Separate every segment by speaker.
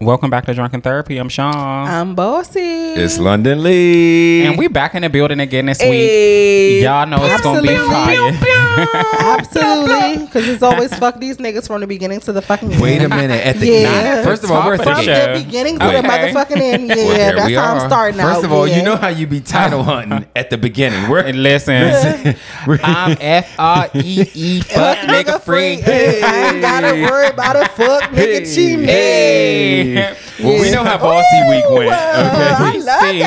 Speaker 1: Welcome back to Drunken Therapy. I'm Sean.
Speaker 2: I'm bossy.
Speaker 3: It's London Lee.
Speaker 1: and we back in the building again this
Speaker 2: Hey.
Speaker 1: week. Y'all know it's gonna be
Speaker 2: Absolutely.
Speaker 1: fire.
Speaker 2: Absolutely, because it's always fuck these niggas from the beginning to the fucking end.
Speaker 3: Wait a minute. At the
Speaker 2: Yeah.
Speaker 3: not- first of all, we're
Speaker 1: Top of
Speaker 2: From
Speaker 3: thinking.
Speaker 1: show.
Speaker 2: the beginning to
Speaker 3: Wait.
Speaker 2: the motherfucking end. Yeah,
Speaker 3: Well, there
Speaker 2: that's
Speaker 3: we
Speaker 2: how
Speaker 3: are.
Speaker 2: I'm starting out.
Speaker 3: First of all,
Speaker 2: yeah.
Speaker 3: you know how you be title hunting at the beginning. We're
Speaker 1: and listen, I'm F R E E fuck nigga free.
Speaker 2: Hey, I ain't gotta worry about a fuck nigga cheating.
Speaker 1: Hey.
Speaker 3: Hey.
Speaker 1: Well, we know how bossy week went.
Speaker 2: I
Speaker 1: Okay.
Speaker 2: love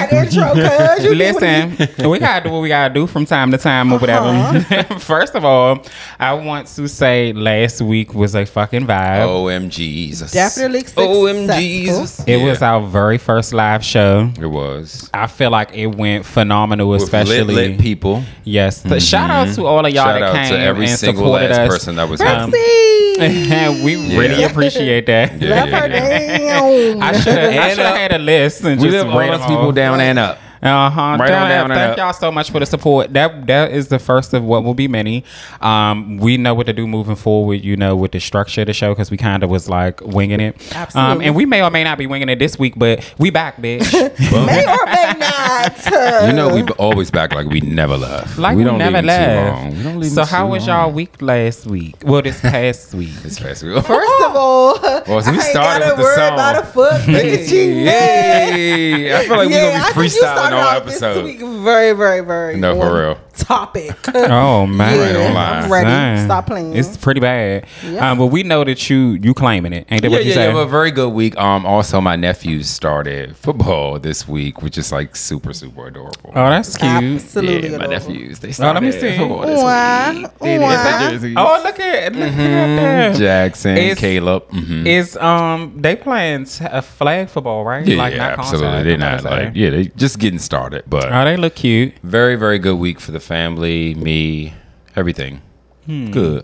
Speaker 2: that intro, cuz. You get what I mean?
Speaker 1: Listen, we gotta do what we gotta do from time to time or whatever.
Speaker 2: Uh-huh.
Speaker 1: First of all, I want to say last week was a fucking vibe.
Speaker 2: Oh,
Speaker 3: OMGs.
Speaker 2: Definitely
Speaker 3: OMGs.
Speaker 1: It was our very first live show.
Speaker 3: It was.
Speaker 1: I feel like it went phenomenal,
Speaker 3: With
Speaker 1: especially
Speaker 3: lit, lit people.
Speaker 1: Yes. Th- Shout out to all of y'all
Speaker 3: Shout
Speaker 1: that
Speaker 3: out
Speaker 1: came
Speaker 3: to every
Speaker 1: and
Speaker 3: single
Speaker 1: supported
Speaker 3: last
Speaker 1: us.
Speaker 3: person that was
Speaker 1: Um, we really
Speaker 3: Yeah.
Speaker 1: appreciate that.
Speaker 3: Yeah.
Speaker 2: Love her down.
Speaker 1: I should have. I
Speaker 3: And,
Speaker 1: should have
Speaker 3: uh,
Speaker 1: had a list and
Speaker 3: We
Speaker 1: just
Speaker 3: live all
Speaker 1: read
Speaker 3: those people down and up.
Speaker 1: Uh huh.
Speaker 3: Right on down and
Speaker 1: Thank
Speaker 3: up.
Speaker 1: y'all so much for the support. That that is the first of what will be many. Um, we know what to do moving forward. You know, with the structure of the show because we kind of was like winging it. Um,
Speaker 2: Absolutely.
Speaker 1: and we may or may not be winging it this week, but we back, bitch.
Speaker 2: May or may not. uh,
Speaker 3: You know we always back like we never left.
Speaker 1: Like
Speaker 3: we
Speaker 1: we, never
Speaker 3: leave 'em
Speaker 1: left.
Speaker 3: Too long. We don't leave 'em
Speaker 1: so
Speaker 3: too
Speaker 1: how was
Speaker 3: long.
Speaker 1: y'all week last week? Well, this past week.
Speaker 3: It's fast.
Speaker 2: First of all,
Speaker 3: Well, so
Speaker 2: I
Speaker 3: we
Speaker 2: ain't
Speaker 3: started
Speaker 2: gotta
Speaker 3: with the
Speaker 2: worry
Speaker 3: song.
Speaker 2: about a fuck nigga cheating.
Speaker 3: Hey, I feel like
Speaker 2: yeah, I
Speaker 3: we're gonna
Speaker 2: think
Speaker 3: be
Speaker 2: you
Speaker 3: freestyling
Speaker 2: started
Speaker 3: all
Speaker 2: out this
Speaker 3: episode.
Speaker 2: week very, very, very.
Speaker 3: No, for
Speaker 2: on
Speaker 3: real.
Speaker 2: Topic.
Speaker 1: Oh man,
Speaker 2: Yeah,
Speaker 3: don't lie.
Speaker 2: I'm ready.
Speaker 1: Son.
Speaker 2: Stop playing.
Speaker 1: It's pretty bad.
Speaker 2: Yeah.
Speaker 1: Um, but we know that you you claiming it. Ain't that
Speaker 3: Yeah,
Speaker 1: what you
Speaker 3: yeah,
Speaker 1: say?
Speaker 3: yeah. But very good week. Um, also my nephews started football this week, which is like super, super adorable.
Speaker 1: oh, that's cute.
Speaker 2: absolutely.
Speaker 3: yeah, my
Speaker 2: adorable.
Speaker 3: nephews. They
Speaker 1: Oh, let
Speaker 3: started
Speaker 1: me see.
Speaker 3: football this
Speaker 2: Wah,
Speaker 3: week. They did
Speaker 2: wah.
Speaker 3: the jerseys.
Speaker 1: Oh, look at look at that.
Speaker 3: Jackson,
Speaker 1: It's-
Speaker 3: Caleb. mhm.
Speaker 1: It's um they playing t- uh, flag football, right?
Speaker 3: Yeah, yeah, absolutely.
Speaker 1: contact,
Speaker 3: They're
Speaker 1: I'm
Speaker 3: not
Speaker 1: about to say.
Speaker 3: like yeah, they just getting started. But
Speaker 1: Oh, they look cute.
Speaker 3: very, very good week for the family, me, everything.
Speaker 1: Hmm.
Speaker 3: Good.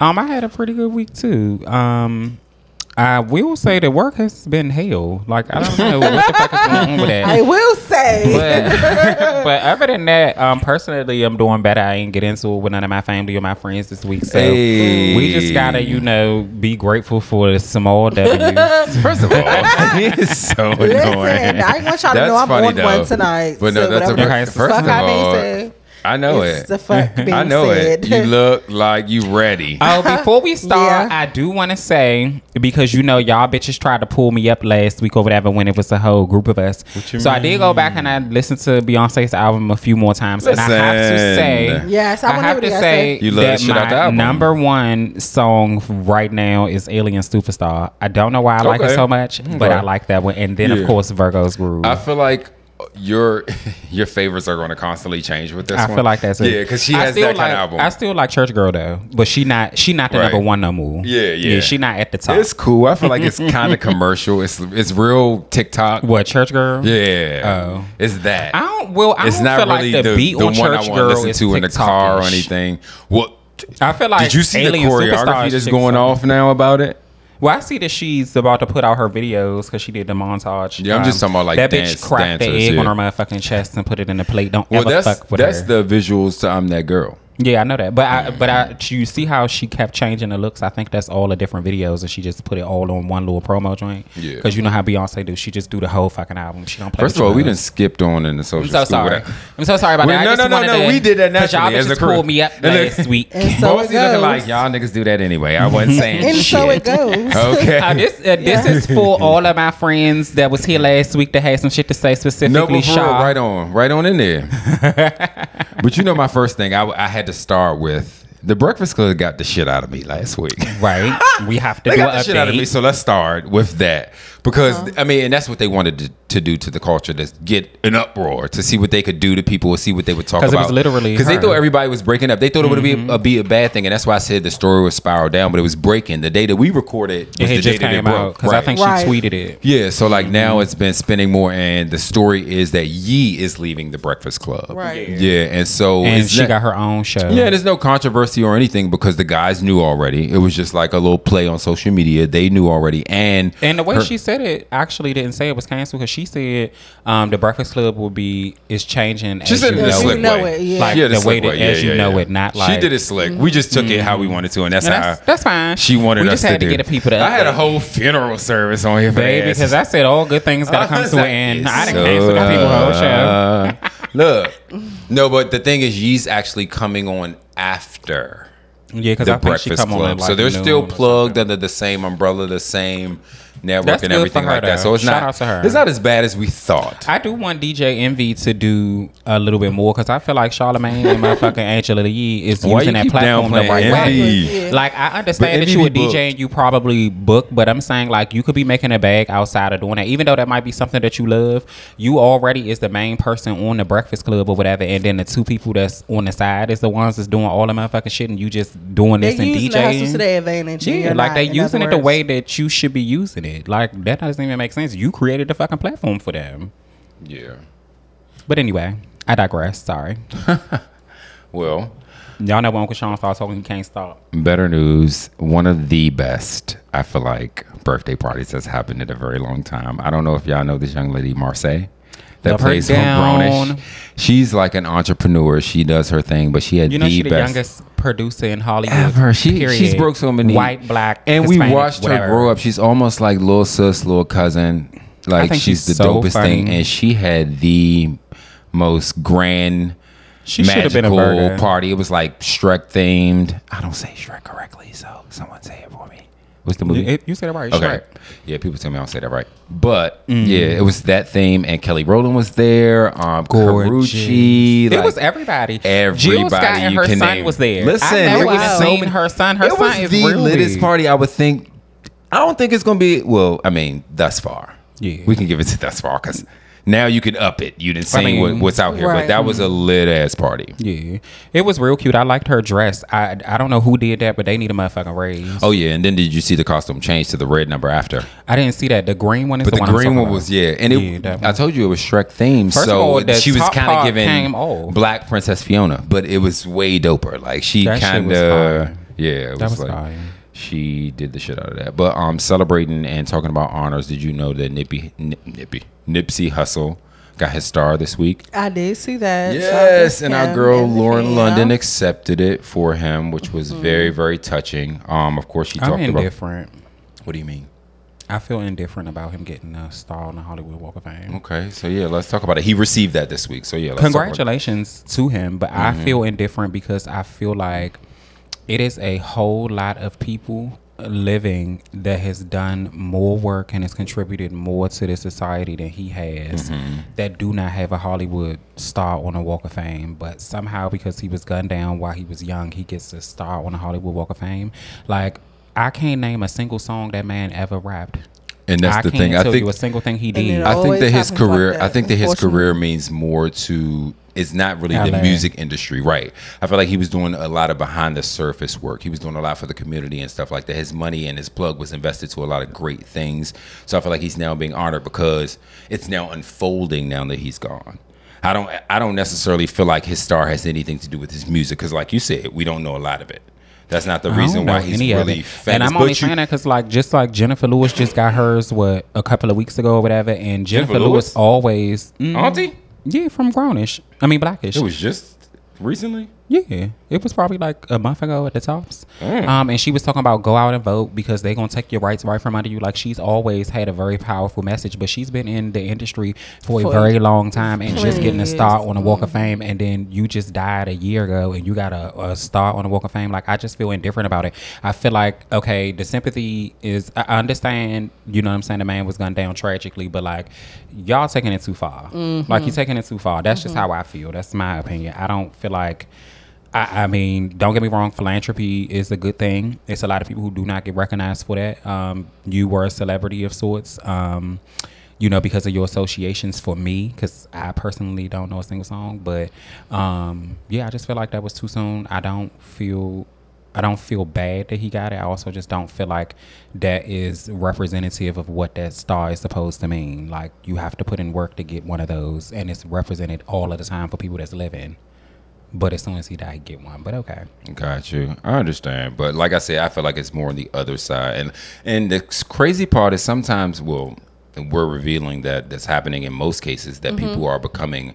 Speaker 1: Um, I had a pretty good week too. Um, I will say that work has been hell. Like I don't know what the fuck is going on with that.
Speaker 2: I will say.
Speaker 1: but, but other than that, um, personally, I'm doing better. I ain't get into it with none of my family or my friends this week. So
Speaker 3: Hey.
Speaker 1: we just gotta, you know, be grateful for the small W's.
Speaker 3: First of all, it's so annoying.
Speaker 2: Listen, I want y'all to know I'm on one tonight,
Speaker 3: But no,
Speaker 2: so
Speaker 3: that's a
Speaker 2: whatever
Speaker 1: Okay,
Speaker 3: first,
Speaker 1: so
Speaker 3: first
Speaker 2: fuck
Speaker 3: of
Speaker 2: I being
Speaker 3: all.
Speaker 2: said.
Speaker 3: I know
Speaker 2: it's
Speaker 3: it.
Speaker 2: The fuck being
Speaker 3: I know
Speaker 2: said.
Speaker 3: it. You look like you ready.
Speaker 1: Oh, before we start,
Speaker 2: Yeah.
Speaker 1: I do want to say because you know y'all bitches tried to pull me up last week or whatever when it was a whole group of us.
Speaker 3: you
Speaker 1: So I did go back and I listened to Beyonce's album a few more times, and I have to
Speaker 3: Listen.
Speaker 1: say,
Speaker 2: Yes, I
Speaker 1: I
Speaker 2: wanna
Speaker 1: have
Speaker 2: hear what
Speaker 1: to
Speaker 2: you guys
Speaker 1: say
Speaker 2: say.
Speaker 3: You love
Speaker 1: that
Speaker 3: the shit out
Speaker 1: my
Speaker 3: the album.
Speaker 1: number one song right now is Alien Superstar. I don't know why I like it
Speaker 3: Okay.
Speaker 1: so much, but
Speaker 3: Okay.
Speaker 1: I like that one. And then of
Speaker 3: Yeah.
Speaker 1: course Virgo's Groove.
Speaker 3: I feel like your your favorites are going to constantly change with this.
Speaker 1: I
Speaker 3: one.
Speaker 1: feel like that's it.
Speaker 3: Yeah, because she
Speaker 1: I
Speaker 3: has that
Speaker 1: still
Speaker 3: kind
Speaker 1: like,
Speaker 3: of album.
Speaker 1: I still like Church Girl though, but she not she not the
Speaker 3: Right.
Speaker 1: number one no more.
Speaker 3: Yeah,
Speaker 1: yeah.
Speaker 3: yeah.
Speaker 1: She not at the top.
Speaker 3: it's cool. I feel like it's kind of commercial. It's it's real TikTok.
Speaker 1: What church girl?
Speaker 3: Yeah.
Speaker 1: Oh.
Speaker 3: It's that.
Speaker 1: I don't. Well, I
Speaker 3: it's
Speaker 1: don't
Speaker 3: not
Speaker 1: feel
Speaker 3: really
Speaker 1: like the,
Speaker 3: the,
Speaker 1: beat
Speaker 3: the
Speaker 1: on
Speaker 3: one I
Speaker 1: church
Speaker 3: want to
Speaker 1: girl
Speaker 3: listen
Speaker 1: is
Speaker 3: to in the car or
Speaker 1: TikTok-ish.
Speaker 3: anything. What?
Speaker 1: I feel like
Speaker 3: did you see
Speaker 1: Alien
Speaker 3: the
Speaker 1: Superstar
Speaker 3: choreography
Speaker 1: is
Speaker 3: that's
Speaker 1: TikTok.
Speaker 3: going off now about it?
Speaker 1: Well, I see that she's about to put out her videos because she did the montage. Um,
Speaker 3: Yeah, I'm just talking about, like,
Speaker 1: that
Speaker 3: dance-
Speaker 1: bitch cracked the
Speaker 3: dancers,
Speaker 1: egg on
Speaker 3: yeah.
Speaker 1: her motherfucking chest and put it in the plate. Don't
Speaker 3: Well,
Speaker 1: ever
Speaker 3: that's
Speaker 1: fuck with
Speaker 3: that's
Speaker 1: her.
Speaker 3: the visuals to I'm that girl.
Speaker 1: yeah, I know that, but I but I you see how she kept changing the looks. I think that's all the different videos, and she just put it all on one little promo joint.
Speaker 3: Yeah.
Speaker 1: because you know how Beyonce do. She just do the whole fucking album. She don't play.
Speaker 3: First
Speaker 1: with
Speaker 3: of all,
Speaker 1: your
Speaker 3: we
Speaker 1: hoes.
Speaker 3: done skipped on in the social.
Speaker 1: I'm so
Speaker 3: school
Speaker 1: sorry.
Speaker 3: without-
Speaker 1: I'm so sorry about
Speaker 3: We-
Speaker 1: that. I
Speaker 3: no,
Speaker 1: just
Speaker 3: no, no,
Speaker 1: wanted
Speaker 3: no,
Speaker 1: to-
Speaker 3: we did that
Speaker 1: 'cause
Speaker 3: naturally
Speaker 1: Y'all
Speaker 3: as
Speaker 1: bitches
Speaker 3: a crew.
Speaker 1: pulled me up
Speaker 3: And look-
Speaker 1: last week.
Speaker 2: And so
Speaker 3: Bossy
Speaker 2: it goes.
Speaker 3: looking like y'all niggas do that anyway. I wasn't saying
Speaker 2: and
Speaker 3: shit.
Speaker 2: so it goes.
Speaker 3: Okay.
Speaker 1: Uh, this uh, this is for all of my friends that was here last week that had some shit to say
Speaker 3: no,
Speaker 1: specifically.
Speaker 3: but for real,
Speaker 1: Shaw.
Speaker 3: right on, right on in there. but you know, my first thing I, I had to start with the Breakfast Club got the shit out of me last week.
Speaker 1: Right. We have to
Speaker 3: they
Speaker 1: do
Speaker 3: got
Speaker 1: an
Speaker 3: the shit out of me.
Speaker 1: update.
Speaker 3: So let's start with that because
Speaker 2: Uh-huh.
Speaker 3: I mean, and that's what they wanted to, to do to the culture to get an uproar to see what they could do to people and see what they would talk
Speaker 1: 'Cause
Speaker 3: about.
Speaker 1: it was literally
Speaker 3: because they
Speaker 1: her. Mm-hmm.
Speaker 3: thought everybody was breaking up. They thought it would be a, be a bad thing, and that's why I said the story was spiraled down. But it was breaking. The day that we recorded
Speaker 1: It
Speaker 3: was
Speaker 1: had
Speaker 3: the day
Speaker 1: just
Speaker 3: that it
Speaker 1: came out
Speaker 3: broke.
Speaker 1: because I
Speaker 3: Right.
Speaker 1: think
Speaker 2: Right.
Speaker 1: she tweeted it.
Speaker 3: Yeah, so like
Speaker 2: Mm-hmm.
Speaker 3: now it's been spinning more, and the story is that Yee is leaving the Breakfast Club.
Speaker 2: Right.
Speaker 3: Yeah, and so
Speaker 1: And
Speaker 3: it's
Speaker 1: she
Speaker 3: not-
Speaker 1: got her own show.
Speaker 3: Yeah, there's no controversy or anything because the guys knew already. It was just like a little play on social media. They knew already, and
Speaker 1: And the way
Speaker 3: her-
Speaker 1: she said it, actually didn't say it was canceled because she said um, the Breakfast Club will be is changing.
Speaker 3: She
Speaker 1: as
Speaker 3: said
Speaker 1: you
Speaker 3: it in a
Speaker 1: know
Speaker 3: slick
Speaker 1: it.
Speaker 2: know
Speaker 3: way.
Speaker 2: it, yeah.
Speaker 1: Like, the
Speaker 3: slick
Speaker 1: way that as you know it, not
Speaker 3: She
Speaker 1: like-
Speaker 3: did it slick. We just took it how we wanted to, and that's
Speaker 1: And
Speaker 3: how.
Speaker 1: that's, that's fine.
Speaker 3: she wanted
Speaker 1: we
Speaker 3: us
Speaker 1: just had
Speaker 3: to,
Speaker 1: to,
Speaker 3: do.
Speaker 1: get the people to.
Speaker 3: I had a
Speaker 1: update.
Speaker 3: whole funeral service on here for
Speaker 1: baby because I said all good things
Speaker 3: Oh,
Speaker 1: gotta come to an end. I didn't cancel the people
Speaker 3: uh,
Speaker 1: whole show.
Speaker 3: people Look, no, but the thing is, Yee's actually coming on after
Speaker 1: Yeah, because
Speaker 3: the
Speaker 1: I think she
Speaker 3: Breakfast
Speaker 1: come on.
Speaker 3: Club,
Speaker 1: at, Like
Speaker 3: so they're still
Speaker 1: noon.
Speaker 3: plugged under the same umbrella, the same network,
Speaker 1: That's
Speaker 3: and
Speaker 1: good for
Speaker 3: everything
Speaker 1: her,
Speaker 3: like that. So
Speaker 1: though.
Speaker 3: it's
Speaker 1: Shout
Speaker 3: not
Speaker 1: out to her.
Speaker 3: it's not as bad as we thought.
Speaker 1: I do want DJ Envy to do a little bit more because I feel like Charlamagne and motherfucking Angela Yee is
Speaker 3: Why you
Speaker 1: using that
Speaker 3: keep
Speaker 1: platform the
Speaker 3: downplaying
Speaker 1: right way.
Speaker 2: Envy?
Speaker 3: Envy?
Speaker 2: Yeah.
Speaker 1: Like I
Speaker 3: But
Speaker 1: understand that
Speaker 3: Envy
Speaker 1: you a
Speaker 3: be booked.
Speaker 1: DJ and you probably book, but I'm saying like you could be making a bag outside of doing that. Even though that might be something that you love, you already is the main person on the Breakfast Club or whatever, and then the two people that's on the side is the ones that's doing all the motherfucking shit, and you just doing
Speaker 2: They
Speaker 1: this and
Speaker 2: using the hustle
Speaker 1: DJing.
Speaker 2: to their advantage. and
Speaker 1: Yeah,
Speaker 2: you're
Speaker 1: like
Speaker 2: not,
Speaker 1: they
Speaker 2: in other
Speaker 1: using it the
Speaker 2: words.
Speaker 1: way that you should be using it. Like that doesn't even make sense. You created the fucking platform for them.
Speaker 3: Yeah.
Speaker 1: But anyway, I digress. Sorry.
Speaker 3: Well,
Speaker 1: Y'all know when Uncle Sean starts talking, he can't stop.
Speaker 3: better news one of the best i feel like birthday parties that's happened in a very long time i don't know if y'all know this young lady marseille that
Speaker 1: Love her
Speaker 3: plays her
Speaker 1: down.
Speaker 3: grownish she's like an entrepreneur she does her thing but she had
Speaker 1: You know
Speaker 3: the
Speaker 1: she the
Speaker 3: best
Speaker 1: youngest producer in Hollywood
Speaker 3: ever she, she's
Speaker 1: period.
Speaker 3: broke so many
Speaker 1: white, black,
Speaker 3: and we
Speaker 1: Hispanic,
Speaker 3: watched
Speaker 1: whatever.
Speaker 3: her grow up she's almost like little sis little cousin like
Speaker 1: think
Speaker 3: she's,
Speaker 1: she's
Speaker 3: the
Speaker 1: so
Speaker 3: dopest thing
Speaker 1: funny.
Speaker 3: and she had the most grand
Speaker 1: She should have been a
Speaker 3: magical
Speaker 1: virgin.
Speaker 3: party. It was like Shrek themed. I don't say Shrek correctly, so someone say it for me. What's the movie?
Speaker 1: You, you said it right.
Speaker 3: okay.
Speaker 1: Shrek.
Speaker 3: Yeah, people tell me I don't say that right. But yeah,
Speaker 1: Mm.
Speaker 3: it was that theme, and Kelly Rowland was there. Um, Carucci.
Speaker 1: It
Speaker 3: like,
Speaker 1: was everybody. Jill
Speaker 3: everybody
Speaker 1: Scott and
Speaker 3: you
Speaker 1: her
Speaker 3: can
Speaker 1: son
Speaker 3: name.
Speaker 1: was there.
Speaker 3: Listen,
Speaker 1: I've never
Speaker 3: it was
Speaker 1: even
Speaker 3: so
Speaker 1: seen
Speaker 3: many-
Speaker 1: her son. Her
Speaker 3: it
Speaker 1: son
Speaker 3: was
Speaker 1: is
Speaker 3: the
Speaker 1: Ruby.
Speaker 3: littest party. I would think. I don't think it's gonna be. Well, I mean, thus far,
Speaker 1: Yeah.
Speaker 3: we can give it to thus far because now you could up it. You didn't see
Speaker 1: I mean,
Speaker 3: what, what's out here, but
Speaker 2: right.
Speaker 3: that was a lit ass party.
Speaker 1: Yeah, it was real cute. I liked her dress. I I don't know who did that, but they need a motherfucking raise.
Speaker 3: Oh yeah, and then did you see the costume change to the red number after?
Speaker 1: I didn't see that. The green one is
Speaker 3: But
Speaker 1: the,
Speaker 3: the
Speaker 1: one I'm
Speaker 3: green
Speaker 1: talking
Speaker 3: one was
Speaker 1: about.
Speaker 3: yeah, and
Speaker 1: Yeah,
Speaker 3: it,
Speaker 1: that
Speaker 3: I
Speaker 1: one.
Speaker 3: told you it was Shrek themed.
Speaker 1: First of
Speaker 3: so
Speaker 1: all, the
Speaker 3: she was
Speaker 1: top
Speaker 3: kind of
Speaker 1: part
Speaker 3: giving
Speaker 1: came old.
Speaker 3: Black Princess Fiona, but it was way doper. Like she
Speaker 1: That shit
Speaker 3: kind
Speaker 1: was
Speaker 3: of
Speaker 1: fire.
Speaker 3: yeah, it
Speaker 1: That
Speaker 3: was,
Speaker 1: was
Speaker 3: like
Speaker 1: fire.
Speaker 3: she did the shit out of that. But um, celebrating and talking about honors, did you know that Nippy Nip, Nippy Nipsey Hustle got his star this week?
Speaker 2: I did see that.
Speaker 3: Yes, and our girl Lauren London
Speaker 2: London.
Speaker 3: accepted it for him, which was very very touching. Um, of course she
Speaker 1: I'm
Speaker 3: talked about.
Speaker 1: indifferent.
Speaker 3: What do you mean?
Speaker 1: I feel indifferent about him getting a star on the Hollywood Walk of Fame.
Speaker 3: Okay, so yeah, let's talk about it. He received that this week, so yeah, let's talk about it.
Speaker 1: Congratulations to him, but
Speaker 3: Mm-hmm.
Speaker 1: I feel indifferent because I feel like it is a whole lot of people living that has done more work and has contributed more to the society than he has
Speaker 3: Mm-hmm.
Speaker 1: that do not have a Hollywood star on a Walk of Fame, but somehow because he was gunned down while he was young, he gets a star on a Hollywood Walk of Fame. Like I can't name a single song that man ever rapped.
Speaker 3: And that's
Speaker 1: I
Speaker 3: the
Speaker 1: can't
Speaker 3: thing. I
Speaker 1: tell you a
Speaker 3: think
Speaker 1: single thing he
Speaker 2: it
Speaker 1: did.
Speaker 2: all-
Speaker 3: I think that
Speaker 2: Always
Speaker 3: his
Speaker 2: happens like
Speaker 3: career.
Speaker 2: that,
Speaker 3: I think that his
Speaker 2: unfortunately.
Speaker 3: career means more to. It's not really the
Speaker 1: LA.
Speaker 3: music industry, right? I feel like he was doing a lot of behind the surface work. He was doing a lot for the community and stuff like that. His money and his plug was invested to a lot of great things. So I feel like he's now being honored because it's now unfolding now that he's gone. I don't. I don't necessarily feel like his star has anything to do with his music because, like you said, we don't know a lot of it. That's not the
Speaker 1: I don't
Speaker 3: reason
Speaker 1: know
Speaker 3: why he's
Speaker 1: any of
Speaker 3: really
Speaker 1: it.
Speaker 3: famous.
Speaker 1: And I'm
Speaker 3: But
Speaker 1: only
Speaker 3: you-
Speaker 1: saying that because, like, just like Jennifer Lewis just got hers, what, a couple of weeks ago or whatever. And Jennifer,
Speaker 3: Jennifer
Speaker 1: Lewis?
Speaker 3: Lewis?
Speaker 1: always. Mm,
Speaker 3: Auntie,
Speaker 1: Yeah, from Grownish. I mean, Blackish.
Speaker 3: it was just recently.
Speaker 1: yeah. It was probably like a month ago at the tops. Um, and she was talking about go out and vote because they're going to take your rights right from under you. Like, she's always had a very powerful message, but she's been in the industry for, a
Speaker 2: For-
Speaker 1: very long time and just getting a
Speaker 2: Please.
Speaker 1: star on the Walk of Fame. And then you just died a year ago and you got a, a star on the Walk of Fame. Like, I just feel indifferent about it. I feel like, okay, the sympathy is, I I understand, you know what I'm saying? The man was gunned down tragically, but like, y'all taking it too far. Like, you're taking it too far. That's just how I feel. That's my opinion. I don't feel like. I, I mean, don't get me wrong. Philanthropy is a good thing. It's a lot of people who do not get recognized for that. Um, you were a celebrity of sorts, um, you know, because of your associations. For me, because I personally don't know a single song, but um, yeah, I just feel like that was too soon. I don't feel. I don't feel bad that he got it. I also just don't feel like that is representative of what that star is supposed to mean. Like you have to put in work to get one of those, and it's represented all of the time for people that's living. But as soon as he died, he get one. But okay.
Speaker 3: Got you. I understand, but like I said, I feel like it's more on the other side, and and the crazy part is sometimes, well, and we're revealing that that's happening in most cases that people are becoming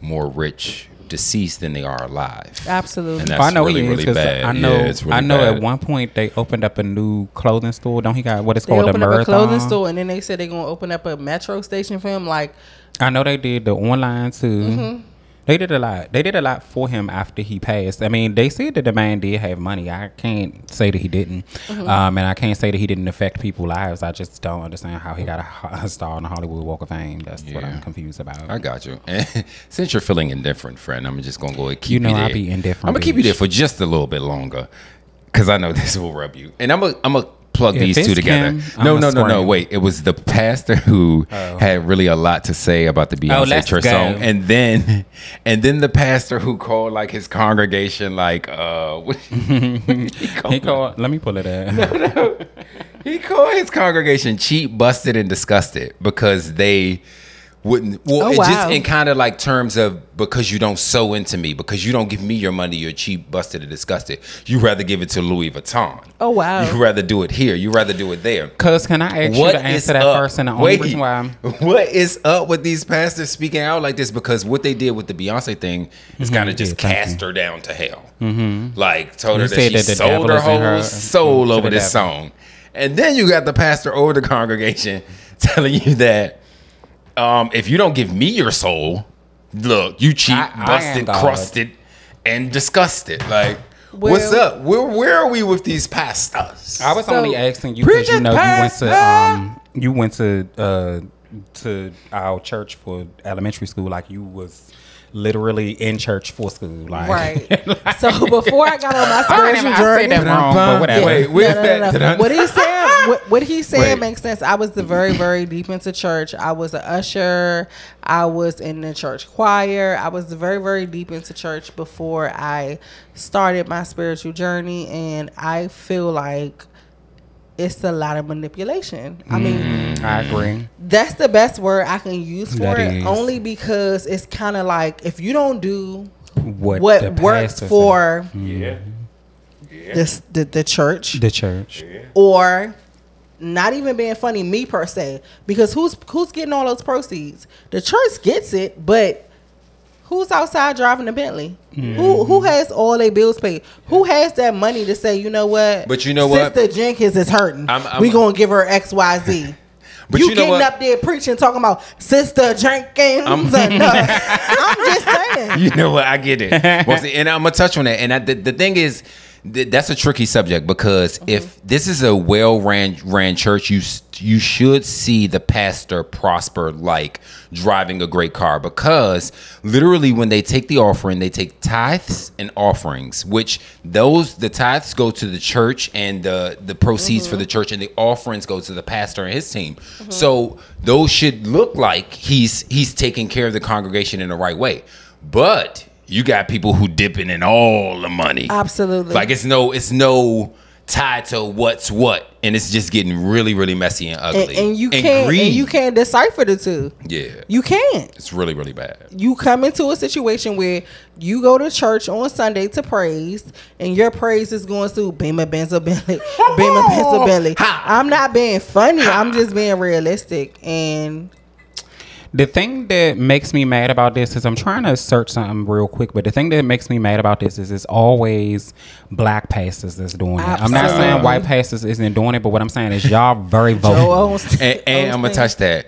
Speaker 3: more rich deceased than they are alive.
Speaker 2: Absolutely.
Speaker 3: And that's
Speaker 1: I know
Speaker 3: really,
Speaker 1: he is
Speaker 3: really
Speaker 1: 'cause
Speaker 3: bad.
Speaker 1: I know.
Speaker 3: yeah, it's really
Speaker 1: I know.
Speaker 3: bad.
Speaker 1: At one point, they opened up a new clothing store. Don't he got what it's
Speaker 2: They
Speaker 1: called?
Speaker 2: opened
Speaker 1: a
Speaker 2: up
Speaker 1: marathon.
Speaker 2: a clothing store and then they said they're gonna open up a metro station for him. Like
Speaker 1: I know they did the online too.
Speaker 2: Mm-hmm.
Speaker 1: They did a lot. They did a lot for him after he passed. I mean, they said that the man did have money. I can't say that he didn't,
Speaker 2: Mm-hmm.
Speaker 1: um, and I can't say that he didn't affect people's lives. I just don't understand how he got a, ho- a star on the Hollywood Walk of Fame. That's what
Speaker 3: Yeah.
Speaker 1: I'm confused about.
Speaker 3: I got you. And since you're feeling indifferent, friend, I'm just gonna go and keep
Speaker 1: You know
Speaker 3: there.
Speaker 1: I be indifferent,
Speaker 3: I'm gonna keep you
Speaker 1: bitch.
Speaker 3: there for just a little bit longer, cause I know this will rub you. And I'm gonna I'm gonna plug
Speaker 1: If
Speaker 3: these
Speaker 1: it's
Speaker 3: two together.
Speaker 1: Kim,
Speaker 3: no,
Speaker 1: I'ma
Speaker 3: no, no, no.
Speaker 1: scream. Oh.
Speaker 3: Wait, it was the pastor who had really a lot to say about the Beyonce
Speaker 1: let's
Speaker 3: church
Speaker 1: go.
Speaker 3: song, and then and then the pastor who called like his congregation like uh what- he, called,
Speaker 1: He called. Let me pull it up.
Speaker 3: he called his congregation cheap, busted, and disgusted because they wouldn't. Well,
Speaker 2: Oh,
Speaker 3: it
Speaker 2: wow.
Speaker 3: just in kind of like terms of because you don't sew into me, because you don't give me your money, you're cheap, busted, and disgusted. You rather give it to Louis Vuitton.
Speaker 2: Oh, wow.
Speaker 3: You rather do it here. You rather do it there.
Speaker 1: Cause can I ask you to answer that first? And the only
Speaker 3: Wait.
Speaker 1: reason why I'm
Speaker 3: what is up with these pastors speaking out like this? Because what they did with the Beyonce thing is kind of just
Speaker 1: Mm-hmm. Yeah, thank Mm-hmm.
Speaker 3: cast her down to hell. Like told her
Speaker 1: You
Speaker 3: that
Speaker 1: said
Speaker 3: she
Speaker 1: that the
Speaker 3: sold
Speaker 1: devil
Speaker 3: her
Speaker 1: is in
Speaker 3: whole
Speaker 1: her-
Speaker 3: soul
Speaker 1: to
Speaker 3: over
Speaker 1: the
Speaker 3: this
Speaker 1: devil.
Speaker 3: song, and then you got the pastor over the congregation telling you that um, if you don't give me your soul, look, you cheap,
Speaker 1: I- I am
Speaker 3: busted,
Speaker 1: God.
Speaker 3: crusted, and disgusted. Like,
Speaker 2: Well-
Speaker 3: what's up? Where where are we with these pastors?
Speaker 1: I was
Speaker 2: So-
Speaker 1: only asking you because you
Speaker 3: Preaching
Speaker 1: know you went to
Speaker 3: pastor!
Speaker 1: um you went to uh to our church for elementary school like you was literally in church for school like
Speaker 2: right. so before I got on my
Speaker 1: I,
Speaker 2: spiritual
Speaker 1: said that
Speaker 2: journey.
Speaker 1: wrong but whatever
Speaker 3: Wait, wait,
Speaker 2: No, no, no,
Speaker 3: did
Speaker 2: no.
Speaker 3: I-
Speaker 2: What he said, what, what he said
Speaker 3: Wait.
Speaker 2: makes sense. I was the very, very deep into church. I was an usher. I was in the church choir. I was very, very deep into church before I started my spiritual journey, and I feel like it's a lot of manipulation. I mean,
Speaker 1: I agree
Speaker 2: that's the best word I can use for
Speaker 1: Mm. That
Speaker 2: it,
Speaker 1: is.
Speaker 2: only because it's kind of like if you don't do
Speaker 1: what
Speaker 2: what
Speaker 1: the
Speaker 2: works
Speaker 1: pastor
Speaker 2: for
Speaker 3: Yeah.
Speaker 2: this the, the church
Speaker 1: said. the church
Speaker 2: or not even being funny me per se because who's who's getting all those proceeds the church gets it but who's outside driving a bentley who
Speaker 3: Mm-hmm.
Speaker 2: who has all their bills paid who has that money to say you know what
Speaker 3: But you know what?
Speaker 2: sister jenkins is hurting
Speaker 3: I'm- I'm-
Speaker 2: we gonna give her xyz
Speaker 3: But
Speaker 2: you,
Speaker 3: you know
Speaker 2: getting
Speaker 3: what?
Speaker 2: up there preaching talking about sister jenkins
Speaker 3: I'm-
Speaker 2: I'm, I'm just saying
Speaker 3: you know what? I get it. Well, see, and I'm gonna touch on that. And I, the, the thing is, th- that's a tricky subject because if this is a well-ran ran church, you s- you should see the pastor prosper like driving a great car because literally when they take the offering, they take tithes and offerings, which those the tithes go to the church and the the proceeds for the church and the offerings go to the pastor and his team. So those should look like he's he's taking care of the congregation in the right way. But you got people who dipping in all the money.
Speaker 2: Absolutely.
Speaker 3: Like it's no, it's no tied to what's what, and it's just getting really, really messy and
Speaker 2: and,
Speaker 3: ugly.
Speaker 2: and you can't and
Speaker 3: greed.
Speaker 2: you can't decipher the two
Speaker 3: Yeah,
Speaker 2: you can't
Speaker 3: it's really, really bad.
Speaker 2: you come into a situation where you go to church on Sunday to praise, and your praise is going to Bema Benzo Belly, Bema Benzo Belly.
Speaker 3: Ha.
Speaker 2: I'm not being funny. I'm just being realistic. And
Speaker 1: The thing that makes me mad about this is I'm trying to search something real quick, but the thing that makes me mad about this is it's always black pastors that's doing it. I'm not
Speaker 2: Absolutely.
Speaker 1: saying white pastors isn't doing it, but what I'm saying is y'all very
Speaker 2: Joe
Speaker 1: vocal.
Speaker 2: Osteen-
Speaker 3: And, and I'm gonna
Speaker 2: Osteen.
Speaker 3: touch that.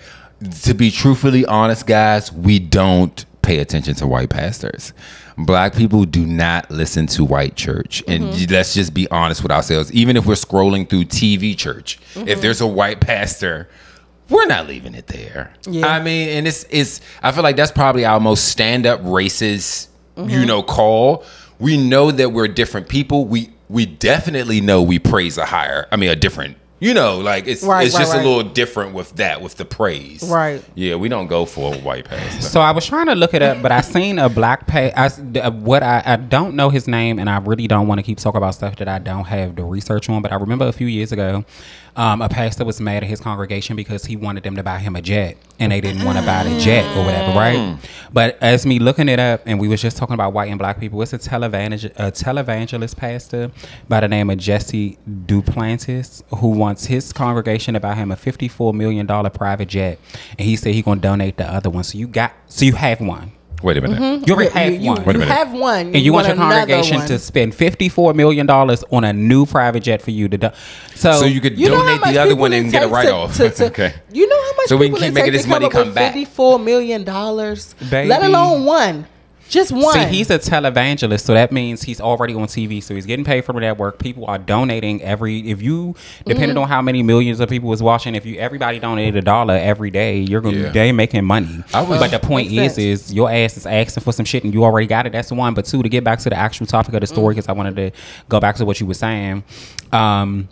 Speaker 3: To be truthfully honest, guys, we don't pay attention to white pastors. Black people do not listen to white church, and
Speaker 2: Mm-hmm.
Speaker 3: let's just be honest with ourselves. Even if we're scrolling through TV church,
Speaker 2: Mm-hmm.
Speaker 3: if there's a white pastor. We're not leaving it there.
Speaker 2: Yeah.
Speaker 3: I mean, and it's it's. I feel like that's probably our most stand up racist,
Speaker 2: Mm-hmm.
Speaker 3: you know, call. We know that we're different people. We we definitely know we praise a higher. I mean, a different. You know, like it's
Speaker 2: Right,
Speaker 3: it's
Speaker 2: right,
Speaker 3: just
Speaker 2: right.
Speaker 3: a little different with that with the praise.
Speaker 2: Right.
Speaker 3: Yeah, we don't go for a white pastor.
Speaker 1: So I was trying to look it up, but I seen a black pay. I, s- d- uh, what I, I don't know his name, and I really don't want to keep talking about stuff that I don't have the research on. But I remember a few years ago, Um, a pastor was mad at his congregation because he wanted them to buy him a jet, and they didn't want to buy the jet or whatever, right? But as me looking it up, and we was just talking about white and black people, it's a televangel- a televangelist pastor by the name of Jesse Duplantis who wants his congregation to buy him a fifty-four million dollar private jet, and he said he gonna donate the other one. So you got, so you have one.
Speaker 3: Wait a minute.
Speaker 2: Mm-hmm.
Speaker 1: You already have
Speaker 2: you,
Speaker 1: one.
Speaker 2: you
Speaker 3: minute.
Speaker 2: have one,
Speaker 1: and you want, your
Speaker 2: another
Speaker 1: congregation
Speaker 2: one.
Speaker 1: to spend fifty-four million dollars on a new private jet for you to do- so
Speaker 3: So you could
Speaker 2: You know how
Speaker 3: donate
Speaker 2: much
Speaker 3: the other
Speaker 2: people
Speaker 3: one
Speaker 2: it
Speaker 3: and get a
Speaker 2: takes to-
Speaker 3: write off.
Speaker 2: to- to-
Speaker 3: okay.
Speaker 2: You know how much
Speaker 3: So we can
Speaker 2: people
Speaker 3: keep
Speaker 2: it
Speaker 3: making
Speaker 2: takes
Speaker 3: this
Speaker 2: to
Speaker 3: money
Speaker 2: up with
Speaker 3: come back.
Speaker 2: Fifty-four million dollars.
Speaker 1: Baby.
Speaker 2: Let alone one, just one.
Speaker 1: See, he's a televangelist, so that means he's already on TV. So he's getting paid from that work. People are donating every. If you, depending
Speaker 2: Mm-hmm.
Speaker 1: on how many millions of people is watching, if you everybody donated a dollar every day, you're gonna
Speaker 3: Yeah.
Speaker 1: they making money.
Speaker 3: I was-
Speaker 1: but the point
Speaker 2: Makes
Speaker 1: is,
Speaker 2: sense.
Speaker 1: is your ass is asking for some shit and you already got it. That's the one. But two, to get back to the actual topic of the
Speaker 2: Mm.
Speaker 1: story, because I wanted to go back to what you were saying. Um,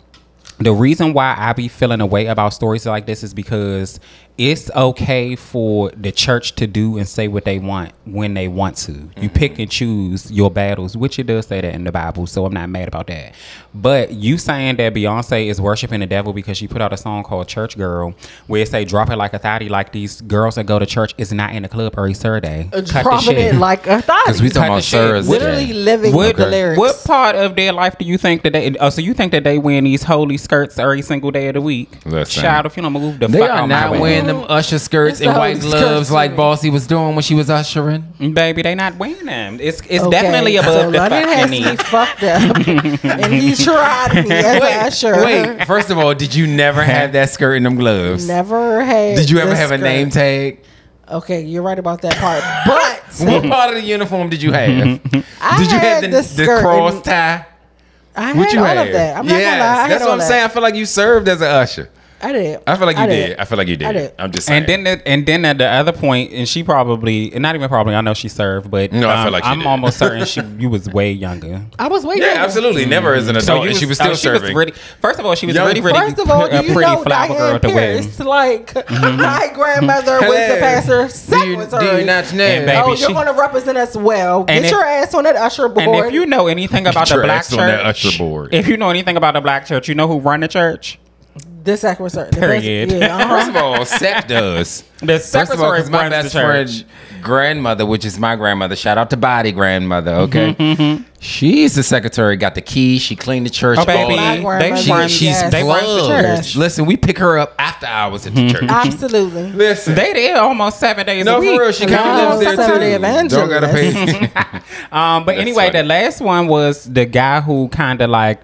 Speaker 1: the reason why I be feeling a way about stories like this is because it's okay for the church to do and say what they want when they want to. You pick and choose your battles, which it does say that in the Bible, so I'm not mad about that. But you saying that Beyonce is worshiping the devil because she put out a song called Church Girl, where it say drop it like a thotty, like these girls that go to church is not in the club every Saturday.
Speaker 2: Uh,
Speaker 1: Cut the
Speaker 2: dropping
Speaker 1: shit.
Speaker 2: it like a
Speaker 3: Because we
Speaker 1: Cut the
Speaker 2: thought.
Speaker 3: talking about
Speaker 1: shit.
Speaker 3: Sarah's
Speaker 2: Literally living
Speaker 1: What,
Speaker 2: with the lyrics.
Speaker 1: what part of their life do you think that they? Oh, so you think that they wear these holy skirts every single day of the week?
Speaker 3: Listen.
Speaker 1: Child, if you don't move the
Speaker 4: They
Speaker 1: fuck
Speaker 4: are
Speaker 1: out
Speaker 4: not
Speaker 1: my way.
Speaker 4: wearing them usher skirts
Speaker 2: It's the
Speaker 4: and white
Speaker 2: holy
Speaker 4: gloves
Speaker 2: skirts,
Speaker 4: like
Speaker 2: yeah.
Speaker 4: Bossy was doing when she was ushering.
Speaker 1: baby, they not wearing them. It's it's
Speaker 2: Okay,
Speaker 1: definitely above
Speaker 2: so
Speaker 1: the
Speaker 2: London
Speaker 1: fucking
Speaker 2: has
Speaker 1: knee.
Speaker 2: me fucked up, and he tried me as an usher.
Speaker 4: Wait, first of all, did you never have that skirt and them gloves?
Speaker 2: Never had.
Speaker 4: Did you ever
Speaker 2: this
Speaker 4: have a
Speaker 2: skirt.
Speaker 4: name tag?
Speaker 2: Okay, you're right about that part. But
Speaker 4: What part of the uniform did you have? did you
Speaker 2: I
Speaker 4: have
Speaker 2: had
Speaker 4: the,
Speaker 2: the
Speaker 4: the
Speaker 2: skirt
Speaker 4: cross
Speaker 2: and-
Speaker 4: tie?
Speaker 2: I
Speaker 4: What
Speaker 2: had
Speaker 4: you
Speaker 2: all
Speaker 4: had?
Speaker 2: of that. I'm not
Speaker 3: Yes,
Speaker 2: gonna lie. I had
Speaker 3: that's
Speaker 2: all
Speaker 3: what I'm
Speaker 2: that.
Speaker 3: saying. I feel like you served as an usher.
Speaker 2: I did.
Speaker 3: I feel like you did. I feel like you did.
Speaker 2: I did.
Speaker 3: I'm just saying.
Speaker 1: And then, at, and then at the other point, and she probably, and not even probably, I know she served, but um,
Speaker 3: No, I feel like she
Speaker 1: I'm
Speaker 3: did.
Speaker 1: almost certain she you was way younger.
Speaker 2: I was waiting.
Speaker 3: yeah, absolutely. Never as an adult.
Speaker 1: you
Speaker 3: and she was
Speaker 1: oh,
Speaker 3: still serving.
Speaker 1: Was really, first of all, she was
Speaker 3: Young-
Speaker 1: really, really
Speaker 2: First of all,
Speaker 1: pre- a
Speaker 2: do you
Speaker 1: pretty
Speaker 2: know
Speaker 1: flower girl
Speaker 2: Diane
Speaker 1: to wear.
Speaker 2: Pierce? Like my grandmother was
Speaker 3: Hello.
Speaker 2: the pastor. Second
Speaker 4: Mm-hmm. Do you,
Speaker 2: was
Speaker 4: do you
Speaker 2: her.
Speaker 4: not
Speaker 1: And
Speaker 4: know?
Speaker 1: baby,
Speaker 2: oh,
Speaker 1: she-
Speaker 2: you're gonna represent us well. Get
Speaker 1: And if-
Speaker 2: your ass on that usher board.
Speaker 1: And if you know anything about the
Speaker 3: your
Speaker 1: black
Speaker 3: ass on that
Speaker 1: church,
Speaker 3: usher board.
Speaker 1: if you know anything about the black church, you know who run the church.
Speaker 2: this sacrament, sir.
Speaker 1: Period.
Speaker 2: Yeah, uh-huh.
Speaker 3: First of all, Seth does.
Speaker 1: The
Speaker 4: First of all,
Speaker 1: secretary runs
Speaker 4: because my
Speaker 1: the
Speaker 4: best
Speaker 1: church.
Speaker 4: friend grandmother, which is my grandmother, shout out to Body Grandmother, okay? She's the secretary, got the key, she cleaned the church.
Speaker 1: Oh,
Speaker 4: all
Speaker 1: baby,
Speaker 4: that.
Speaker 2: My
Speaker 1: they
Speaker 2: grandmother,
Speaker 4: She,
Speaker 1: run-
Speaker 2: Yes.
Speaker 4: she's
Speaker 1: they run the church.
Speaker 4: plugged.
Speaker 1: Mm-hmm.
Speaker 2: Yes.
Speaker 4: Listen, we pick her up after hours at the church.
Speaker 2: absolutely.
Speaker 3: Listen.
Speaker 1: They there almost seven days a
Speaker 3: no,
Speaker 1: week.
Speaker 3: Oh, for real. She
Speaker 2: No,
Speaker 3: kind of lives there
Speaker 2: Saturday
Speaker 3: too. Don't
Speaker 2: evangelist.
Speaker 3: gotta pay.
Speaker 1: Um, but
Speaker 3: That's
Speaker 1: anyway,
Speaker 3: funny.
Speaker 1: the last one was the guy who kind of like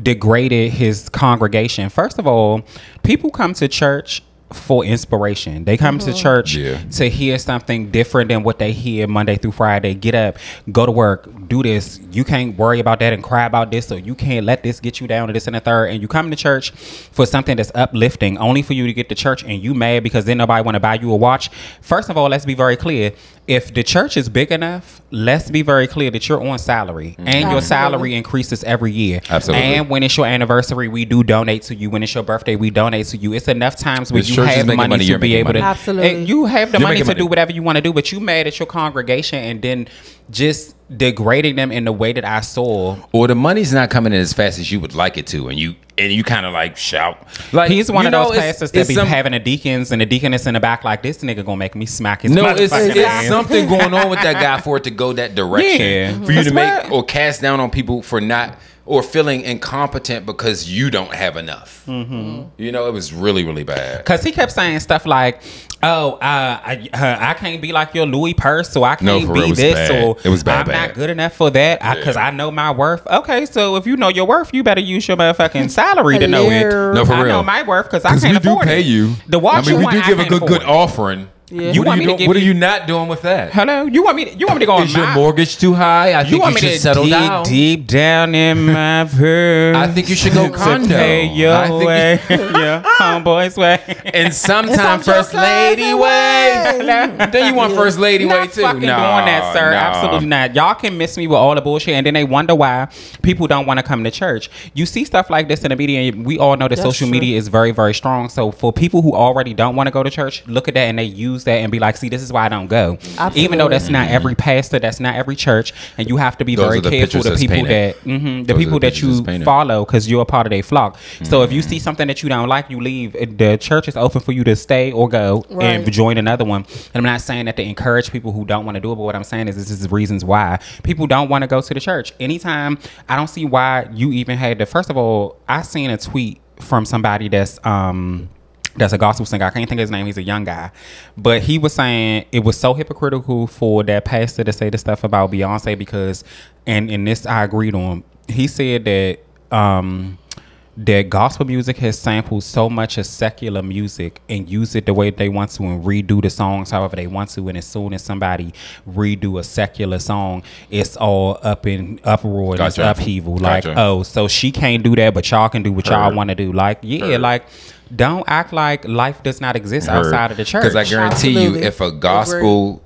Speaker 1: degraded his congregation. First of all, people come to church for inspiration. They come to church
Speaker 3: Yeah.
Speaker 1: to hear something different than what they hear Monday through Friday. Get up, go to work, do this. You can't worry about that and cry about this, or you can't let this get you down to this and the third. And you come to church for something that's uplifting, only for you to get to church and you mad because then nobody want to buy you a watch. First of all, let's be very clear. If the church is big enough, let's be very clear that you're on salary and your
Speaker 2: Absolutely.
Speaker 1: salary increases every year.
Speaker 3: Mm-hmm. Absolutely.
Speaker 1: And when it's your anniversary, we do donate to you. When it's your birthday, we donate to you. It's enough times where
Speaker 3: The
Speaker 1: you
Speaker 3: church is
Speaker 1: have
Speaker 3: making
Speaker 1: money,
Speaker 3: money,
Speaker 1: to
Speaker 3: you're
Speaker 1: be
Speaker 3: making
Speaker 1: able to.
Speaker 3: money.
Speaker 2: Absolutely.
Speaker 1: And you have the
Speaker 3: You're
Speaker 1: money to
Speaker 3: making
Speaker 1: do
Speaker 3: money.
Speaker 1: whatever you want to do, but you mad at your congregation and then just degrading them in the way that I saw.
Speaker 3: or the money's not coming in as fast as you would like it to, and you and you kind of like shout. Like
Speaker 1: He's one
Speaker 3: you
Speaker 1: of
Speaker 3: know,
Speaker 1: those
Speaker 3: it's-
Speaker 1: pastors that
Speaker 3: it's
Speaker 1: be
Speaker 3: some-
Speaker 1: having the deacons and the deaconess in the back like this nigga gonna make me smack his
Speaker 3: No, it's,
Speaker 1: motherfucking
Speaker 3: it's
Speaker 1: ass."
Speaker 3: something going on with that guy for it to go that direction.
Speaker 1: Yeah.
Speaker 3: For you
Speaker 1: That's
Speaker 3: to
Speaker 1: right.
Speaker 3: make or cast down on people for not or feeling incompetent because you don't have enough. You know, it was really, really bad.
Speaker 1: Cause he kept saying stuff like, "Oh, uh, I, uh, I can't be like your Louis purse, so I
Speaker 3: No,
Speaker 1: can't
Speaker 3: for real, it
Speaker 1: be
Speaker 3: was
Speaker 1: this,
Speaker 3: bad.
Speaker 1: or
Speaker 3: It was bad,
Speaker 1: I'm not
Speaker 3: bad.
Speaker 1: good enough for that, I, cause I know my worth." Okay, so if you know your worth, you better use your motherfucking salary to know it.
Speaker 2: Hello. No,
Speaker 3: for
Speaker 1: I
Speaker 3: real.
Speaker 1: know my worth because I can't afford it. The watch you want, I can't afford.
Speaker 3: offering.
Speaker 2: Yeah.
Speaker 1: You want
Speaker 3: What, are,
Speaker 1: me to
Speaker 3: you doing-
Speaker 1: give
Speaker 3: what are
Speaker 1: you-
Speaker 3: you not doing with that?
Speaker 1: Hello, you want me? To, you want me to go on
Speaker 4: Is your
Speaker 1: my-
Speaker 4: mortgage too high? I
Speaker 1: You
Speaker 4: think
Speaker 1: want
Speaker 4: you
Speaker 1: me
Speaker 4: should
Speaker 1: to
Speaker 4: settle
Speaker 1: dig
Speaker 4: down.
Speaker 1: deep down in my purse?
Speaker 4: I think you should go
Speaker 1: to
Speaker 4: condo.
Speaker 1: pay your
Speaker 4: I think you-
Speaker 1: way, your homeboy's way.
Speaker 4: And
Speaker 2: And
Speaker 4: sometime
Speaker 2: some
Speaker 4: first lady
Speaker 2: Josiah's
Speaker 4: way.
Speaker 2: way.
Speaker 4: then you want first lady way
Speaker 1: not
Speaker 4: too.
Speaker 1: fucking doing that, sir.
Speaker 3: nah.
Speaker 1: Absolutely not. Y'all can miss me with all the bullshit, and then they wonder why people don't want to come to church. You see stuff like this in the media. and We all know that social
Speaker 2: true.
Speaker 1: media is very, very strong. So for people who already don't want to go to church, look at that, and they use use that and be like, see, this is why I don't go. Even though that's not every pastor, that's not every church, and you have to be
Speaker 3: Those
Speaker 1: very
Speaker 3: are the
Speaker 1: careful
Speaker 3: pictures
Speaker 1: the
Speaker 3: that's
Speaker 1: people
Speaker 3: painted.
Speaker 1: that mhm, the
Speaker 3: Those are
Speaker 1: people
Speaker 3: the
Speaker 1: that
Speaker 3: pictures
Speaker 1: you
Speaker 3: that's painted. Mm.
Speaker 1: follow because you're a part of their flock. So if you see something that you don't like, you leave. The church is open for you to stay or go and
Speaker 2: Right.
Speaker 1: join another one. And I'm not saying that to encourage people who don't want to do it, but what I'm saying is this is the reasons why people don't want to go to the church. Anytime, I don't see why you even had to. First of all, I seen a tweet from somebody that's um that's a gospel singer. I can't think of his name. He's a young guy, but he was saying it was so hypocritical for that pastor to say the stuff about Beyonce because, and and this I agreed on. He said that um that gospel music has sampled so much of secular music and use it the way they want to and redo the songs however they want to and as soon as somebody redo a secular song it's all up in uproar and it's
Speaker 3: Gotcha.
Speaker 1: upheaval like
Speaker 3: Gotcha.
Speaker 1: oh so she can't do that but y'all can do what y'all want to do like yeah like don't act like life does not exist outside of the church
Speaker 3: Because I guarantee
Speaker 2: Absolutely.
Speaker 3: you, if a gospel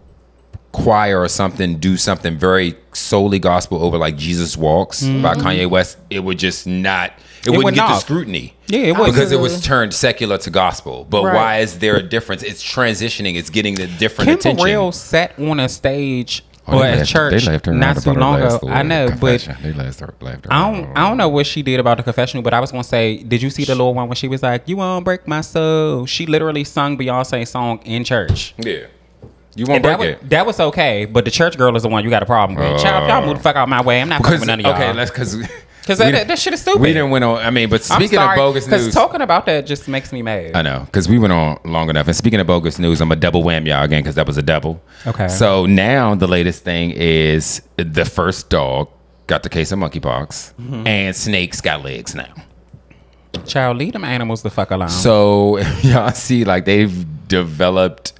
Speaker 3: choir or something do something very solely gospel over like Jesus Walks by
Speaker 2: Mm-hmm.
Speaker 3: Kanye West, it would just not. It, wouldn't
Speaker 1: would
Speaker 3: get the
Speaker 1: not.
Speaker 3: scrutiny.
Speaker 1: Yeah, it wouldn't.
Speaker 3: because it was
Speaker 2: Absolutely.
Speaker 3: turned secular to gospel. But
Speaker 2: Right.
Speaker 3: why is there a difference? It's transitioning. It's getting the different
Speaker 1: Kim
Speaker 3: attention.
Speaker 1: Burrell sat on a stage
Speaker 4: Oh,
Speaker 1: or
Speaker 4: they
Speaker 1: at
Speaker 4: laughed-
Speaker 1: church
Speaker 4: they laughed her
Speaker 1: not
Speaker 4: right
Speaker 1: too
Speaker 4: about her
Speaker 1: long
Speaker 4: last
Speaker 1: ago. I
Speaker 4: little
Speaker 1: know, but
Speaker 4: confession. they laughed her- laughed her
Speaker 1: I
Speaker 4: right
Speaker 1: don't,
Speaker 4: about
Speaker 1: I
Speaker 4: her.
Speaker 1: don't know what she did about the confessional, but I was gonna say, did you see the little one when she was like, "You won't break my soul"? She literally sung Beyonce's song in church.
Speaker 3: Yeah. You won't
Speaker 1: And that,
Speaker 3: break
Speaker 1: was,
Speaker 3: it.
Speaker 1: that was okay, but the church girl is the one you got a problem with. Child, if y'all
Speaker 4: Oh.
Speaker 1: move the fuck out my way. I'm not fucking
Speaker 3: Because
Speaker 1: with none of y'all.
Speaker 3: okay, let's because
Speaker 1: Because that, that, that shit is stupid.
Speaker 3: we didn't went on. I mean, but
Speaker 1: I'm
Speaker 3: speaking
Speaker 1: sorry,
Speaker 3: of bogus news,
Speaker 1: talking about that just makes me mad.
Speaker 3: I know, because we went on long enough. And speaking of bogus news, I'm a double wham y'all again because that was a double.
Speaker 1: Okay.
Speaker 3: So now the latest thing is the first dog got the case of monkeypox,
Speaker 1: Mm-hmm.
Speaker 3: and snakes got legs now.
Speaker 1: Child, leave them animals the fuck alone.
Speaker 3: So y'all see, like they've developed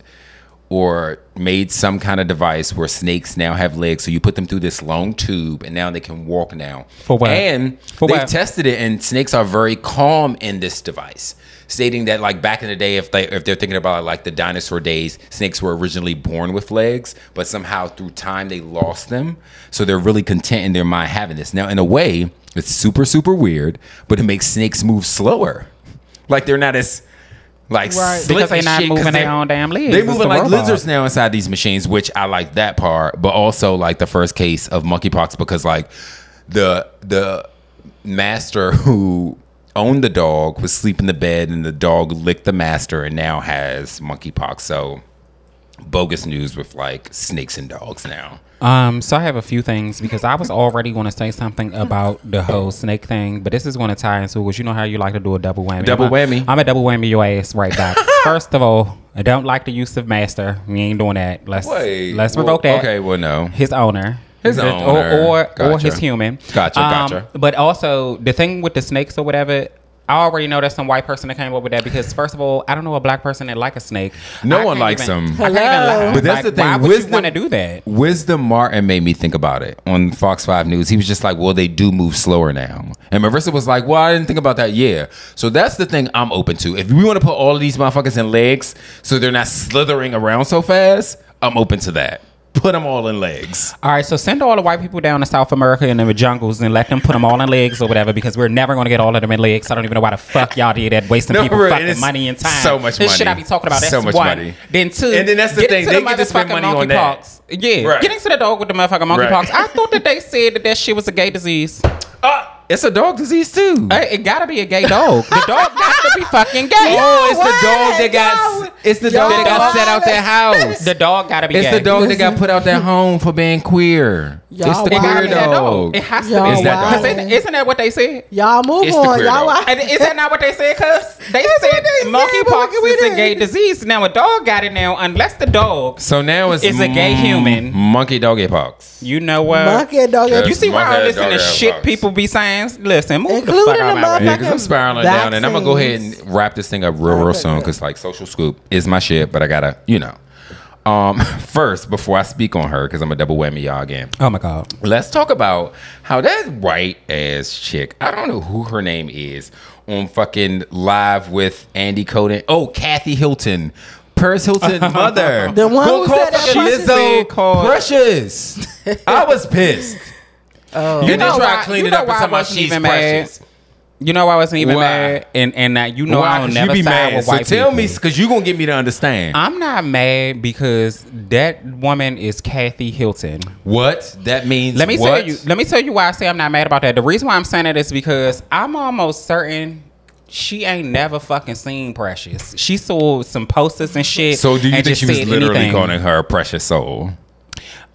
Speaker 3: or made some kind of device where snakes now have legs. So you put them through this long tube, and now they can walk now.
Speaker 1: For what?
Speaker 3: And
Speaker 1: For
Speaker 3: they've
Speaker 1: what?
Speaker 3: tested it, and snakes are very calm in this device, stating that like back in the day, if they if they're thinking about like the dinosaur days, snakes were originally born with legs, but somehow through time they lost them. So they're really content in their mind having this now. In a way, it's super super weird, but it makes snakes move slower. Like they're not as like
Speaker 2: Right.
Speaker 3: slick
Speaker 1: Because they
Speaker 3: and
Speaker 1: not
Speaker 3: shit, 'cause
Speaker 1: moving
Speaker 3: they-
Speaker 1: their own damn legs.
Speaker 3: They
Speaker 1: It's
Speaker 3: moving
Speaker 1: the
Speaker 3: like
Speaker 1: robot.
Speaker 3: lizards now inside these machines, which I like that part, but also like the first case of monkeypox because like the the master who owned the dog was sleeping in the bed and the dog licked the master and now has monkeypox. So bogus news with like snakes and dogs now.
Speaker 1: Um, so I have a few things because I was already going to say something about the whole snake thing, but this is going to tie into because you know how you like to do a double whammy.
Speaker 3: Double
Speaker 1: I'm a-
Speaker 3: whammy.
Speaker 1: I'm a double whammy your ass right back. First of all, I don't like the use of master. We ain't doing that. Let's let's
Speaker 3: well,
Speaker 1: revoke that.
Speaker 3: Okay, well no.
Speaker 1: His owner.
Speaker 3: His
Speaker 1: The- Or
Speaker 3: owner.
Speaker 1: or, or
Speaker 3: Gotcha.
Speaker 1: his human. Um,
Speaker 3: Gotcha, gotcha.
Speaker 1: But also the thing with the snakes or whatever. I already know there's some white person that came up with that because first of all, I don't know a black person that like a snake.
Speaker 3: No
Speaker 1: I can't
Speaker 3: one likes
Speaker 1: even-
Speaker 3: them.
Speaker 1: I can't even
Speaker 2: Hello.
Speaker 1: lie.
Speaker 3: But that's
Speaker 1: Like,
Speaker 3: the thing.
Speaker 1: Why would
Speaker 3: Wisdom-
Speaker 1: you want to do that?
Speaker 3: Wisdom Martin made me think about it on Fox 5 News. He was just like, well, they do move slower now. And Marissa was like, well, I didn't think about that. Yeah. So that's the thing I'm open to. If we want to put all of these motherfuckers in legs so they're not slithering around so fast, I'm open to that. Put them all in legs.
Speaker 1: All right, so send all the white people down to South America and the jungles and let them put them all in legs or whatever because we're never going to get all of them in legs. I don't even know why the fuck y'all did that, wasting
Speaker 3: No,
Speaker 1: people
Speaker 3: really,
Speaker 1: fucking
Speaker 3: it's
Speaker 1: money and time.
Speaker 3: so much
Speaker 1: this
Speaker 3: money.
Speaker 1: shit I be talking about. That's
Speaker 3: So much
Speaker 1: one.
Speaker 3: money.
Speaker 1: Then two.
Speaker 3: And then that's the
Speaker 1: getting
Speaker 3: thing,
Speaker 1: to
Speaker 3: they get to spend
Speaker 1: motherfucking
Speaker 3: money on that.
Speaker 1: monkeypox. Yeah,
Speaker 3: Right.
Speaker 1: getting to the dog with the motherfucking monkeypox. I thought that they said that that shit was a gay disease.
Speaker 3: Ah, it's a dog disease too.
Speaker 1: Hey, it gotta be a gay dog. The dog got to be fucking gay.
Speaker 3: oh, it's the
Speaker 2: what?
Speaker 3: dog that
Speaker 2: Y'all-
Speaker 3: got it's the dog
Speaker 2: y'all
Speaker 3: that got set out their house.
Speaker 1: The dog gotta be
Speaker 3: It's
Speaker 1: gay.
Speaker 3: the dog that got put out their home for being queer.
Speaker 2: Y'all
Speaker 3: it's the
Speaker 1: It gotta be
Speaker 3: queer
Speaker 2: wildin'.
Speaker 1: that
Speaker 3: dog.
Speaker 1: dog. It has to
Speaker 2: Y'all
Speaker 1: be.
Speaker 3: It's that
Speaker 1: Cause
Speaker 2: wildin'.
Speaker 1: it- Isn't that what they said?
Speaker 2: Y'all move
Speaker 3: It's the
Speaker 2: on.
Speaker 3: queer
Speaker 2: Y'all
Speaker 3: dog.
Speaker 1: And is that not what they said? Cause they
Speaker 2: That's
Speaker 1: said
Speaker 2: what they said, but what
Speaker 1: monkeypox
Speaker 2: can we
Speaker 1: is
Speaker 2: do?
Speaker 1: a gay disease. Now a dog got it now, unless the dog.
Speaker 3: So now it's,
Speaker 1: It's a gay
Speaker 3: m-
Speaker 1: human.
Speaker 3: Monkey doggy pox.
Speaker 1: You know what?
Speaker 2: monkey and dog.
Speaker 3: Yeah.
Speaker 1: You see why I
Speaker 3: Monkey
Speaker 1: listen to
Speaker 3: dog
Speaker 1: shit
Speaker 3: box.
Speaker 1: people be saying? Listen, move the fuck
Speaker 2: Including
Speaker 1: out my
Speaker 2: the
Speaker 3: Yeah,
Speaker 1: way.
Speaker 2: motherfucker.
Speaker 3: because I'm spiraling down, and I'm gonna go ahead and wrap this thing up real, real soon. Because like social scoop is my shit, but I gotta, you know. Um, first, before I speak on her, because I'm a double whammy y'all again.
Speaker 1: Oh my god.
Speaker 3: Let's talk about how that white ass chick, I don't know who her name is, on fucking live with Andy Coden. Oh, Kathy Hilton. Paris Hilton, mother.
Speaker 2: The one
Speaker 3: Go
Speaker 2: who
Speaker 3: call
Speaker 2: said that
Speaker 3: fucking
Speaker 2: Precious
Speaker 1: said
Speaker 3: Lizzo
Speaker 1: called-
Speaker 3: Precious. I was pissed. Oh. You,
Speaker 1: know
Speaker 3: didn't try
Speaker 1: why-
Speaker 3: to clean
Speaker 1: you
Speaker 3: it
Speaker 2: Oh.
Speaker 1: know
Speaker 3: up
Speaker 1: why I
Speaker 3: and talking about
Speaker 1: wasn't
Speaker 3: she's
Speaker 1: even mad?
Speaker 3: precious.
Speaker 1: You know I wasn't even
Speaker 3: Why?
Speaker 1: mad, and and that you know
Speaker 3: Why?
Speaker 1: I'll
Speaker 3: 'Cause
Speaker 1: never
Speaker 3: you be
Speaker 1: side
Speaker 3: mad.
Speaker 1: with
Speaker 3: So
Speaker 1: white
Speaker 3: tell me,
Speaker 1: people.
Speaker 3: because you gonna get me to understand.
Speaker 1: I'm not mad because that woman is Kathy Hilton.
Speaker 3: what that means?
Speaker 1: Let me
Speaker 3: what?
Speaker 1: tell you. Let me tell you why I say I'm not mad about that. The reason why I'm saying that is because I'm almost certain she ain't never fucking seen Precious. She saw some posters and shit.
Speaker 3: So do you
Speaker 1: and
Speaker 3: think
Speaker 1: just
Speaker 3: she was
Speaker 1: said
Speaker 3: literally
Speaker 1: anything.
Speaker 3: calling her a precious soul?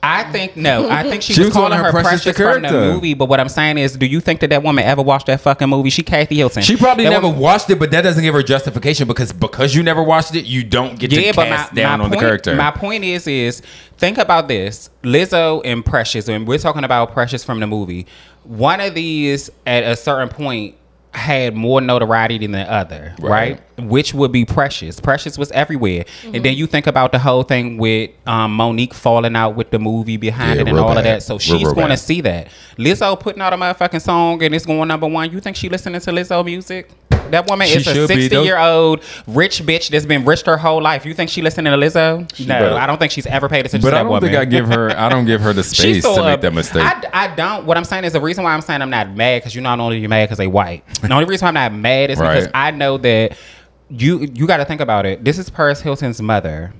Speaker 1: I think no. I think she,
Speaker 3: She
Speaker 1: was,
Speaker 3: was
Speaker 1: calling
Speaker 3: on
Speaker 1: her,
Speaker 3: her Precious
Speaker 1: precious,
Speaker 3: the
Speaker 1: from the
Speaker 3: character.
Speaker 1: movie. But what I'm saying is, do you think that that woman ever watched that fucking movie? She Kathy Hilton.
Speaker 3: She probably
Speaker 1: That
Speaker 3: never
Speaker 1: woman-
Speaker 3: watched it, but that doesn't give her justification because because you never watched it, you don't get to cast down on
Speaker 1: point,
Speaker 3: the character.
Speaker 1: My point is, is think about this: Lizzo and Precious, and we're talking about Precious from the movie. One of these, at a certain point, had more notoriety than the other, right?
Speaker 3: Right.
Speaker 1: Which would be Precious. Precious was everywhere, and then you think about the whole thing with um, Monique falling out with the movie behind
Speaker 3: Yeah,
Speaker 1: it and
Speaker 3: real
Speaker 1: all of
Speaker 3: bad.
Speaker 1: that. So
Speaker 3: Real,
Speaker 1: she's
Speaker 3: real
Speaker 1: going to
Speaker 3: bad.
Speaker 1: see that Lizzo putting out a motherfucking song and it's going number one. You think she listening to Lizzo music? That woman
Speaker 3: She
Speaker 1: is a
Speaker 3: should be,
Speaker 1: sixty
Speaker 3: though.
Speaker 1: year old rich bitch that's been rich her whole life. You think she listening to Lizzo? no,
Speaker 3: better.
Speaker 1: I don't think she's ever paid attention
Speaker 3: but
Speaker 1: to that
Speaker 3: I don't
Speaker 1: woman.
Speaker 3: think I give her. I don't give her the
Speaker 1: She's
Speaker 3: space to
Speaker 1: so, uh,
Speaker 3: make that mistake.
Speaker 1: I, I don't. What I'm saying is the reason why I'm saying I'm not mad because you know not only you mad because they white. The only reason why I'm not mad is because
Speaker 3: Right.
Speaker 1: I know that you you got to think about it. This is Paris Hilton's mother.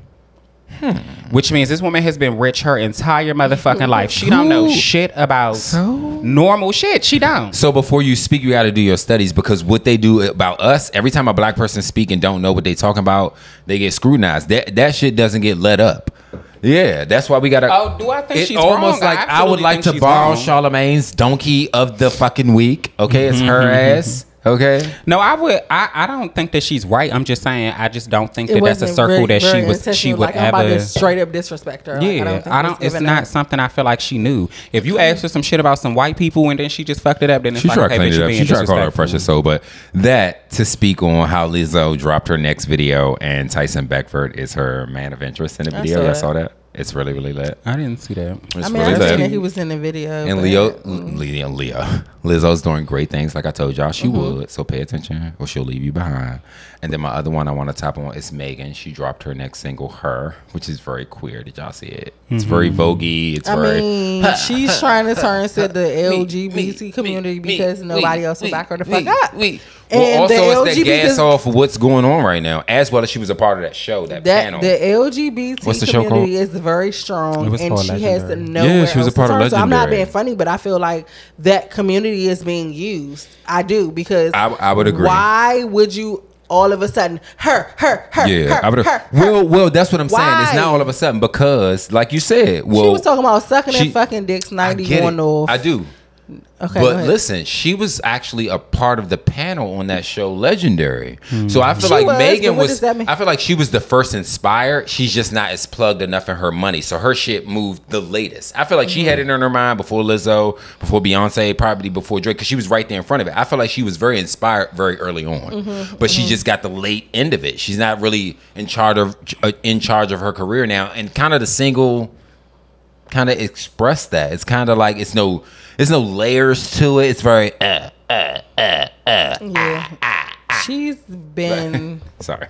Speaker 3: Hmm.
Speaker 1: Which means this woman has been rich her entire motherfucking life. She don't know
Speaker 3: Who?
Speaker 1: shit about
Speaker 3: So?
Speaker 1: normal shit. She don't.
Speaker 3: So before you speak, you got to do your studies because what they do about us, every time a black person speak and don't know what they talking about, they get scrutinized. That that shit doesn't get let up. Yeah, that's why we got to.
Speaker 1: Oh, do I think
Speaker 3: it's
Speaker 1: she's
Speaker 3: almost
Speaker 1: wrong? I
Speaker 3: like I, would
Speaker 1: absolutely
Speaker 3: like
Speaker 1: think
Speaker 3: to
Speaker 1: she's
Speaker 3: borrow
Speaker 1: wrong.
Speaker 3: Charlemagne's donkey of the fucking week. Okay, it's her ass. Okay,
Speaker 1: No, I would. I, I don't think that she's right. I'm just saying. I just don't think that that's a
Speaker 2: wasn't
Speaker 1: circle
Speaker 2: very-
Speaker 1: that she
Speaker 2: very
Speaker 1: was. She
Speaker 2: intentional,
Speaker 1: would
Speaker 2: like, I'm about
Speaker 1: ever.
Speaker 2: to straight up disrespect her. Like,
Speaker 1: Yeah,
Speaker 2: don't think
Speaker 1: I don't.
Speaker 2: was
Speaker 1: It's
Speaker 2: given
Speaker 1: not
Speaker 2: up.
Speaker 1: something I feel like she knew. If you asked her some shit about some white people and then she just fucked it up, then it's
Speaker 3: she
Speaker 1: like,
Speaker 3: tried to
Speaker 1: okay,
Speaker 3: clean
Speaker 1: bitch,
Speaker 3: it
Speaker 1: you
Speaker 3: up.
Speaker 1: being
Speaker 3: She tried to call her a
Speaker 1: disrespectful.
Speaker 3: precious soul, but that to speak on how Lizzo dropped her next video and Tyson Beckford is her man of interest in the video.
Speaker 2: saw
Speaker 3: Y'all
Speaker 2: that.
Speaker 3: saw that. It's really really lit.
Speaker 1: I didn't see that.
Speaker 3: It's
Speaker 2: I mean,
Speaker 3: really
Speaker 2: I
Speaker 3: lit.
Speaker 2: seen that he was in the video.
Speaker 3: And
Speaker 2: but-
Speaker 3: Leo, Leo, Leo, Lizzo's doing great things. Like I told y'all, she
Speaker 2: Mm-hmm.
Speaker 3: would. So pay attention, or she'll leave you behind. And then my other one I want to tap on is Megan. She dropped her next single, "Her," which is very queer. Did y'all see it? It's very voguey. It's
Speaker 2: Mm-hmm. I
Speaker 3: very.
Speaker 2: mean, she's trying to turn to the LGBT community because nobody else will back her the fuck up.
Speaker 3: well,
Speaker 2: And the
Speaker 3: also, it's that
Speaker 2: LGBT
Speaker 3: gas
Speaker 2: is-
Speaker 3: off of what's going on right now, as well as she was a part of that show, that,
Speaker 2: That
Speaker 3: panel.
Speaker 2: the LGBT
Speaker 3: What's the show
Speaker 2: community is very strong,
Speaker 1: It was
Speaker 2: and
Speaker 1: called
Speaker 2: she
Speaker 1: Legendary.
Speaker 2: has nowhere
Speaker 3: Yeah, she was a
Speaker 2: else
Speaker 3: part
Speaker 2: to
Speaker 3: of
Speaker 2: turn. So I'm not
Speaker 3: Legendary.
Speaker 2: being funny, but I feel like that community is being used. I do because
Speaker 3: I- I would agree.
Speaker 2: Why would you all of a sudden her her her
Speaker 3: yeah,
Speaker 2: her,
Speaker 3: I would.
Speaker 2: her, her?
Speaker 3: Well, well, that's what I'm saying. It's
Speaker 2: Why?
Speaker 3: not all of a sudden because, like you said, well,
Speaker 2: she was talking about sucking
Speaker 3: she-
Speaker 2: and fucking dicks
Speaker 3: I
Speaker 2: ninety
Speaker 3: get
Speaker 2: one
Speaker 3: it.
Speaker 2: off.
Speaker 3: I do.
Speaker 2: Okay, go
Speaker 3: but
Speaker 2: ahead.
Speaker 3: listen, she was actually a part of the panel on that show, Legendary. So I feel
Speaker 2: She
Speaker 3: like
Speaker 2: was,
Speaker 3: Megan
Speaker 2: but what
Speaker 3: was.
Speaker 2: does that mean?
Speaker 3: I feel like she was the first inspired. She's just not as plugged enough in her money, so her shit moved the latest. I feel like she had
Speaker 2: Mm-hmm.
Speaker 3: it in her mind before Lizzo, before Beyonce, probably before Drake, because she was right there in front of it. I feel like she was very inspired very early on,
Speaker 2: Mm-hmm.
Speaker 3: but she just got the late end of it. She's not really in charge of uh, in charge of her career now, and kind of the single kind of express that. It's kind of like it's no it's no layers to it. It's very uh,
Speaker 2: Yeah.
Speaker 3: ah,
Speaker 2: She's been
Speaker 3: sorry.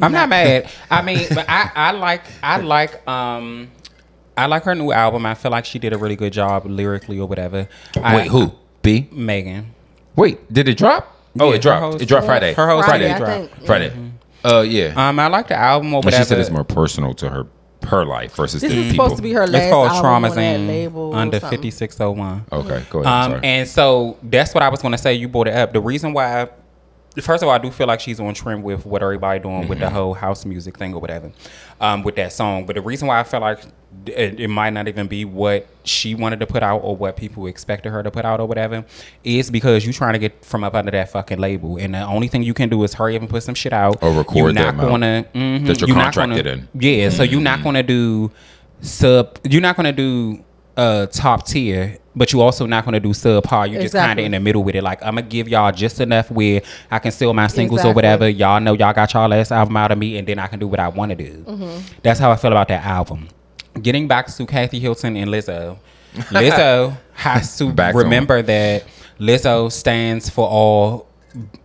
Speaker 1: I'm not mad. I mean, but I, I like I like um I like her new album. I feel like she did a really good job lyrically or whatever. I,
Speaker 3: Wait, who? B?
Speaker 1: Megan.
Speaker 3: Wait, did it drop? Oh,
Speaker 1: Yeah,
Speaker 3: it
Speaker 1: her
Speaker 3: dropped.
Speaker 1: whole-
Speaker 3: It dropped Friday.
Speaker 1: her whole
Speaker 3: Friday.
Speaker 2: Friday, I
Speaker 1: Friday.
Speaker 2: think.
Speaker 3: Friday. Uh yeah.
Speaker 1: Um, I like the album or
Speaker 3: but
Speaker 1: whatever.
Speaker 3: she said it's more personal to her her life versus
Speaker 2: This
Speaker 3: the
Speaker 2: is
Speaker 3: people.
Speaker 2: supposed to be her last
Speaker 1: It's called
Speaker 2: album
Speaker 1: Trauma's
Speaker 2: on that
Speaker 1: in
Speaker 2: label or
Speaker 1: under
Speaker 2: something.
Speaker 1: fifty six oh one.
Speaker 3: Okay, go ahead.
Speaker 1: Um,
Speaker 3: sorry.
Speaker 1: and so that's what I was going to say. You brought it up. The reason why, first of all, I do feel like she's on trend with what everybody doing with
Speaker 3: Mm-hmm.
Speaker 1: the whole house music thing or whatever, um, with that song. But the reason why I feel like it, it might not even be what she wanted to put out or what people expected her to put out or whatever is because you trying to get from up under that fucking label, and the only thing you can do is hurry up and put some shit out
Speaker 3: Or record
Speaker 1: You're not
Speaker 3: that amount
Speaker 1: gonna mhm,
Speaker 3: that you're
Speaker 1: not gonna-
Speaker 3: contracted in.
Speaker 1: Yeah, so you're
Speaker 2: Mm.
Speaker 1: not gonna do sub. You're not gonna do uh top tier, but you also not gonna do subpar. You just kind of
Speaker 2: Exactly.
Speaker 1: in the middle with it. Like I'm gonna give y'all just enough where I can sell my singles or
Speaker 2: Exactly.
Speaker 1: whatever. Y'all know y'all got y'all last album out of me, and then I can do what I want to do.
Speaker 4: Mm-hmm.
Speaker 1: That's how I feel about that album. Getting back to Kathy Hilton and Lizzo, Lizzo has to
Speaker 3: Back to 'em.
Speaker 1: remember that Lizzo stands for all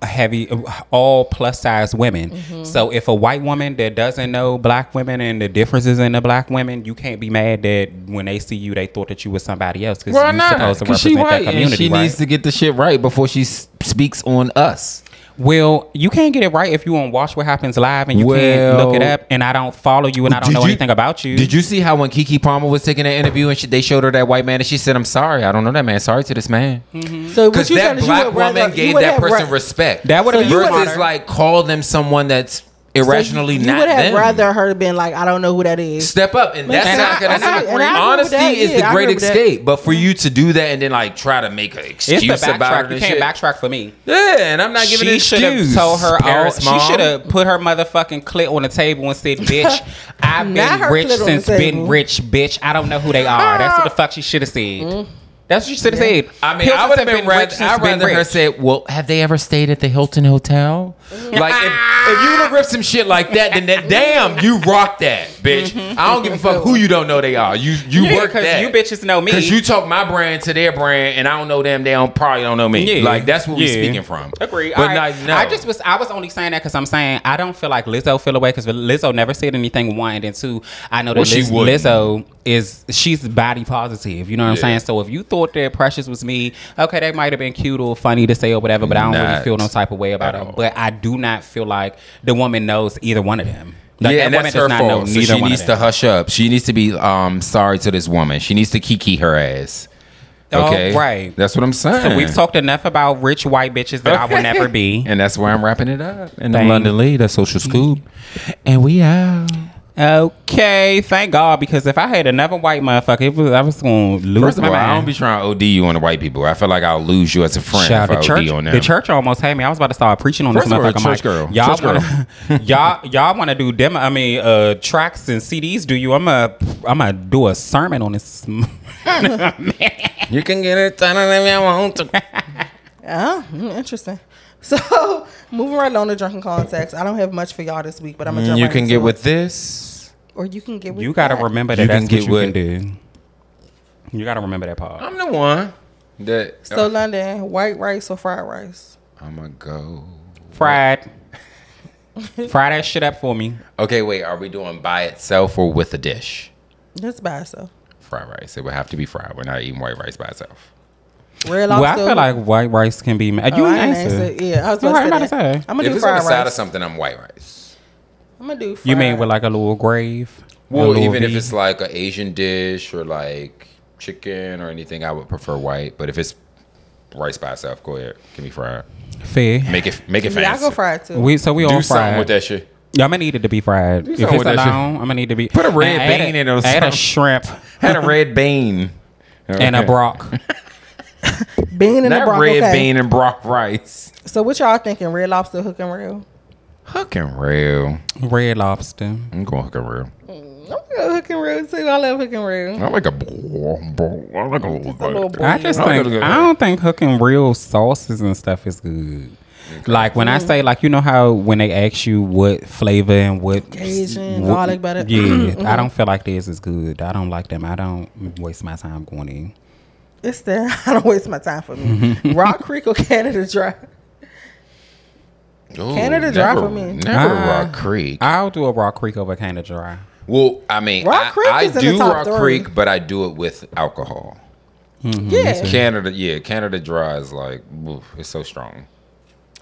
Speaker 1: heavy all plus size women
Speaker 4: Mm-hmm.
Speaker 1: so if a white woman that doesn't know black women and the differences in the black women you can't be mad that when they see you they thought that you was somebody else because
Speaker 4: Why
Speaker 1: you're
Speaker 4: not?
Speaker 1: supposed to
Speaker 4: Because
Speaker 1: represent
Speaker 4: she white
Speaker 1: that community
Speaker 4: and she
Speaker 1: right?
Speaker 4: needs to get the shit right before she s- speaks on us.
Speaker 1: Well, you can't get it right if you won't watch what happens live and you can't
Speaker 4: Well-
Speaker 1: look it up. And I don't follow you and I don't
Speaker 4: Did
Speaker 1: know
Speaker 4: you-
Speaker 1: anything about you.
Speaker 4: Did you see how when Kiki Palmer was taking an interview and she, they showed her that white man and she said, "I'm sorry, I don't know that man. Sorry to this man."
Speaker 2: So what
Speaker 4: Because
Speaker 2: you
Speaker 4: that
Speaker 2: said is you
Speaker 4: black
Speaker 2: would
Speaker 4: woman
Speaker 2: rather, you
Speaker 4: gave
Speaker 2: would
Speaker 4: that
Speaker 2: have
Speaker 4: person
Speaker 2: ra-
Speaker 4: respect.
Speaker 1: That would've
Speaker 2: So you
Speaker 1: been
Speaker 2: would-
Speaker 4: versus like call them someone that's
Speaker 2: so you-
Speaker 4: irrationally
Speaker 2: you,
Speaker 4: not
Speaker 2: would have
Speaker 4: them.
Speaker 2: rather her been like, I don't know who that is.
Speaker 4: Step up, and that's
Speaker 2: And
Speaker 4: not
Speaker 2: I-
Speaker 4: gonna
Speaker 2: and I-
Speaker 4: happen.
Speaker 2: and I agree
Speaker 4: Honesty
Speaker 2: with that.
Speaker 4: is the
Speaker 2: Yeah, I
Speaker 4: great
Speaker 2: agree with that.
Speaker 4: escape, but for you to do that and then like try to make an excuse
Speaker 1: it's the
Speaker 4: about it,
Speaker 1: backtrack. You
Speaker 4: and
Speaker 1: can't
Speaker 4: shit.
Speaker 1: backtrack for me.
Speaker 4: Yeah, and I'm not giving an
Speaker 1: she should have
Speaker 4: excuse.
Speaker 1: told her all.
Speaker 4: Paris
Speaker 1: She
Speaker 4: mom.
Speaker 1: should have put her motherfucking clit on the table and said, "Bitch, I've
Speaker 2: Not
Speaker 1: been
Speaker 2: her
Speaker 1: rich
Speaker 2: clit on the
Speaker 1: since been
Speaker 2: table.
Speaker 1: rich, bitch. I don't know who they are." That's what the fuck she should have said.
Speaker 4: Mm-hmm.
Speaker 1: That's what she should have said.
Speaker 4: I mean,
Speaker 1: Hilton
Speaker 4: I would have been,
Speaker 1: rich
Speaker 4: rather.
Speaker 1: since
Speaker 4: I
Speaker 1: been
Speaker 4: rather her
Speaker 1: rich.
Speaker 4: say, "Well, have they ever stayed at the Hilton Hotel?" like, if, if you would have ripped some shit like that, then that damn, you rock that, bitch. I don't give a fuck who you don't know they are. You you
Speaker 1: Mm-hmm. Yeah,
Speaker 4: work that.
Speaker 1: you bitches know me.
Speaker 4: Cause you talk my brand to their brand, and I don't know them. They don't probably don't know me.
Speaker 1: Yeah.
Speaker 4: Like that's what we
Speaker 1: Yeah.
Speaker 4: speaking from.
Speaker 1: Agree.
Speaker 4: But
Speaker 1: All right.
Speaker 4: like, no.
Speaker 1: I just was I was only saying that because I'm saying I don't feel like Lizzo feel away because Lizzo never said anything one and then two. I know that
Speaker 4: Well, she
Speaker 1: Liz-
Speaker 4: wouldn't.
Speaker 1: Lizzo is she's body positive. You know what I'm saying? So if you thought that Precious was me, okay, that might have been cute or funny to say or whatever, but I don't really
Speaker 4: Not
Speaker 1: feel no type of way about
Speaker 4: at
Speaker 1: it.
Speaker 4: all.
Speaker 1: But I do not feel like the woman knows either one of them. Like,
Speaker 4: yeah, and
Speaker 1: woman
Speaker 4: that's
Speaker 1: does
Speaker 4: her
Speaker 1: not know
Speaker 4: fault. So
Speaker 1: neither
Speaker 4: she
Speaker 1: one of
Speaker 4: needs to
Speaker 1: them.
Speaker 4: hush up. She needs to be um sorry to this woman. She needs to kiki her ass.
Speaker 1: Oh,
Speaker 4: Okay,
Speaker 1: right.
Speaker 4: That's what I'm saying.
Speaker 1: So we've talked enough about rich white bitches that I will never be.
Speaker 4: And that's where I'm wrapping it up. And
Speaker 1: Bang.
Speaker 4: I'm London Lee, that's Social Scoop. And we out.
Speaker 1: Okay, thank God because if I had another white motherfucker, it was, I was gonna lose
Speaker 4: First of
Speaker 1: my
Speaker 4: all, I don't
Speaker 1: mind.
Speaker 4: be trying to OD you on the white people. I feel like I'll lose you as a friend
Speaker 1: Shout
Speaker 4: if
Speaker 1: the
Speaker 4: I
Speaker 1: church,
Speaker 4: OD on them.
Speaker 1: the church almost had me. I was about to start preaching on
Speaker 4: First
Speaker 1: this
Speaker 4: of all,
Speaker 1: motherfucker.
Speaker 4: church
Speaker 1: Mike.
Speaker 4: girl,
Speaker 1: y'all
Speaker 4: church
Speaker 1: wanna, y'all y'all want to do demo? I mean, uh, tracks and CDs. Do you? I'm a I'm gonna do a sermon on this.
Speaker 4: You can get it done if you want to.
Speaker 2: Oh, mm, interesting. So moving right on to drunken contacts. I don't have much for y'all this week, but I'm
Speaker 1: Mm,
Speaker 2: gonna jump
Speaker 4: You
Speaker 2: right
Speaker 4: can
Speaker 2: into
Speaker 4: get
Speaker 2: it.
Speaker 4: with this.
Speaker 2: or you can get with
Speaker 1: you gotta
Speaker 2: that.
Speaker 1: remember that
Speaker 4: You can
Speaker 1: that's what
Speaker 4: get
Speaker 1: you
Speaker 4: what-
Speaker 1: can do. You gotta remember that part.
Speaker 4: I'm the one that
Speaker 2: So London, white rice or fried rice?
Speaker 4: I'm going to go.
Speaker 1: Fried, fry that shit up for me.
Speaker 4: Okay, wait. Are we doing by itself or with a dish?
Speaker 2: Just by itself.
Speaker 4: Fried rice. It would have to be fried. We're not eating white rice by itself.
Speaker 2: Red
Speaker 1: Well,
Speaker 2: lobster.
Speaker 1: I feel like white rice can be. ma- You
Speaker 2: oh, I
Speaker 1: ain't
Speaker 2: didn't
Speaker 1: answer.
Speaker 2: answer. Yeah, I was
Speaker 1: You're
Speaker 2: about,
Speaker 1: right,
Speaker 2: to, say
Speaker 1: I'm about to say.
Speaker 2: I'm gonna
Speaker 4: if
Speaker 2: do
Speaker 4: it's on the
Speaker 2: fried
Speaker 4: side of
Speaker 2: rice.
Speaker 4: something, I'm white rice.
Speaker 2: I'm gonna do. Fried.
Speaker 1: You mean with like a little grave? A
Speaker 4: Well,
Speaker 1: little
Speaker 4: even if
Speaker 1: V?
Speaker 4: it's like an Asian dish or like chicken or anything, I would prefer white. But if it's rice by itself, go ahead, give me fried.
Speaker 1: fair,
Speaker 4: Make it, make it
Speaker 2: Yeah, I
Speaker 4: fancy.
Speaker 2: go fried too.
Speaker 1: we so we
Speaker 4: Do
Speaker 1: all
Speaker 4: something
Speaker 1: fried.
Speaker 4: with that shit.
Speaker 1: Yeah, I'm gonna need it to be fried. If it's alone,
Speaker 4: something with that shit.
Speaker 1: I'm gonna need to be
Speaker 4: Put a
Speaker 1: and
Speaker 4: red
Speaker 1: add
Speaker 4: bean in it or
Speaker 1: add a
Speaker 4: something.
Speaker 1: shrimp
Speaker 4: Had a red bean
Speaker 1: and a brock.
Speaker 2: bean and the
Speaker 4: That
Speaker 2: broth.
Speaker 4: red
Speaker 2: okay.
Speaker 4: bean and broth rice.
Speaker 2: So what y'all thinking? Red lobster, hook and reel.
Speaker 4: Hook and reel.
Speaker 1: Red lobster.
Speaker 4: I'm going hook and reel.
Speaker 2: I'm gonna go hook and reel too. I love hook and reel.
Speaker 1: Uh.
Speaker 4: I like a. I like a little
Speaker 2: a little
Speaker 4: bit.
Speaker 2: boy.
Speaker 1: I just
Speaker 4: I'm
Speaker 1: think
Speaker 4: gonna go
Speaker 1: I don't think hooking real sauces and stuff is good. Like when I
Speaker 2: Mm-hmm.
Speaker 1: say like you know how when they ask you what flavor and what
Speaker 2: Cajun,
Speaker 1: what-
Speaker 2: garlic butter. Mm-hmm.
Speaker 1: Yeah, I don't feel like theirs is good. I don't like them. I don't waste my time going in.
Speaker 2: It's there. I don't waste my time for me. Rock Creek or Canada Dry?
Speaker 4: Ooh,
Speaker 2: Canada dry
Speaker 4: never,
Speaker 2: for me.
Speaker 4: Never
Speaker 1: Ah.
Speaker 4: Rock Creek.
Speaker 1: I'll do a raw creek over Canada dry.
Speaker 4: Well, I mean,
Speaker 2: Rock
Speaker 4: I,
Speaker 2: Creek
Speaker 4: I
Speaker 2: is in the
Speaker 4: do
Speaker 2: top
Speaker 4: Rock
Speaker 2: three.
Speaker 4: Creek, but I do it with alcohol.
Speaker 1: Mm,
Speaker 2: yeah.
Speaker 4: Canada, yeah, Canada Dry is like, oof, it's so strong.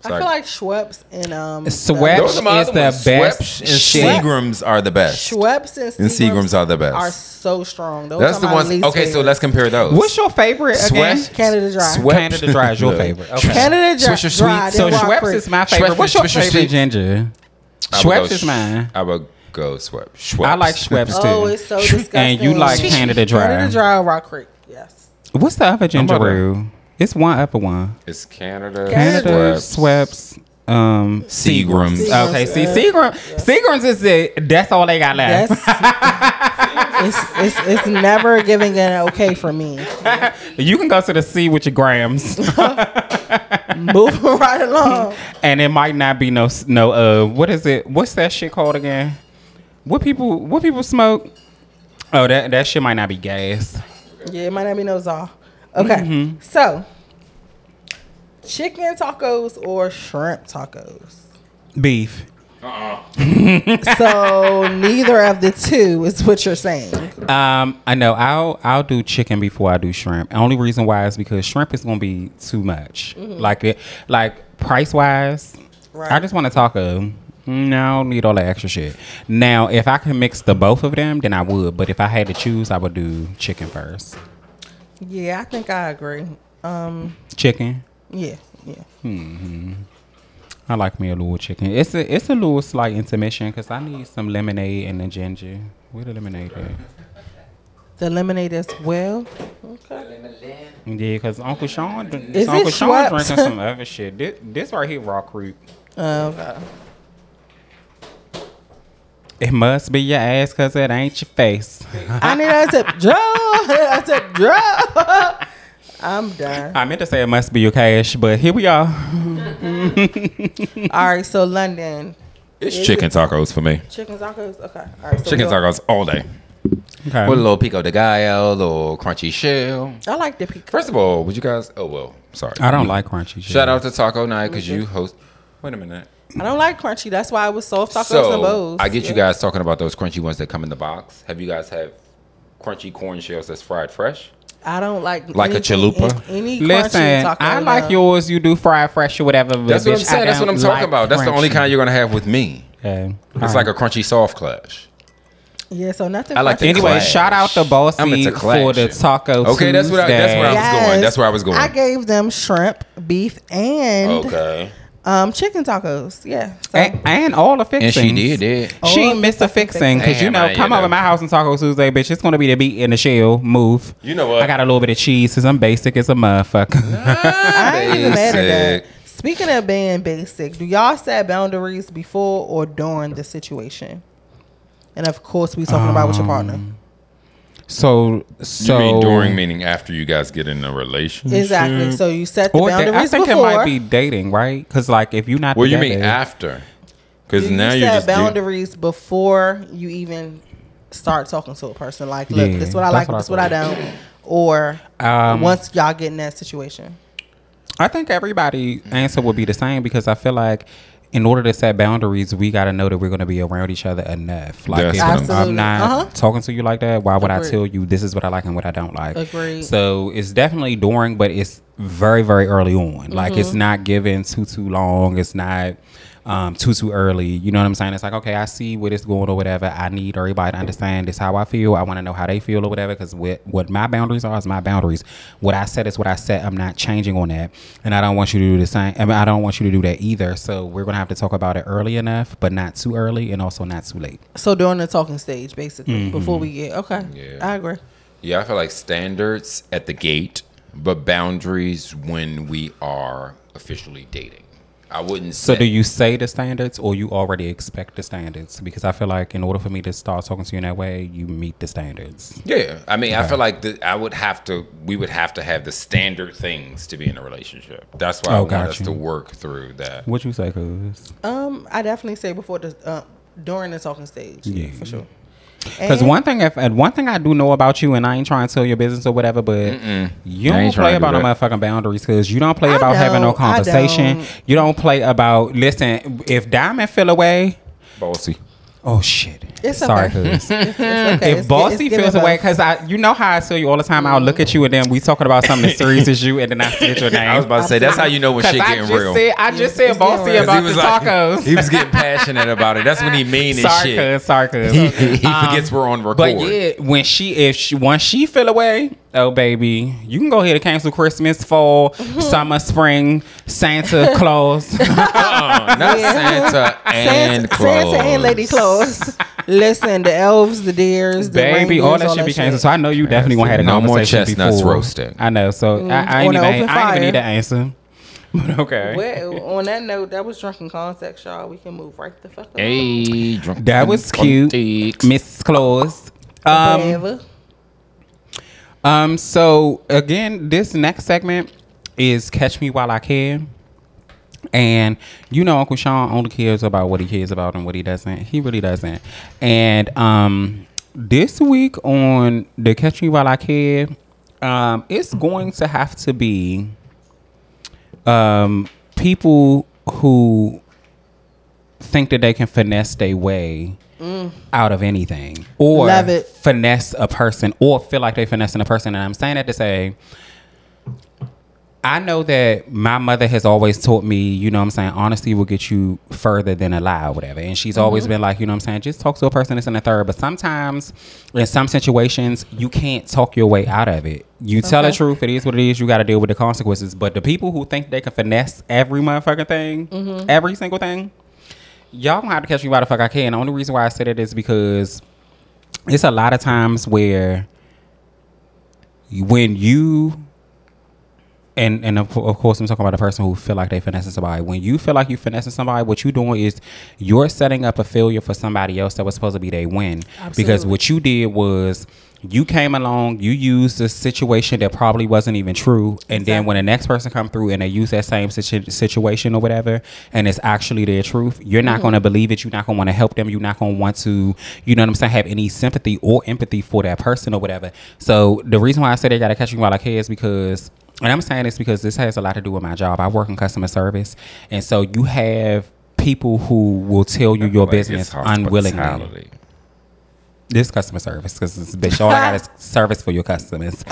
Speaker 2: I feel like Schweppes and um
Speaker 1: Schweppes
Speaker 4: Those are my
Speaker 1: is the
Speaker 4: other ones.
Speaker 1: best
Speaker 4: Schweppes and
Speaker 1: shit.
Speaker 4: Seagrams are the best.
Speaker 2: Schweppes and Seagrams,
Speaker 4: And Seagrams are the best.
Speaker 2: Are so strong. Those
Speaker 4: That's
Speaker 2: are
Speaker 4: the
Speaker 2: my
Speaker 4: ones.
Speaker 2: least
Speaker 4: Okay, so
Speaker 2: favorite.
Speaker 4: let's compare those.
Speaker 1: What's your favorite again?
Speaker 4: Schweppes-
Speaker 2: Canada Dry.
Speaker 4: Schweppes-
Speaker 1: Canada Dry is your
Speaker 4: Yeah.
Speaker 1: favorite. Okay.
Speaker 2: Canada Dry.
Speaker 4: Swish or
Speaker 2: dry
Speaker 4: sweet?
Speaker 1: So
Speaker 2: then Rock
Speaker 1: Schweppes
Speaker 2: Creek.
Speaker 1: is my favorite.
Speaker 4: Schweppes
Speaker 1: What's
Speaker 4: is-
Speaker 1: your
Speaker 4: Schweppes is
Speaker 1: favorite
Speaker 4: sweet.
Speaker 1: ginger?
Speaker 4: I would go
Speaker 1: Schweppes is
Speaker 4: Sch-
Speaker 1: mine.
Speaker 4: I would go Schweppes. Schweppes.
Speaker 1: I like Schweppes too.
Speaker 2: Oh, it's so disgusting.
Speaker 1: And you like Canada Dry.
Speaker 2: Canada Dry or Rock Creek. Yes.
Speaker 1: What's the other ginger
Speaker 4: about to-
Speaker 1: ale? It's one upper one.
Speaker 4: It's Canada.
Speaker 2: Canada,
Speaker 1: Canada
Speaker 4: Schweppes.
Speaker 1: Schweppes. Um,
Speaker 4: Seagrams. Uh,
Speaker 2: Seagrams.
Speaker 1: Okay, see,
Speaker 2: Yeah.
Speaker 1: Seagram, Seagrams is it. That's all they got
Speaker 2: Yes.
Speaker 1: left.
Speaker 2: it's, it's it's never giving an okay for me.
Speaker 1: You can go to the sea with your grams,
Speaker 2: Moving right along.
Speaker 1: and it might not be no s- no. Uh, what is it? What's that shit called again? What people what people smoke? Oh, that that shit might not be gas. Mm-hmm.
Speaker 2: Yeah, it might not be no czar. Okay, so Chicken tacos or shrimp tacos?
Speaker 1: Beef.
Speaker 2: So neither of the two is what you're saying.
Speaker 1: Um, I know I'll I'll do chicken before I do shrimp. Only reason why is because shrimp is gonna be too much. Like it, like price wise.
Speaker 2: Mm-hmm. Right.
Speaker 1: I just want to talk a. No, I don't need all that extra shit. Now, if I can mix the both of them, then I would. But if I had to choose, I would do chicken first.
Speaker 2: Yeah, I think I agree. Um,
Speaker 1: Chicken.
Speaker 2: yeah, yeah.
Speaker 1: I like me a little chicken. It's a it's a little slight intermission because I need some lemonade and a ginger. Where the lemonade at?
Speaker 2: The lemonade as well. Okay.
Speaker 1: Yeah, because Uncle Sean,
Speaker 2: Is
Speaker 1: it's Uncle
Speaker 2: it
Speaker 1: Sean
Speaker 2: Schweppes?
Speaker 1: drinking some other shit. This, this right here, Rock Creek.
Speaker 3: Uh-huh.
Speaker 2: Okay.
Speaker 1: It must be your ass because it ain't your face.
Speaker 2: I need a tip draw. I said draw. I'm done.
Speaker 1: I meant to say it must be your cash, but here we are.
Speaker 2: All right, so London
Speaker 3: It's chicken tacos for me.
Speaker 2: chicken tacos. Okay. All right. So
Speaker 3: Chicken
Speaker 2: we'll-
Speaker 3: tacos all day.
Speaker 1: Okay.
Speaker 4: With a little pico de gallo, a little crunchy shell.
Speaker 2: I like the pico.
Speaker 3: First of all, would you guys? Oh well, sorry.
Speaker 1: I don't like crunchy shit.
Speaker 3: Shout out to Taco Night because you host. Wait a minute.
Speaker 2: I don't like crunchy. That's why I was soft tacos and
Speaker 3: So
Speaker 2: bowls.
Speaker 3: I get you
Speaker 2: Yeah.
Speaker 3: guys talking about those crunchy ones that come in the box. Have you guys had crunchy corn shells that's fried fresh?
Speaker 2: I don't like
Speaker 3: Like a
Speaker 2: anything-
Speaker 3: chalupa?
Speaker 2: Any, any
Speaker 1: Listen,
Speaker 2: crunchy taco.
Speaker 1: I like
Speaker 2: no.
Speaker 1: yours. You do fried fresh or whatever. but
Speaker 3: That's what I'm
Speaker 1: bitch, I
Speaker 3: saying. That's what
Speaker 1: don't
Speaker 3: I'm talking
Speaker 1: like
Speaker 3: about. That's the only
Speaker 1: crunchy.
Speaker 3: kind you're gonna have with me.
Speaker 1: Okay.
Speaker 3: It's like a crunchy soft clash.
Speaker 2: Yeah, so nothing.
Speaker 3: I like
Speaker 2: crunchy.
Speaker 3: the
Speaker 1: Anyway,
Speaker 3: clash.
Speaker 1: shout out to
Speaker 3: I'm
Speaker 1: Bossy
Speaker 3: into clash.
Speaker 1: for the taco
Speaker 3: Okay, that's what I- that's what I was-
Speaker 1: Tuesday.
Speaker 3: going. That's where I was going.
Speaker 2: I gave them shrimp, beef, and
Speaker 3: Okay.
Speaker 2: um, chicken tacos. Yeah. So,
Speaker 1: and, and all the
Speaker 4: And
Speaker 1: fixings.
Speaker 4: she did it.
Speaker 1: She
Speaker 2: All the
Speaker 1: missed a fixing because you
Speaker 3: Damn,
Speaker 1: know,
Speaker 3: I-
Speaker 1: come
Speaker 3: you
Speaker 1: over
Speaker 3: know.
Speaker 1: my house and Taco Tuesday, bitch. It's gonna be the beat in the shell. Move.
Speaker 3: You know what?
Speaker 1: I got a little bit of cheese because I'm basic as a motherfucker.
Speaker 2: I ain't even mad at that.
Speaker 3: Basic.
Speaker 2: Speaking of being basic, do y'all set boundaries before or during the situation? And of course, we talking about with your partner.
Speaker 1: Um, So, so
Speaker 3: you mean during meaning after you guys get in a relationship?
Speaker 2: Exactly. So you set the
Speaker 1: Or da-
Speaker 2: boundaries
Speaker 1: I think
Speaker 2: before.
Speaker 1: it might be dating, right? Because like if you're not
Speaker 3: Well, you
Speaker 1: together,
Speaker 3: mean after? Because
Speaker 2: you
Speaker 3: now
Speaker 2: set
Speaker 3: you're just do-
Speaker 2: boundaries before you even start talking to a person. Like, look,
Speaker 1: Yeah,
Speaker 2: this is what I
Speaker 1: that's
Speaker 2: like,
Speaker 1: what I Um,
Speaker 2: this is what I don't. Or once y'all get in that situation.
Speaker 1: I think everybody answer would be the same because I feel like in order to set boundaries, we got to know that we're going to be around each other enough. Like
Speaker 3: That's
Speaker 1: if
Speaker 3: what I'm
Speaker 1: I'm,
Speaker 2: Absolutely.
Speaker 1: not
Speaker 2: Uh-huh.
Speaker 1: talking to you like that, why would I
Speaker 2: Agreed.
Speaker 1: tell you this is what I like and what I don't like?
Speaker 2: Agreed.
Speaker 1: So it's definitely during, but it's very very early on. Like it's not given too too long. It's not. Um, too too early, you know what I'm saying? It's like okay, I see where it's going or whatever. I need everybody to understand this how I feel. I want to know how they feel or whatever because what what my boundaries are is my boundaries. What I said is what I said. I'm not changing on that, and I don't want you to do the same. I, mean, I don't want you to do that either. So we're gonna have to talk about it early enough, but not too early, and also not too late.
Speaker 2: So during the talking stage, basically,
Speaker 1: Mm-hmm.
Speaker 2: before we get okay,
Speaker 3: Yeah.
Speaker 2: I agree.
Speaker 3: Yeah, I feel like standards at the gate, but boundaries when we are officially dating. I wouldn't.
Speaker 1: So
Speaker 3: set-
Speaker 1: do you say the standards or you already expect the standards? Because I feel like in order for me to start talking to you in that way, you meet the standards.
Speaker 3: Yeah, I mean, I feel like the, I would have to. We would have to have the standard things to be in a relationship. That's why I
Speaker 1: Oh,
Speaker 3: want
Speaker 1: got
Speaker 3: us
Speaker 1: you.
Speaker 3: to work through that.
Speaker 1: What you say, cuz?
Speaker 2: Um, I definitely say before the uh, during the talking stage, yeah, for sure.
Speaker 1: Because
Speaker 2: And-
Speaker 1: one thing, if and one thing I do know about you, and I ain't trying to tell your business or whatever, but you
Speaker 3: I
Speaker 1: don't
Speaker 3: ain't tryna
Speaker 1: play
Speaker 3: do
Speaker 1: about no
Speaker 3: that.
Speaker 1: motherfucking boundaries. Because you don't play
Speaker 2: I
Speaker 1: about having no
Speaker 2: don't, I
Speaker 1: conversation.
Speaker 2: don't.
Speaker 1: You don't play about listen. If Diamond fell away,
Speaker 3: Bossy.
Speaker 1: oh shit.
Speaker 2: It's
Speaker 1: Sorry,
Speaker 2: okay.
Speaker 1: cuz.
Speaker 2: it's okay.
Speaker 1: If
Speaker 2: It's-
Speaker 1: Bossy
Speaker 2: it's
Speaker 1: feels
Speaker 2: giving
Speaker 1: away,
Speaker 2: both.
Speaker 1: because I, you know how I tell you all the time, I'll look at you and then we talking about something as serious as you, and then I say your name.
Speaker 3: I was about to say that's how you know when
Speaker 1: 'Cause
Speaker 3: shit
Speaker 1: I
Speaker 3: getting
Speaker 1: just
Speaker 3: real.
Speaker 1: Said, I just said
Speaker 2: It's getting
Speaker 1: bossy
Speaker 2: real.
Speaker 3: 'Cause
Speaker 1: about the
Speaker 3: was like-
Speaker 1: tacos.
Speaker 3: he was getting passionate about it. That's when he mean and
Speaker 1: sorry,
Speaker 3: shit.
Speaker 1: cuz, sorry, cuz. Um,
Speaker 3: He, he forgets we're on record.
Speaker 1: But yeah, when she if she once she fell away, oh baby, you can go ahead and cancel Christmas, fall, summer, spring, Santa Claus.
Speaker 3: Uh-uh, not
Speaker 2: Yeah.
Speaker 3: Santa and
Speaker 2: Santa, Santa and Lady Claus. Listen, the elves, the deers, the
Speaker 1: baby, all
Speaker 2: reindeers,
Speaker 1: that shit be canceled. So I know you definitely won't have a
Speaker 3: No more
Speaker 1: conversation
Speaker 3: chestnuts
Speaker 1: before.
Speaker 3: roasting.
Speaker 1: I know, so I, I ain't
Speaker 2: On
Speaker 1: even,
Speaker 2: an
Speaker 1: I ain't
Speaker 2: open
Speaker 1: even
Speaker 2: fire.
Speaker 1: need to answer. But okay.
Speaker 2: Well, on that note, that was drunken context, y'all. We can move right the fuck. along.
Speaker 4: Hey, drunk.
Speaker 1: That was cute, Miss Claus. Um,
Speaker 2: Whatever.
Speaker 1: um. So again, this next segment is "Catch Me While I Can," and you know Uncle Sean only cares about what he cares about and what he doesn't. He really doesn't. And um, this week on the "Catch Me While I Can," um, it's going to have to be um, people who think that they can finesse their way out of anything or
Speaker 2: Love it.
Speaker 1: finesse a person or feel like they finessing a person. And I'm saying that to say, I know that my mother has always taught me, you know what I'm saying, honesty will get you further than a lie or whatever. And she's
Speaker 2: Mm-hmm.
Speaker 1: always been like, you know what I'm saying, just talk to a person that's in a third. But sometimes, in some situations, you can't talk your way out of it. You tell the
Speaker 2: Okay.
Speaker 1: truth, it is what it is, you got to deal with the consequences. But the people who think they can finesse every motherfucking thing,
Speaker 2: Mm-hmm.
Speaker 1: every single thing, y'all gonna have to catch me by the fuck I can. The only reason why I said it is because it's a lot of times where when you and and of, of course I'm talking about a person who feel like they finessing somebody. When you feel like you finessing somebody, what you doing is you're setting up a failure for somebody else that was supposed to be their win. Because
Speaker 2: Absolutely.
Speaker 1: what you did was you came along, you used a situation that probably wasn't even true, and then when the next person come through and they use that same situ- situation or whatever, and it's actually their truth, you're not going to believe it. You're not going to want to help them. You're not going to want to, you know what I'm saying, have any sympathy or empathy for that person or whatever. So the reason why I say they got to catch me while I can is because and I'm saying this because this has a lot to do with my job. I work in customer service, and so you have people who will tell you your
Speaker 3: Like, it's
Speaker 1: business unwillingly.
Speaker 3: hospitality.
Speaker 1: This customer service, because this bitch, all I got is service for your customers.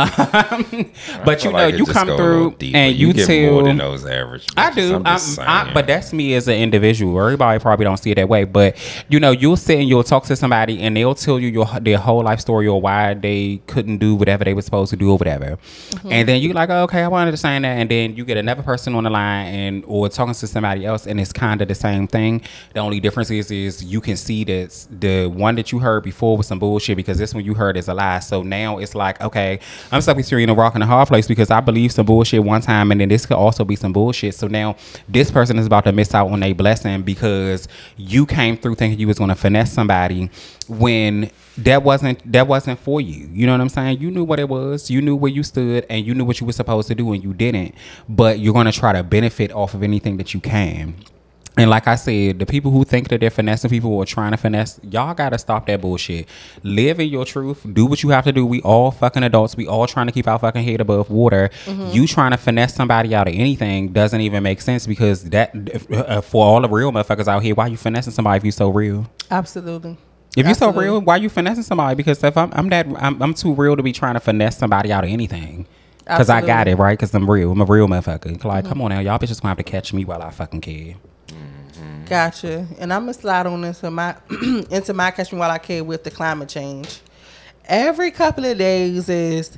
Speaker 1: Um, but you
Speaker 3: feel
Speaker 1: know,
Speaker 3: like it
Speaker 1: you
Speaker 3: just go
Speaker 1: come
Speaker 3: a little
Speaker 1: through
Speaker 3: deeper.
Speaker 1: and you,
Speaker 3: get
Speaker 1: tell
Speaker 3: more than those average.
Speaker 1: I
Speaker 3: bitches,
Speaker 1: do.
Speaker 3: I'm
Speaker 1: I'm
Speaker 3: just
Speaker 1: I,
Speaker 3: saying.
Speaker 1: but that's me as an individual. Everybody probably don't see it that way. But you know, you'll sit and you'll talk to somebody, and they'll tell you your their whole life story or why they couldn't do whatever they were supposed to do or whatever.
Speaker 3: Mm-hmm.
Speaker 1: And then you're like, oh, okay, I wanted to say that. And then you get another person on the line and or talking to somebody else, and it's kind of the same thing. The only difference is is you can see that the one that you heard before was some bullshit because this one you heard is a lie. So now it's like, okay, I'm stuck between a rock and a hard place because I believe some bullshit one time, and then this could also be some bullshit. So now this person is about to miss out on a blessing because you came through thinking you was going to finesse somebody when that wasn't that wasn't for you. You know what I'm saying? You knew what it was. You knew where you stood, and you knew what you were supposed to do, and you didn't. But you're going to try to benefit off of anything that you can. And like I said, the people who think that they're finessing people or trying to finesse, y'all gotta stop that bullshit. Live in your truth. Do what you have to do. We all fucking adults. We all trying to keep our fucking head above water.
Speaker 2: Mm-hmm.
Speaker 1: You trying to finesse somebody out of anything doesn't even make sense because that if, uh, for all the real motherfuckers out here, why you finessing somebody if you so real?
Speaker 2: Absolutely.
Speaker 1: If you so
Speaker 2: Absolutely.
Speaker 1: real, why you finessing somebody? Because if I'm, I'm that I'm, I'm too real to be trying to finesse somebody out of anything. Cause I got
Speaker 2: Absolutely. Mm-hmm.
Speaker 1: it right. Cause I'm real. I'm a real motherfucker. Like, come on now, y'all bitches gonna have to catch me while I fucking can.
Speaker 2: Gotcha. And I'm gonna slide on into my into my catch me while I can with the climate change. Every couple of days is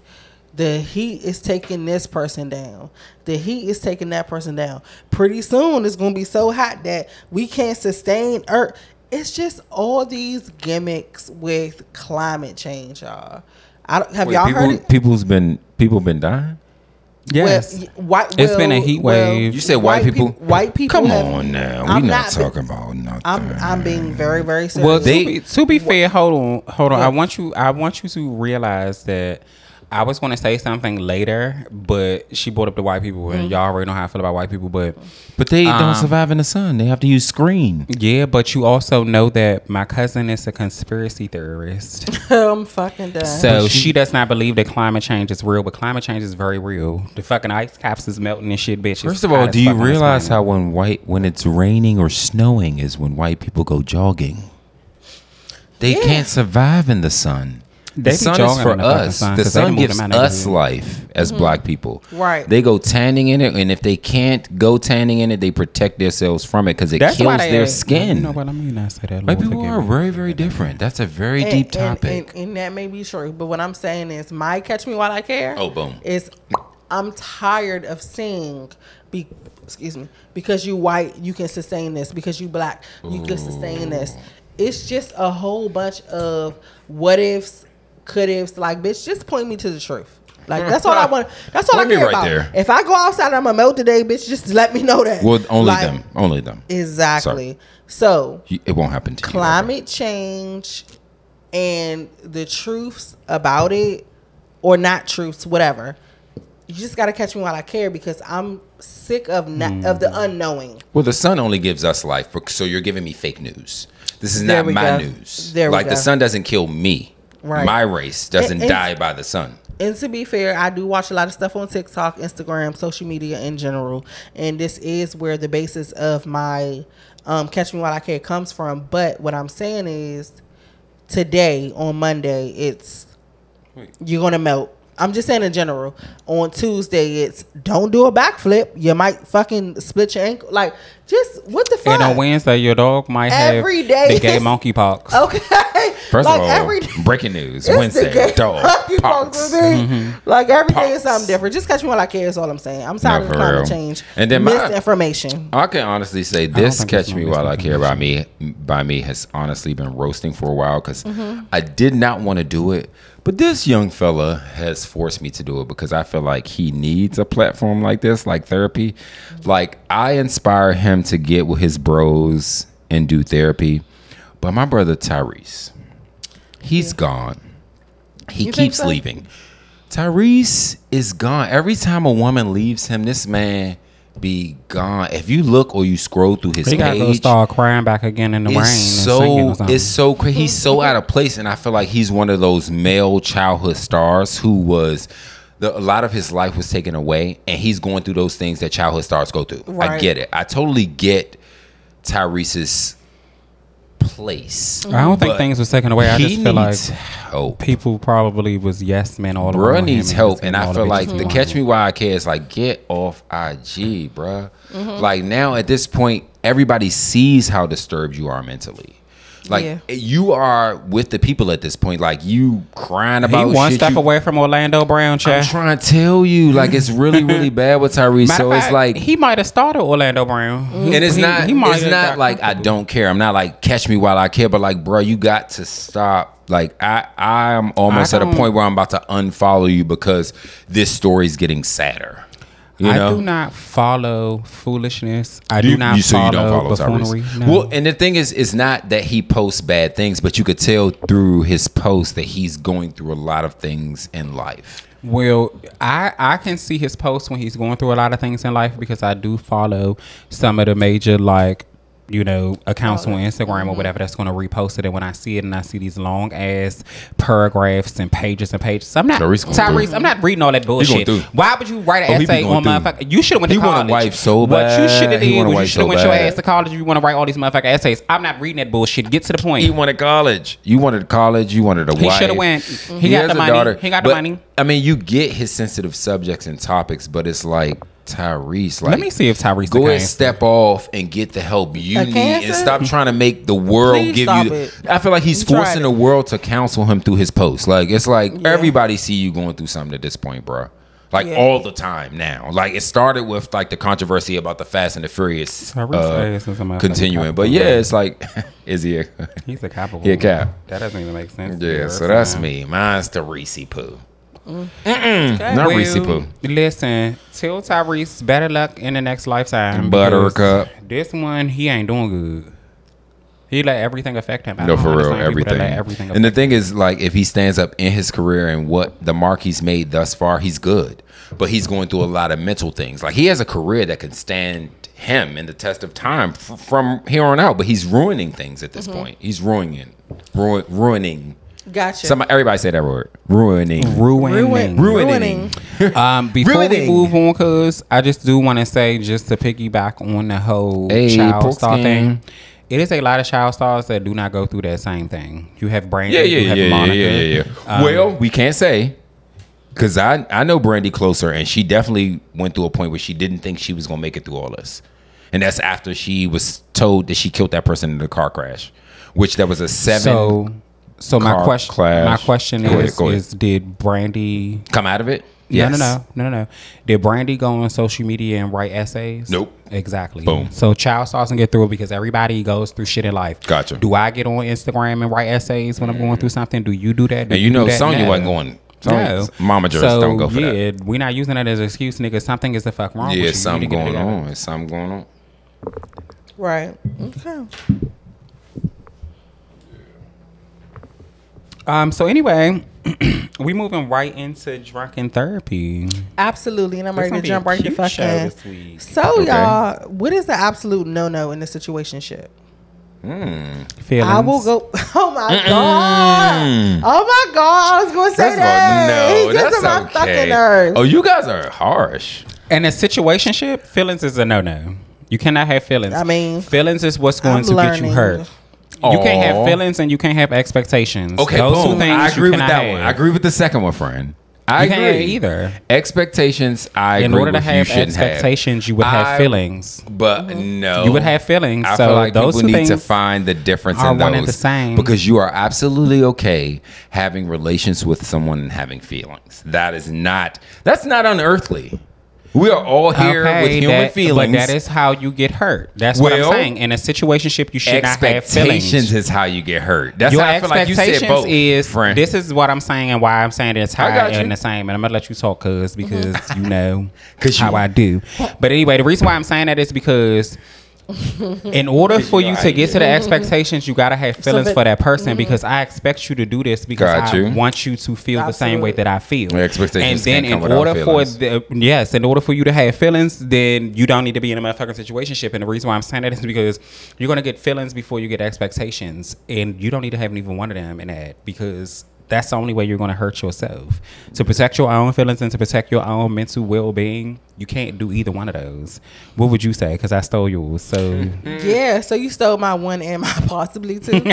Speaker 2: the heat is taking this person down. The heat is taking that person down. Pretty soon it's gonna be so hot that we can't sustain Earth. It's just all these gimmicks with climate change, y'all. I don't, have
Speaker 3: Wait,
Speaker 2: y'all
Speaker 3: people,
Speaker 2: heard it?
Speaker 3: People's been people been dying.
Speaker 1: Yes.
Speaker 2: Well, y- white,
Speaker 1: It's been a heat wave.
Speaker 3: You said white people-
Speaker 2: peop- white people.
Speaker 3: Come
Speaker 2: have-
Speaker 3: on now, we
Speaker 2: I'm
Speaker 3: not,
Speaker 2: not-
Speaker 3: talking about nothing.
Speaker 2: I'm I'm being very very serious.
Speaker 1: Well,
Speaker 3: They-
Speaker 1: to be, to be fair, hold on, hold on. I want you, I want you to realize that I was going to say something later, but she brought up the white people, and y'all already know how I feel about white people. But
Speaker 4: But they don't survive in the sun. They have to use screen.
Speaker 1: yeah, but you also know that my cousin is a conspiracy theorist.
Speaker 2: I'm fucking done.
Speaker 1: So she, does not believe that climate change is real, but climate change is very real. The fucking ice caps is melting and shit, bitch. It's
Speaker 4: First of
Speaker 1: hot
Speaker 4: all,
Speaker 1: as
Speaker 4: do you
Speaker 1: fuck on this
Speaker 4: realize
Speaker 1: planet.
Speaker 4: how when white when it's raining or snowing is when white people go jogging? They can't survive in the sun.
Speaker 1: They
Speaker 4: the
Speaker 1: be
Speaker 4: sun is
Speaker 1: jogging
Speaker 4: for
Speaker 1: in the fucking
Speaker 4: us.
Speaker 1: sun
Speaker 4: the
Speaker 1: 'cause they done
Speaker 4: sun
Speaker 1: moved
Speaker 4: gives
Speaker 1: them out of
Speaker 4: us
Speaker 1: here. Mm-hmm.
Speaker 4: life as black people.
Speaker 2: Right.
Speaker 4: They go tanning in it, and if they can't go tanning in it, they protect themselves from it because it
Speaker 1: That's why
Speaker 4: kills
Speaker 1: they,
Speaker 4: their skin.
Speaker 1: You know what I mean? I say that. Lord,
Speaker 4: White people
Speaker 1: forgive
Speaker 4: are
Speaker 1: me.
Speaker 4: very, very different. That's a very
Speaker 2: And-
Speaker 4: deep
Speaker 2: and- and-
Speaker 4: topic.
Speaker 2: and, that may be true. But what I'm saying is, my catch me while I care.
Speaker 3: Oh, boom.
Speaker 2: Is I'm tired of seeing. Be, excuse me, because you white, you can sustain this. Because you black, you can sustain this. It's just a whole bunch of what ifs, could ifs. Like, bitch, just point me to the truth. Like that's all I want. That's all
Speaker 3: Let
Speaker 2: I
Speaker 3: me
Speaker 2: care
Speaker 3: right
Speaker 2: about.
Speaker 3: there.
Speaker 2: If I go outside, and I'm gonna melt today, bitch. Just let me know that.
Speaker 3: well, only
Speaker 2: Like,
Speaker 3: them, only them.
Speaker 2: Exactly. So
Speaker 3: You- It won't happen to you.
Speaker 2: climate change and the truths about it or not truths whatever you just got to catch me while i care because i'm sick of not, of the unknowing
Speaker 3: Well, the sun only gives us life, but- so you're giving me fake news. This is
Speaker 2: There
Speaker 3: not
Speaker 2: we
Speaker 3: my
Speaker 2: go.
Speaker 3: news.
Speaker 2: There we
Speaker 3: like the
Speaker 2: go.
Speaker 3: sun doesn't kill me.
Speaker 2: Right.
Speaker 3: My race doesn't
Speaker 2: And- and-
Speaker 3: die by the sun.
Speaker 2: and to be fair, I do watch a lot of stuff on TikTok, Instagram, social media in general, and this is where the basis of my um, "Catch Me While I Can" comes from. But what I'm saying is, today on Monday, it's you're gonna melt. I'm just saying in general. On Tuesday, it's don't do a backflip. You might fucking split your ankle. Like, just what the fuck?
Speaker 1: And on Wednesday, your dog might
Speaker 2: Every
Speaker 1: have
Speaker 2: day Oh,
Speaker 1: the gay
Speaker 2: is-
Speaker 1: monkeypox.
Speaker 2: Okay.
Speaker 3: First
Speaker 2: like
Speaker 3: of all,
Speaker 2: every day.
Speaker 3: breaking
Speaker 2: It's
Speaker 3: news
Speaker 2: the
Speaker 3: Wednesday,
Speaker 2: gay
Speaker 3: dog, Mm-hmm.
Speaker 2: monkey pox
Speaker 3: pox.
Speaker 2: today. Like every day is
Speaker 3: Pox.
Speaker 2: something different. Just catch me while I care is all I'm saying. I'm tired
Speaker 3: No,
Speaker 2: of
Speaker 3: for
Speaker 2: climate
Speaker 3: real.
Speaker 2: change
Speaker 3: And then my-
Speaker 2: misinformation.
Speaker 3: I can honestly say this
Speaker 1: think it's
Speaker 3: "Catch Me
Speaker 1: gonna
Speaker 3: While
Speaker 1: be
Speaker 3: I Care" by me by me has honestly been roasting for a while because
Speaker 2: Mm-hmm.
Speaker 3: I did not want to do it, but this young fella has forced me to do it because I feel like he needs a platform like this, like therapy. Like I inspire him to get with his bros and do therapy, but my brother Tyrese, he's gone. He
Speaker 2: You think
Speaker 3: keeps
Speaker 2: so?
Speaker 3: leaving. Tyrese is gone. Every time a woman leaves him, this man be gone. If you look or you scroll through his
Speaker 1: He got to go
Speaker 3: page,
Speaker 1: start crying back again in the rain
Speaker 3: it's
Speaker 1: and singing
Speaker 3: so
Speaker 1: or something.
Speaker 3: it's so crazy. He's so out of place, and I feel like he's one of those male childhood stars who was. The, a lot of his life was taken away, and he's going through those things that childhood stars go through. I
Speaker 2: Right.
Speaker 3: get it. I totally get Tyrese's place.
Speaker 1: I don't think
Speaker 3: But
Speaker 1: things was taken away. I
Speaker 3: he
Speaker 1: just feel like
Speaker 3: needs help.
Speaker 1: people probably was yes men all around
Speaker 3: Bruh
Speaker 1: him
Speaker 3: needs
Speaker 1: and
Speaker 3: help,
Speaker 1: just
Speaker 3: and
Speaker 1: all
Speaker 3: I
Speaker 1: the
Speaker 3: feel
Speaker 1: bitches
Speaker 3: like
Speaker 1: was
Speaker 3: the
Speaker 1: lying.
Speaker 3: catch me while I care is like get off IG, bruh.
Speaker 2: Mm-hmm.
Speaker 3: Like now at this point, everybody sees how disturbed you are mentally. Like
Speaker 2: Yeah.
Speaker 3: you are with the people at this point. Like you crying
Speaker 1: He
Speaker 3: about
Speaker 1: one
Speaker 3: Oh, shit
Speaker 1: step
Speaker 3: you-
Speaker 1: away from Orlando Brown,
Speaker 3: I'm
Speaker 1: Chad.
Speaker 3: trying to tell you, like it's really, really bad with Tyrese.
Speaker 1: Matter
Speaker 3: so
Speaker 1: of
Speaker 3: it's
Speaker 1: fact,
Speaker 3: like
Speaker 1: he might have started Orlando Brown,
Speaker 2: Mm-hmm.
Speaker 1: He-
Speaker 3: and it's
Speaker 1: he-
Speaker 3: not
Speaker 1: he might
Speaker 3: it's
Speaker 1: have
Speaker 3: not
Speaker 1: got
Speaker 3: like I don't care. I'm not like catch me while I care, but like bro, you got to stop. Like I I'm almost
Speaker 1: I
Speaker 3: at a
Speaker 1: don't-
Speaker 3: point where I'm about to unfollow you because this story's getting sadder. You know?
Speaker 1: I do not follow foolishness. I
Speaker 3: You-
Speaker 1: do not
Speaker 3: you-
Speaker 1: follow,
Speaker 3: Tyrese.
Speaker 1: buffoonery. No.
Speaker 3: Well, and the thing is, it's not that he posts bad things, but you could tell through his posts that he's going through a lot of things in life.
Speaker 1: Well, I I can see his posts when he's going through a lot of things in life because I do follow some of the major like you know accounts on Instagram or whatever that's going to repost it. And when I see it and I see these long ass paragraphs and pages and pages, I'm not
Speaker 3: Tyrese going
Speaker 1: Tyrese.
Speaker 3: through.
Speaker 1: I'm not reading all that bullshit.
Speaker 3: through.
Speaker 1: Why would you write
Speaker 3: Oh,
Speaker 1: an
Speaker 3: he be
Speaker 1: essay
Speaker 3: going
Speaker 1: on
Speaker 3: through.
Speaker 1: motherfucker? You should have went
Speaker 3: He
Speaker 1: to
Speaker 3: want a
Speaker 1: college.
Speaker 3: wife so
Speaker 1: What you should
Speaker 3: bad.
Speaker 1: have
Speaker 3: He
Speaker 1: did
Speaker 3: want a
Speaker 1: was you
Speaker 3: wife
Speaker 1: should have
Speaker 3: so
Speaker 1: went your
Speaker 3: bad.
Speaker 1: ass to college. if You want to write all these motherfucker essays. I'm not reading that bullshit. Get to the point.
Speaker 3: He wanted college. You wanted college. You wanted a
Speaker 1: He
Speaker 3: wife.
Speaker 1: shoulda went. He got
Speaker 3: has
Speaker 1: the
Speaker 3: a
Speaker 1: money. He got the
Speaker 3: But,
Speaker 1: money.
Speaker 3: I mean, you get his sensitive subjects and topics, but it's like Tyrese. Like,
Speaker 1: Let me see if Tyrese
Speaker 3: Go
Speaker 1: the
Speaker 3: ahead,
Speaker 1: game.
Speaker 3: step off and get the help you
Speaker 2: A
Speaker 3: need, and
Speaker 2: cancer?
Speaker 3: stop trying to make the world
Speaker 2: Please
Speaker 3: give
Speaker 2: stop
Speaker 3: you.
Speaker 2: it.
Speaker 3: I feel like he's
Speaker 2: You tried
Speaker 3: forcing
Speaker 2: it.
Speaker 3: the world to counsel him through his posts. Like it's like everybody see you going through something at this point, bro. Like
Speaker 2: Yeah.
Speaker 3: all the time now. Like it started with like the controversy about the Fast and the Furious
Speaker 1: Tyrese
Speaker 3: uh,
Speaker 1: ass is a motherfucking
Speaker 3: continuing, but
Speaker 1: cop.
Speaker 3: yeah, it's like is he? A,
Speaker 1: He's a cowboy.
Speaker 3: he a cap?
Speaker 1: That doesn't even make sense. to
Speaker 3: Yeah,
Speaker 1: her,
Speaker 3: so that's
Speaker 1: so-
Speaker 3: me. Mine's the Reese Poo. Mm-mm, not Reese Poo.
Speaker 1: Listen, tell Tyrese better luck in the next lifetime.
Speaker 3: Buttercup.
Speaker 1: because This one, he ain't doing good. He let everything affect him. I
Speaker 3: No,
Speaker 1: don't
Speaker 3: for real,
Speaker 1: understand people that
Speaker 3: everything.
Speaker 1: let everything
Speaker 3: and the
Speaker 1: affect
Speaker 3: thing is, like, if he stands up in his career and what the mark he's made thus far, he's good. But he's going through a lot of mental things. Like, he has a career that can stand him in the test of time f- from here on out. But he's ruining things at this point. He's ruining, ruin, ruining.
Speaker 2: Gotcha.
Speaker 3: Some everybody say that word. Ruining.
Speaker 1: ruining.
Speaker 3: Ruining.
Speaker 2: Ruining.
Speaker 1: Um, before
Speaker 3: Ruining.
Speaker 1: we move on, cause I just do want to say, just to piggyback on the whole
Speaker 3: Hey,
Speaker 1: child
Speaker 3: pork
Speaker 1: star
Speaker 3: skin.
Speaker 1: thing, it is a lot of child stars that do not go through that same thing. You have Brandon,
Speaker 3: Yeah,
Speaker 1: you
Speaker 3: yeah,
Speaker 1: have Um,
Speaker 3: yeah, yeah,
Speaker 1: Monica.
Speaker 3: yeah, yeah, yeah. well, we can't say because I I know Brandy closer, and she definitely went through a point where she didn't think she was gonna make it through all this, and that's after she was told that she killed that person in the car crash, which that was a seven.
Speaker 1: So, so my
Speaker 3: car
Speaker 1: question,
Speaker 3: clash.
Speaker 1: my question
Speaker 3: Go ahead,
Speaker 1: is,
Speaker 3: go ahead.
Speaker 1: is did Brandy?
Speaker 3: come out of it?
Speaker 1: No, no, no, no, no, no. Did Brandy go on social media and write essays?
Speaker 3: Nope.
Speaker 1: Exactly.
Speaker 3: Boom.
Speaker 1: So child stars can get through it because everybody goes through shit in life.
Speaker 3: Gotcha.
Speaker 1: Do I get on Instagram and write essays when I'm going through something? Do you do that? Do
Speaker 3: And you know,
Speaker 1: do that?
Speaker 3: Sonya
Speaker 1: No.
Speaker 3: wasn't going.
Speaker 1: No.
Speaker 3: Sonya's Mama jurors
Speaker 1: So,
Speaker 3: don't go for that.
Speaker 1: yeah, we're not using that as an excuse, nigga. Something is the fuck wrong. with
Speaker 3: Yeah,
Speaker 1: you.
Speaker 3: something
Speaker 1: you need to get it
Speaker 3: going
Speaker 1: together.
Speaker 3: on. It's something going on.
Speaker 2: Right. Okay.
Speaker 1: Um. So anyway, we moving right into drunken therapy.
Speaker 2: Absolutely. And I'm ready
Speaker 1: gonna
Speaker 2: to
Speaker 1: be
Speaker 2: jump
Speaker 1: a
Speaker 2: right the
Speaker 1: cute
Speaker 2: fuck
Speaker 1: show
Speaker 2: in.
Speaker 1: this week.
Speaker 2: So y'all, what is the absolute no no in a situation ship?
Speaker 1: Feelings.
Speaker 2: I will go. Oh my god! Oh my god! I was going to say
Speaker 3: First of all,
Speaker 2: that.
Speaker 3: no,
Speaker 2: he gets on my
Speaker 3: that's
Speaker 2: fucking
Speaker 3: okay.
Speaker 2: nerves.
Speaker 3: Oh, you guys are harsh.
Speaker 1: And a situationship, feelings is a no no. You cannot have feelings.
Speaker 2: I mean,
Speaker 1: feelings is what's going
Speaker 2: I'm
Speaker 1: to get
Speaker 2: learning.
Speaker 1: you hurt. You can't have
Speaker 3: Aw.
Speaker 1: feelings and you can't have expectations.
Speaker 3: Okay,
Speaker 1: Those
Speaker 3: boom.
Speaker 1: two things
Speaker 3: I
Speaker 1: you
Speaker 3: agree with
Speaker 1: cannot
Speaker 3: that
Speaker 1: have.
Speaker 3: one. I agree with the second one, friend. I
Speaker 1: You can't
Speaker 3: agree
Speaker 1: either.
Speaker 3: Expectations. I
Speaker 1: In
Speaker 3: agree
Speaker 1: order to
Speaker 3: with
Speaker 1: have
Speaker 3: you shouldn't
Speaker 1: expectations, you would have
Speaker 3: I-
Speaker 1: feelings.
Speaker 3: have. But no,
Speaker 1: You would have feelings.
Speaker 3: I
Speaker 1: so
Speaker 3: feel like
Speaker 1: those
Speaker 3: people
Speaker 1: two
Speaker 3: need
Speaker 1: things
Speaker 3: to find the difference
Speaker 1: are
Speaker 3: in those
Speaker 1: one and the same.
Speaker 3: because you are absolutely okay having relations with someone and having feelings. That is not. That's not unearthly. We are all here
Speaker 1: Okay,
Speaker 3: with human
Speaker 1: that-
Speaker 3: feelings.
Speaker 1: But that is how you get hurt. That's what
Speaker 3: Well,
Speaker 1: I'm saying. In a situationship, you should not have
Speaker 3: expectations
Speaker 1: feelings.
Speaker 3: is how you get hurt. That's
Speaker 1: Your
Speaker 3: how I feel like you
Speaker 1: expectations
Speaker 3: said both.
Speaker 1: is
Speaker 3: friend.
Speaker 1: this is what I'm saying and why I'm saying it's
Speaker 3: I got
Speaker 1: tied and
Speaker 3: you.
Speaker 1: the same. And I'm gonna let you talk, cuz because you know
Speaker 3: 'Cause you-
Speaker 1: how I do. But anyway, the reason why I'm saying that is because. In order for
Speaker 3: know
Speaker 1: you
Speaker 3: how
Speaker 1: to
Speaker 3: you
Speaker 1: get to the expectations, you gotta have feelings
Speaker 2: that-
Speaker 1: for that person because I expect you to do this because
Speaker 3: Got
Speaker 1: I
Speaker 3: you.
Speaker 1: want you to feel the same way
Speaker 2: Absolutely.
Speaker 1: that I feel.
Speaker 3: Yeah, expectations
Speaker 1: And then,
Speaker 3: can't
Speaker 1: in
Speaker 3: come without
Speaker 1: order for
Speaker 3: feelings.
Speaker 1: the, yes, in order for you to have feelings, then you don't need to be in a motherfucking situationship. And the reason why I'm saying that is because you're gonna get feelings before you get expectations, and you don't need to have even one of them in that because that's the only way you're gonna hurt yourself. To protect your own feelings and to protect your own mental well-being, you can't do either one of those. What would you say? Because I stole yours, so
Speaker 2: yeah. So you stole my one and my possibly two.
Speaker 3: Not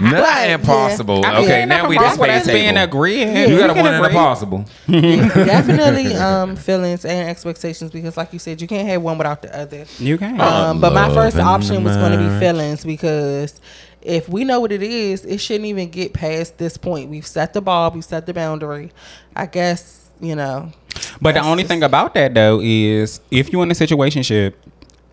Speaker 2: yeah.
Speaker 3: impossible.
Speaker 1: I mean,
Speaker 3: okay,
Speaker 1: ain't
Speaker 3: now
Speaker 1: nothing
Speaker 3: we
Speaker 1: wrong
Speaker 3: just
Speaker 1: with
Speaker 3: made
Speaker 1: us being
Speaker 3: table.
Speaker 1: agreeing.
Speaker 3: You
Speaker 1: We
Speaker 3: got a
Speaker 1: can
Speaker 3: one and a
Speaker 1: agree.
Speaker 3: possible.
Speaker 2: Definitely um, feelings and expectations because, like you said, you can't have one without the other.
Speaker 1: You can.
Speaker 2: Um, but my
Speaker 3: Love
Speaker 2: first
Speaker 3: and
Speaker 2: option was going to be
Speaker 3: marriage.
Speaker 2: feelings because if we know what it is, it shouldn't even get past this point. We've set the ball, we've set the boundary. I guess you know.
Speaker 1: But the only thing about that though is if you're in a situationship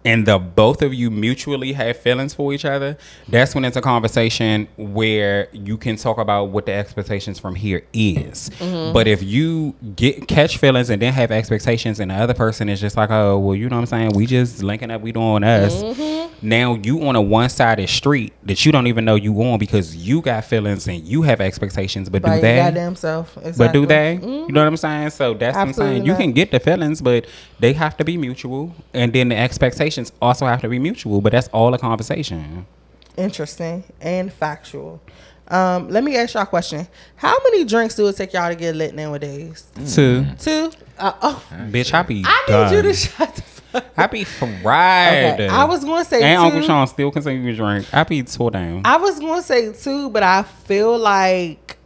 Speaker 1: and the both of you mutually have feelings for each other, that's when it's a conversation where you can talk about what the expectations from here is. But if you get catch feelings and then have expectations and the other person is just like, Oh, well, you know what I'm saying, we just linking up, we doing us. Now you on a one sided street that you don't even know you on because you got feelings and you have expectations, but
Speaker 2: By
Speaker 1: do
Speaker 2: your
Speaker 1: they
Speaker 2: goddamn self.
Speaker 1: but do
Speaker 2: Exactly. Mm-hmm.
Speaker 1: they? You know what I'm saying? So that's what I'm
Speaker 2: Absolutely
Speaker 1: saying. You
Speaker 2: not.
Speaker 1: can get the feelings, but they have to be mutual. And then the expectations also have to be mutual. But that's all a conversation.
Speaker 2: Interesting and factual. Um, let me ask y'all a question. How many drinks do it take y'all to get lit nowadays?
Speaker 1: Two.
Speaker 2: Two? Uh, oh,
Speaker 1: Bitch, I be
Speaker 2: Mm. I
Speaker 1: done.
Speaker 2: need you to shut the fuck
Speaker 1: I be fried.
Speaker 2: Okay, I was gonna say
Speaker 1: And
Speaker 2: two.
Speaker 1: Uncle Sean still continue to drink. I be tore down.
Speaker 2: I was going to say two, but I feel like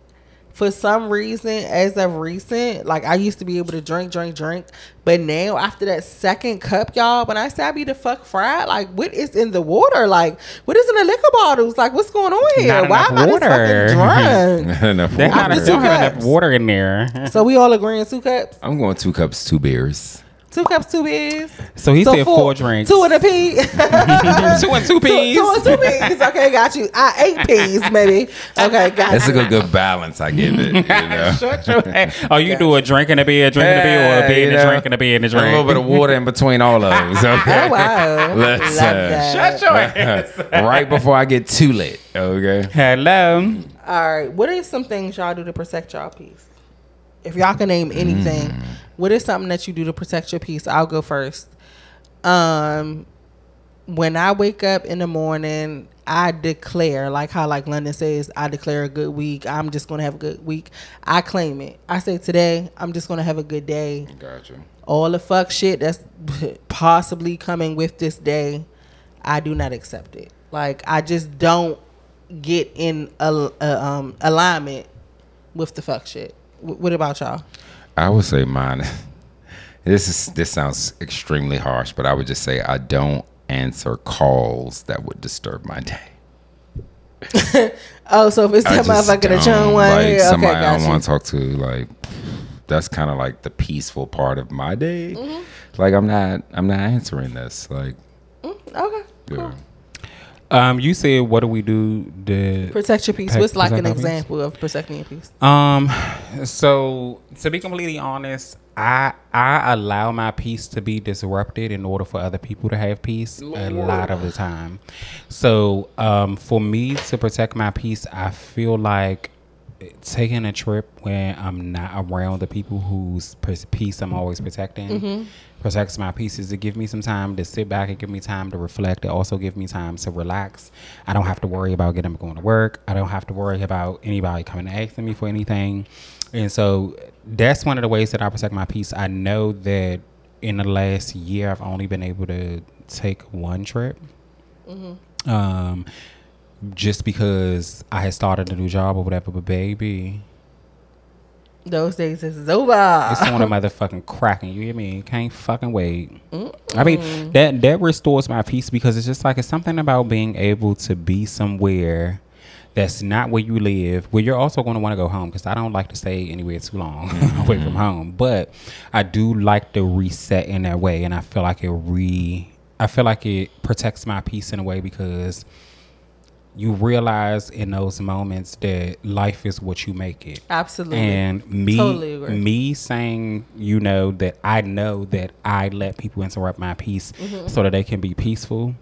Speaker 2: for some reason, as of recent, like I used to be able to drink, drink, drink, but now after that second cup, y'all, when I say I be the fuck fried, like what is in the water? Like what is in the liquor bottles? Like what's going on here?
Speaker 1: Not
Speaker 2: Why
Speaker 1: enough
Speaker 2: am I this
Speaker 1: water.
Speaker 2: fucking drunk?
Speaker 3: Enough
Speaker 1: That
Speaker 3: water.
Speaker 1: kind
Speaker 2: I'm
Speaker 1: of
Speaker 2: the
Speaker 1: don't have
Speaker 2: cups.
Speaker 1: enough water in there.
Speaker 2: so we all agreeing two cups,
Speaker 3: I'm going two cups, two beers.
Speaker 2: two cups, two beers.
Speaker 1: So he
Speaker 2: So
Speaker 1: said four, drinks.
Speaker 2: two and a pea, two,
Speaker 1: two and two peas.
Speaker 2: two and two peas. Okay, got you. I eight peas, maybe. Okay, got
Speaker 3: That's
Speaker 2: you.
Speaker 3: a good, good balance. I give it. You know?
Speaker 1: Shut your ass. Oh, you do a drink and a beer, a drink and a beer, or a
Speaker 3: Hey,
Speaker 1: beer and
Speaker 3: you
Speaker 1: a
Speaker 3: know,
Speaker 1: drink and a beer and a
Speaker 3: A little
Speaker 1: drink.
Speaker 3: bit of water in between all of those. Okay.
Speaker 2: Oh wow!
Speaker 3: Listen.
Speaker 2: Love that.
Speaker 1: Shut your ass.
Speaker 3: right before I get too lit. Okay.
Speaker 1: Hello.
Speaker 2: All right. What are some things y'all do to protect y'all peace? If y'all can name anything, what is something that you do to protect your peace? I'll go first. Um, when I wake up in the morning, I declare, like how like London says, I declare a good week. I'm just gonna have a good week. I claim it. I say today, I'm just gonna have a good day.
Speaker 3: Gotcha.
Speaker 2: All the fuck shit that's possibly coming with this day, I do not accept it. Like I just don't get in a, a, um, alignment with the fuck shit. Wh- what about y'all?
Speaker 3: I would say mine. This is this sounds extremely harsh, but I would just say I don't answer calls that would disturb my day.
Speaker 2: Oh, so if it's
Speaker 3: I
Speaker 2: that
Speaker 3: just
Speaker 2: motherfucker that
Speaker 3: don't
Speaker 2: you one,
Speaker 3: like
Speaker 2: yeah, okay,
Speaker 3: somebody I
Speaker 2: got
Speaker 3: don't
Speaker 2: you.
Speaker 3: want to talk to. Like that's kind of like the peaceful part of my day.
Speaker 2: Mm-hmm.
Speaker 3: Like I'm not I'm not answering this. Like
Speaker 2: Okay,
Speaker 3: yeah.
Speaker 1: Um, you said what do we do? The
Speaker 2: protect your peace.
Speaker 1: Protect-
Speaker 2: What's like
Speaker 1: protect
Speaker 2: an
Speaker 1: our peace?
Speaker 2: example of protecting your peace?
Speaker 1: um, so to be completely honest, I I allow my peace to be disrupted in order for other people to have peace a lot of the time. So um, for me to protect my peace, I feel like taking a trip when I'm not around the people whose pers- peace I'm always protecting protects my peace is to give me some time to sit back and give me time to reflect. It also give me time to relax. I don't have to worry about getting up and going to work. I don't have to worry about anybody coming and asking me for anything. And so that's one of the ways that I protect my peace. I know that in the last year I've only been able to take one trip um, just because I had started a new job or whatever. But baby,
Speaker 2: Those days is over.
Speaker 1: it's on a motherfucking cracking. You hear me? Can't fucking wait. I mean, that that restores my peace because it's just like it's something about being able to be somewhere that's not where you live, where you're also going to want to go home because I don't like to stay anywhere too long away from home. But I do like to reset in that way, and I feel like it re. I feel like it protects my peace in a way because you realize in those moments that life is what you make it.
Speaker 2: Absolutely.
Speaker 1: And me,
Speaker 2: Totally agree.
Speaker 1: me saying, you know, that I know that I let people interrupt my peace
Speaker 2: Mm-hmm.
Speaker 1: so that they can be peaceful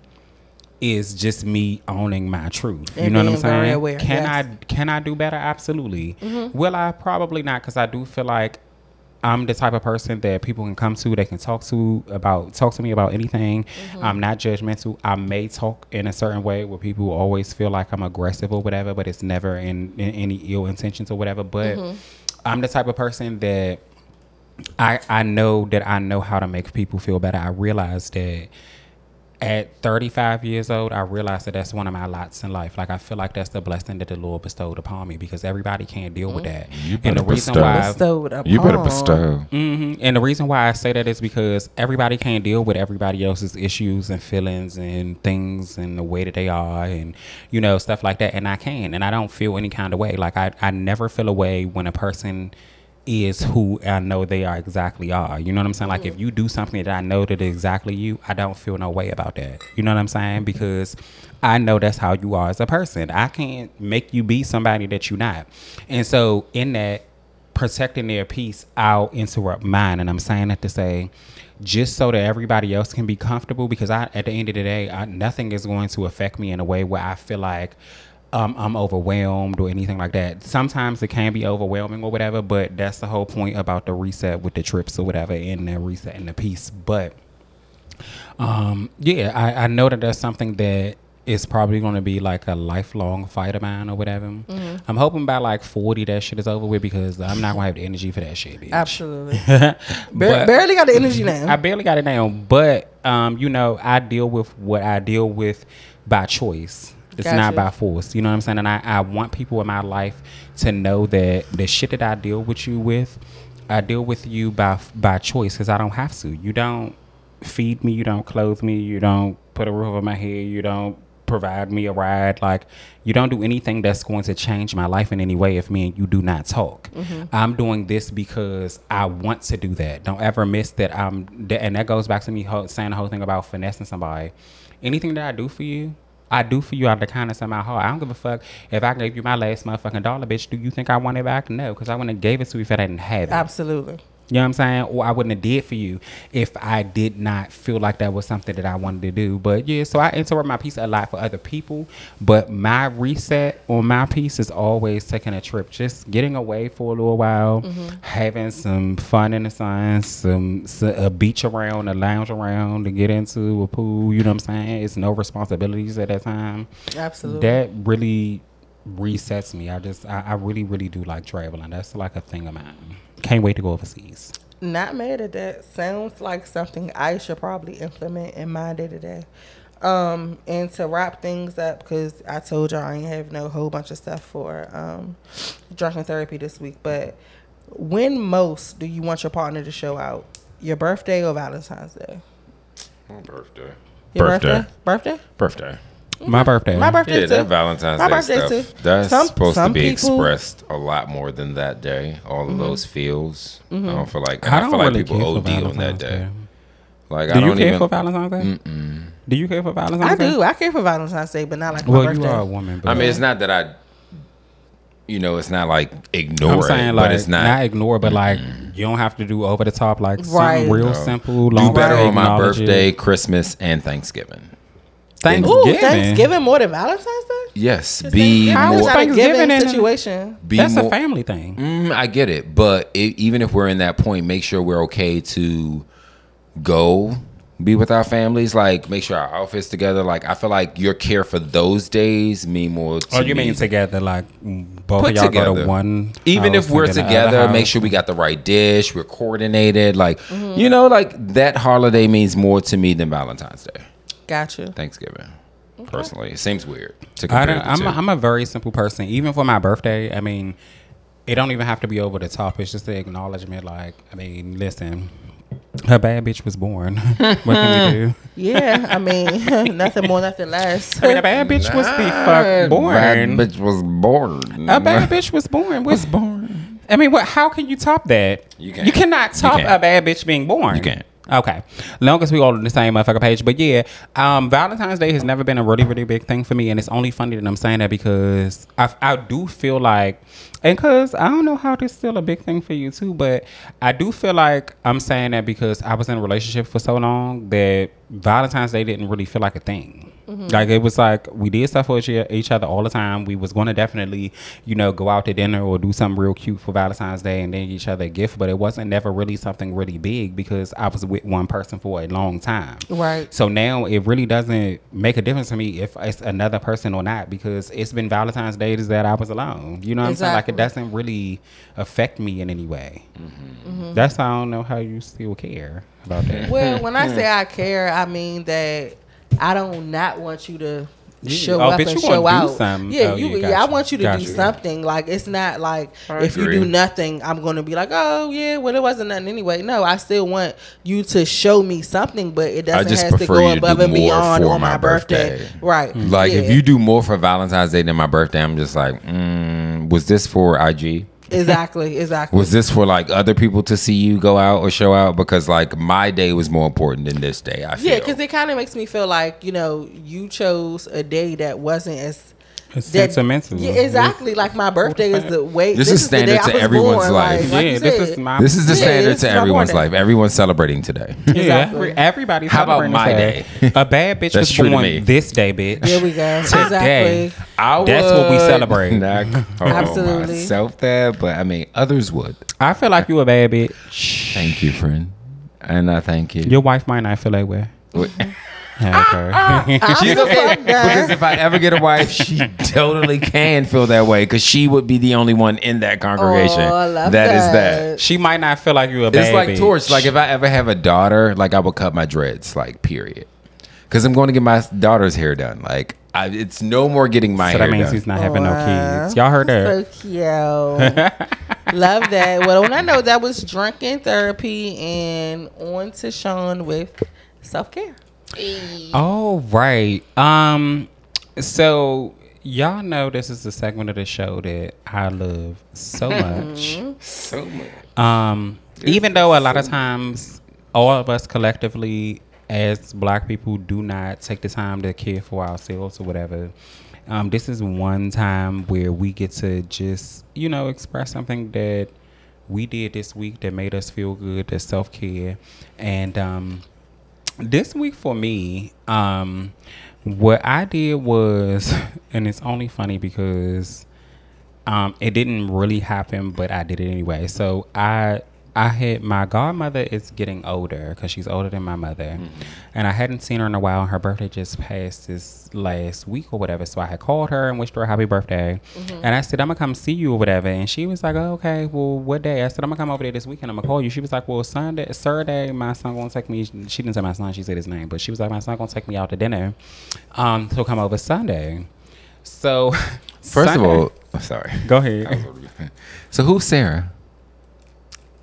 Speaker 1: is just me owning my truth. you
Speaker 2: And
Speaker 1: know what I'm
Speaker 2: being very
Speaker 1: saying?
Speaker 2: aware,
Speaker 1: Can
Speaker 2: yes. Mm-hmm.
Speaker 1: I can I do better? Absolutely. Will I? Probably not, because I do feel like I'm the type of person that people can come to, they can talk to about talk to me about anything.
Speaker 2: Mm-hmm.
Speaker 1: I'm not judgmental. I may talk in a certain way where people always feel like I'm aggressive or whatever, but it's never in, in any ill intentions or whatever. But
Speaker 2: Mm-hmm.
Speaker 1: I'm the type of person that I I know that I know how to make people feel better. I realize that at 35 years old, I realized that that's one of my lots in life. Like I feel like that's the blessing that the Lord bestowed upon me because everybody can't deal with that. and the
Speaker 4: Mm-hmm. better
Speaker 1: reason
Speaker 4: bestow.
Speaker 1: why
Speaker 2: Bestowed upon.
Speaker 4: You better bestow.
Speaker 3: Mm.
Speaker 1: Mhm. And the reason why I say that is because everybody can't deal with everybody else's issues and feelings and things and the way that they are and you know stuff like that. And I can, and I don't feel any kind of way. Like I, I never feel a way when a person is who I know they are exactly are. You know what I'm saying? Like if you do something that I know that is exactly you, I don't feel no way about that. You know what I'm saying? Because I know that's how you are as a person. I can't make you be somebody that you're not. And so in that protecting their peace, I'll interrupt mine. And I'm saying that to say, just so that everybody else can be comfortable, because I, at the end of the day, I, nothing is going to affect me in a way where I feel like um, I'm overwhelmed or anything like that. Sometimes it can be overwhelming or whatever, but that's the whole point about the reset with the trips or whatever, and the reset and the peace. But um, yeah, I, I know that that's something that is probably going to be like a lifelong fight of mine or whatever. I'm hoping by like 40 that shit is over with because I'm not going to have the energy for that shit. bitch.
Speaker 2: Absolutely. Bar-
Speaker 1: But-
Speaker 2: barely got the energy now.
Speaker 1: I barely got it down, but um, you know, I deal with what I deal with by choice. It's not
Speaker 2: Gotcha.
Speaker 1: by force. You know what I'm saying? And I, I want people in my life to know that the shit that I deal with you with, I deal with you by by choice because I don't have to. You don't feed me. You don't clothe me. You don't put a roof over my head. You don't provide me a ride. Like you don't do anything that's going to change my life in any way if me and you do not talk. I'm doing this because I want to do that. Don't ever miss that I'm that, and that goes back to me ho- saying the whole thing about finessing somebody. Anything that I do for you, I do for you out of the kindness of my heart. I don't give a fuck if I gave you my last motherfucking dollar, bitch. Do you think I want it back? No, because I wouldn't have gave it to you if I didn't have it.
Speaker 2: Absolutely.
Speaker 1: You know what I'm saying? Or I wouldn't have did for you if I did not feel like that was something that I wanted to do. But yeah, so I interrupt my piece a lot for other people. But my reset on my piece is always taking a trip, just getting away for a little while, having some fun in the sun, some s- a beach around, a lounge around, to get into a pool. You know what I'm saying? It's no responsibilities at that time.
Speaker 2: Absolutely.
Speaker 1: That really resets me. I just, I, I really, really do like traveling. That's like a thing of mine. Can't wait to go overseas.
Speaker 2: Not mad at that. Sounds like something I should probably implement in my day to day. Um, and to wrap things up, because I told y'all I ain't have no whole bunch of stuff for um, drunken therapy this week. But when most do you want your partner to show out? Your birthday or Valentine's Day?
Speaker 3: Birthday.
Speaker 2: Your
Speaker 4: Birthday.
Speaker 2: Birthday?
Speaker 3: Birthday.
Speaker 1: My birthday.
Speaker 2: Mm-hmm. My birthday
Speaker 3: Yeah,
Speaker 2: too.
Speaker 3: that Valentine's
Speaker 2: My
Speaker 3: Day
Speaker 2: birthday
Speaker 3: stuff.
Speaker 2: too.
Speaker 3: That's
Speaker 2: Some-
Speaker 3: supposed
Speaker 2: some
Speaker 3: to be
Speaker 2: people- Mm-hmm.
Speaker 3: expressed a lot more than that day. All of those feels. I don't feel like I,
Speaker 1: I don't
Speaker 3: feel
Speaker 1: really
Speaker 3: like
Speaker 1: care
Speaker 3: people
Speaker 1: for
Speaker 3: OD on that
Speaker 1: Valentine's
Speaker 3: day.
Speaker 1: Day.
Speaker 3: Like
Speaker 1: Do
Speaker 3: I
Speaker 1: you
Speaker 3: don't
Speaker 1: care
Speaker 3: even.
Speaker 1: for Valentine's Day? Do you care for Valentine's
Speaker 2: I
Speaker 1: Day?
Speaker 2: do. I care for Valentine's Day, but not like
Speaker 1: Well,
Speaker 2: my birthday.
Speaker 1: you are a woman. But
Speaker 3: I mean, it's not that I. You know, it's not like ignore
Speaker 1: I'm
Speaker 3: it,
Speaker 1: saying
Speaker 3: but
Speaker 1: like
Speaker 3: it's not.
Speaker 1: ignore, but like you don't have to do over the top, like something
Speaker 2: Right.
Speaker 1: real
Speaker 3: No.
Speaker 1: simple.
Speaker 3: do
Speaker 1: long
Speaker 3: better on my
Speaker 1: acknowledge it.
Speaker 3: birthday, Christmas, and Thanksgiving.
Speaker 1: Thanksgiving.
Speaker 2: Ooh, Thanksgiving more than Valentine's Day.
Speaker 3: Yes, be
Speaker 2: How
Speaker 3: more.
Speaker 2: is that a
Speaker 1: Thanksgiving
Speaker 2: giving
Speaker 1: and-
Speaker 2: situation?
Speaker 3: be
Speaker 1: That's
Speaker 3: more-
Speaker 1: a family thing.
Speaker 3: Mm, I get it, but i even if we're in that point, make sure we're okay to go be with our families. Like, make sure our outfits together. Like, I feel like your care for those days mean more. To
Speaker 1: Or Oh, you
Speaker 3: me.
Speaker 1: mean together, like mm, both
Speaker 3: Put
Speaker 1: of y'all go
Speaker 3: together.
Speaker 1: to one.
Speaker 3: Even
Speaker 1: house
Speaker 3: if we're
Speaker 1: and then the other
Speaker 3: together, make
Speaker 1: house?
Speaker 3: sure we got Oh, the right dish. We're coordinated. Like, you know, like that holiday means more to me than Valentine's Day,
Speaker 2: Got you.
Speaker 3: Thanksgiving. Personally, it seems weird to
Speaker 1: I
Speaker 3: compare
Speaker 1: don't,
Speaker 3: the
Speaker 1: I'm,
Speaker 3: two.
Speaker 1: a, I'm a very simple person. Even for my birthday, I mean, it don't even have to be over the top. It's just the acknowledgement. Like, I mean, listen, her bad bitch was born. what can we do?
Speaker 2: Yeah, I mean, nothing more, nothing less.
Speaker 1: I mean, a bad bitch was the fuck born.
Speaker 3: Bad bitch was born.
Speaker 1: a bad bitch was born. Was born. I mean, what? How can you top that?
Speaker 3: You can't.
Speaker 1: You cannot top
Speaker 3: can't.
Speaker 1: a bad bitch being born.
Speaker 3: You can't.
Speaker 1: Okay, long as we all on the same motherfucker page. But yeah, um, Valentine's Day has never been a really, really big thing for me, and it's only funny that I'm saying that because I, I do feel like, and because I don't know how this is still a big thing for you too, but I do feel like I'm saying that because I was in a relationship for so long that Valentine's Day didn't really feel like a thing. Mm-hmm. Like it was like we did stuff for each, each other all the time. We was gonna definitely, you know, go out to dinner or do something real cute for Valentine's Day and then get each other a gift. But it wasn't never really something really big because I was with one person for a long time.
Speaker 2: Right.
Speaker 1: So now it really doesn't make a difference to me if it's another person or not because it's been Valentine's days that I was alone. You know what I'm saying? Like
Speaker 2: Exactly.
Speaker 1: it doesn't really affect me in any way.
Speaker 2: Mm-hmm.
Speaker 1: That's why I don't know how you still care about that.
Speaker 2: Well, when I say I care, I mean that I don't not want you to
Speaker 1: Yeah.
Speaker 2: show
Speaker 1: Oh,
Speaker 2: up
Speaker 1: bitch,
Speaker 2: and
Speaker 1: you gonna
Speaker 2: show
Speaker 1: do
Speaker 2: out.
Speaker 1: something.
Speaker 2: Yeah,
Speaker 1: Oh,
Speaker 2: you.
Speaker 1: yeah,
Speaker 2: Yeah, I
Speaker 1: gotcha.
Speaker 2: want you to
Speaker 1: Gotcha.
Speaker 2: do something. Like it's not like
Speaker 3: I
Speaker 2: if you do
Speaker 3: agree.
Speaker 2: nothing, I'm going to be like, oh yeah, well it wasn't nothing anyway. No, I still want you to show me something, but it doesn't
Speaker 3: just
Speaker 2: have to
Speaker 3: prefer
Speaker 2: go
Speaker 3: you to
Speaker 2: above
Speaker 3: do
Speaker 2: and
Speaker 3: more
Speaker 2: beyond
Speaker 3: for
Speaker 2: on
Speaker 3: my
Speaker 2: my birthday.
Speaker 3: birthday. Mm.
Speaker 2: Right.
Speaker 3: Like
Speaker 2: Yeah.
Speaker 3: if you do more for Valentine's Day than my birthday, I'm just like, mm, was this for IG?
Speaker 2: exactly exactly.
Speaker 3: Was this for like other people to see you go out or show out? Because like my day was more important than this day. I feel.
Speaker 2: Yeah, because it kind of makes me feel like you know you chose a day that wasn't as
Speaker 1: It's
Speaker 2: that-
Speaker 1: sentimental.
Speaker 2: Yeah, exactly. Like my birthday is the way.
Speaker 3: This is
Speaker 2: the day
Speaker 3: standard
Speaker 2: I
Speaker 3: to
Speaker 2: was
Speaker 3: everyone's
Speaker 2: born,
Speaker 3: life.
Speaker 2: Like, like
Speaker 1: yeah,
Speaker 2: you
Speaker 1: this
Speaker 2: said.
Speaker 1: is my
Speaker 3: this is the
Speaker 2: Yeah,
Speaker 3: standard
Speaker 2: this
Speaker 3: to
Speaker 2: is my
Speaker 3: everyone's
Speaker 2: morning.
Speaker 3: life. Everyone's celebrating today.
Speaker 2: Exactly.
Speaker 1: Yeah, every- everybody's
Speaker 3: How about
Speaker 1: celebrating
Speaker 3: my
Speaker 1: today.
Speaker 3: day?
Speaker 1: A bad bitch
Speaker 3: That's
Speaker 1: was
Speaker 3: true to
Speaker 1: born
Speaker 3: me.
Speaker 1: this day, bitch.
Speaker 2: There we go.
Speaker 1: Today.
Speaker 2: Exactly.
Speaker 1: That's what we celebrate.
Speaker 3: Knock
Speaker 2: Absolutely.
Speaker 3: Absolutely. Myself there, but I mean others would.
Speaker 1: I feel like you a bad bitch.
Speaker 3: Thank you, friend, and I thank you.
Speaker 1: Your wife might not feel that way. Okay.
Speaker 3: She's a
Speaker 2: fuck
Speaker 3: because if I ever get a wife, she totally can feel that way because she would be the only one in that congregation.
Speaker 2: Oh, I love
Speaker 3: that is that.
Speaker 2: that.
Speaker 1: she might not feel like you a bad
Speaker 3: It's like
Speaker 1: bitch.
Speaker 3: torch. Like if I ever have a daughter, like I would cut my dreads. Like period. Because I'm going to get my daughter's hair done. Like I, it's no more getting my
Speaker 1: so
Speaker 3: hair
Speaker 1: that means
Speaker 3: done.
Speaker 1: he's not having
Speaker 2: Wow.
Speaker 1: no kids. Y'all heard her.
Speaker 2: So cute. Love that. Well, when I know that was drunken therapy and on to Sean with self care.
Speaker 1: All Oh, right. Um. So y'all know this is the segment of the show that I love so much.
Speaker 3: Mm-hmm. so much.
Speaker 1: Um, even though a lot of times all of us collectively as black people do not take the time to care for ourselves or whatever. Um, this is one time where we get to just, you know, express something that we did this week that made us feel good, that self care. And um this week for me, um, what I did was, and it's only funny because um, it didn't really happen, but I did it anyway. So I I had my godmother is getting older because she's older than my mother, and I hadn't seen her in a while. And her birthday just passed this last week or whatever. So I had called her and wished her a happy birthday, and I said I'm gonna come see you or whatever. And she was like, oh, "Okay, well, what day?" I said, "I'm gonna come over there this weekend. I'm gonna call you." She was like, "Well, Sunday, Saturday, my son gonna take me." She didn't say my son; she said his name, but she was like, "My son gonna take me out to dinner, um, so come over Sunday." So,
Speaker 3: First
Speaker 1: Sunday-
Speaker 3: of all, I'm sorry.
Speaker 1: go ahead.
Speaker 3: So who's Sarah?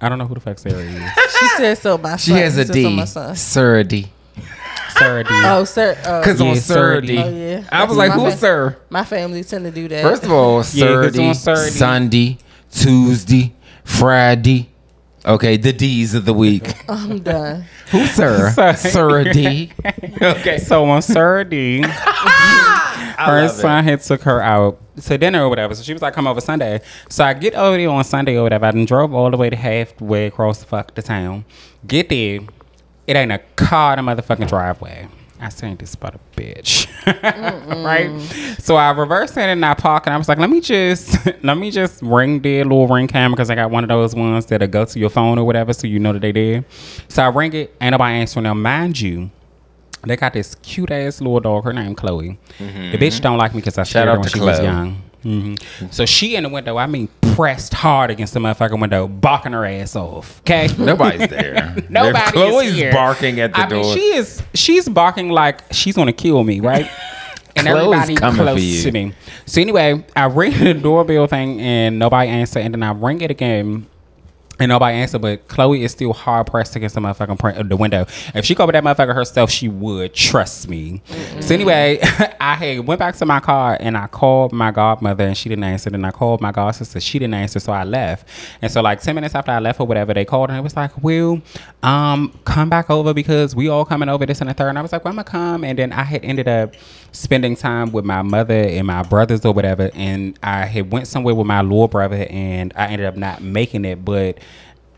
Speaker 1: I don't know who the fuck Sarah is.
Speaker 2: She said so. My
Speaker 3: She
Speaker 2: son.
Speaker 3: has
Speaker 2: She
Speaker 3: a
Speaker 2: said so, my
Speaker 3: D.
Speaker 2: son.
Speaker 3: Sarah D.
Speaker 1: Sarah D.
Speaker 2: Oh, sir. Oh,
Speaker 3: Because on
Speaker 1: Yeah,
Speaker 3: Sarah
Speaker 1: Sarah
Speaker 3: D.
Speaker 1: D.
Speaker 2: Oh, yeah.
Speaker 3: I was
Speaker 2: That's
Speaker 3: like,
Speaker 2: my
Speaker 3: who's
Speaker 2: fa-
Speaker 3: Sir?
Speaker 2: my family tend to do that.
Speaker 3: First of all,
Speaker 1: Yeah, 'cause
Speaker 3: Saturday,
Speaker 1: on Saturday-
Speaker 3: Sunday, Tuesday, Friday. Okay, the D's of the week.
Speaker 2: I'm done.
Speaker 3: Who's Sir?
Speaker 1: Sorry.
Speaker 3: Sarah D. Okay.
Speaker 1: So on Sarah D, her son had took her out to dinner or whatever. So she was like, "Come over Sunday." So I get over there on Sunday or whatever. I done drove all the way to halfway across the fuck the town. Get there, it ain't a car in the motherfucking driveway. I seen this about a bitch, right? So I reversed it in I park, and I was like, let me just let me just ring the little ring camera because I got one of those ones that'll go to your phone or whatever, so you know that they did. So I ring it, ain't nobody answering. Now, mind you. They got this cute ass little dog. Her name Chloe. The bitch don't like me because I scared her
Speaker 3: Mm-hmm. out
Speaker 1: when
Speaker 3: to
Speaker 1: she was
Speaker 3: Chloe. Mm-hmm.
Speaker 1: young. hmm So she in the window. I mean, pressed hard against the motherfucking window, barking her ass off. Okay,
Speaker 3: Nobody's there.
Speaker 1: Nobody
Speaker 3: If
Speaker 1: is
Speaker 3: Chloe's
Speaker 1: here.
Speaker 3: barking at the
Speaker 1: I
Speaker 3: door.
Speaker 1: Mean, she is. She's barking like she's gonna kill me, right? and
Speaker 3: Chloe's
Speaker 1: everybody
Speaker 3: coming for
Speaker 1: close
Speaker 3: you.
Speaker 1: to me. So anyway, I ring the doorbell thing and nobody answered, and then I ring it again. And nobody answered, but Chloe is still hard pressed against the motherfucking print, the window. If she go over that motherfucker herself, she would trust me. So anyway, I had went back to my car and I called my godmother and she didn't answer. Then I called my god sister, she didn't answer, so I left. And so like ten minutes after I left or whatever, they called and it was like, "Will, um, come back over because we all coming over this and the third. And I was like, "Well, I'm gonna come." And then I had ended up spending time with my mother and my brothers or whatever, and I had went somewhere with my little brother and I ended up not making it, but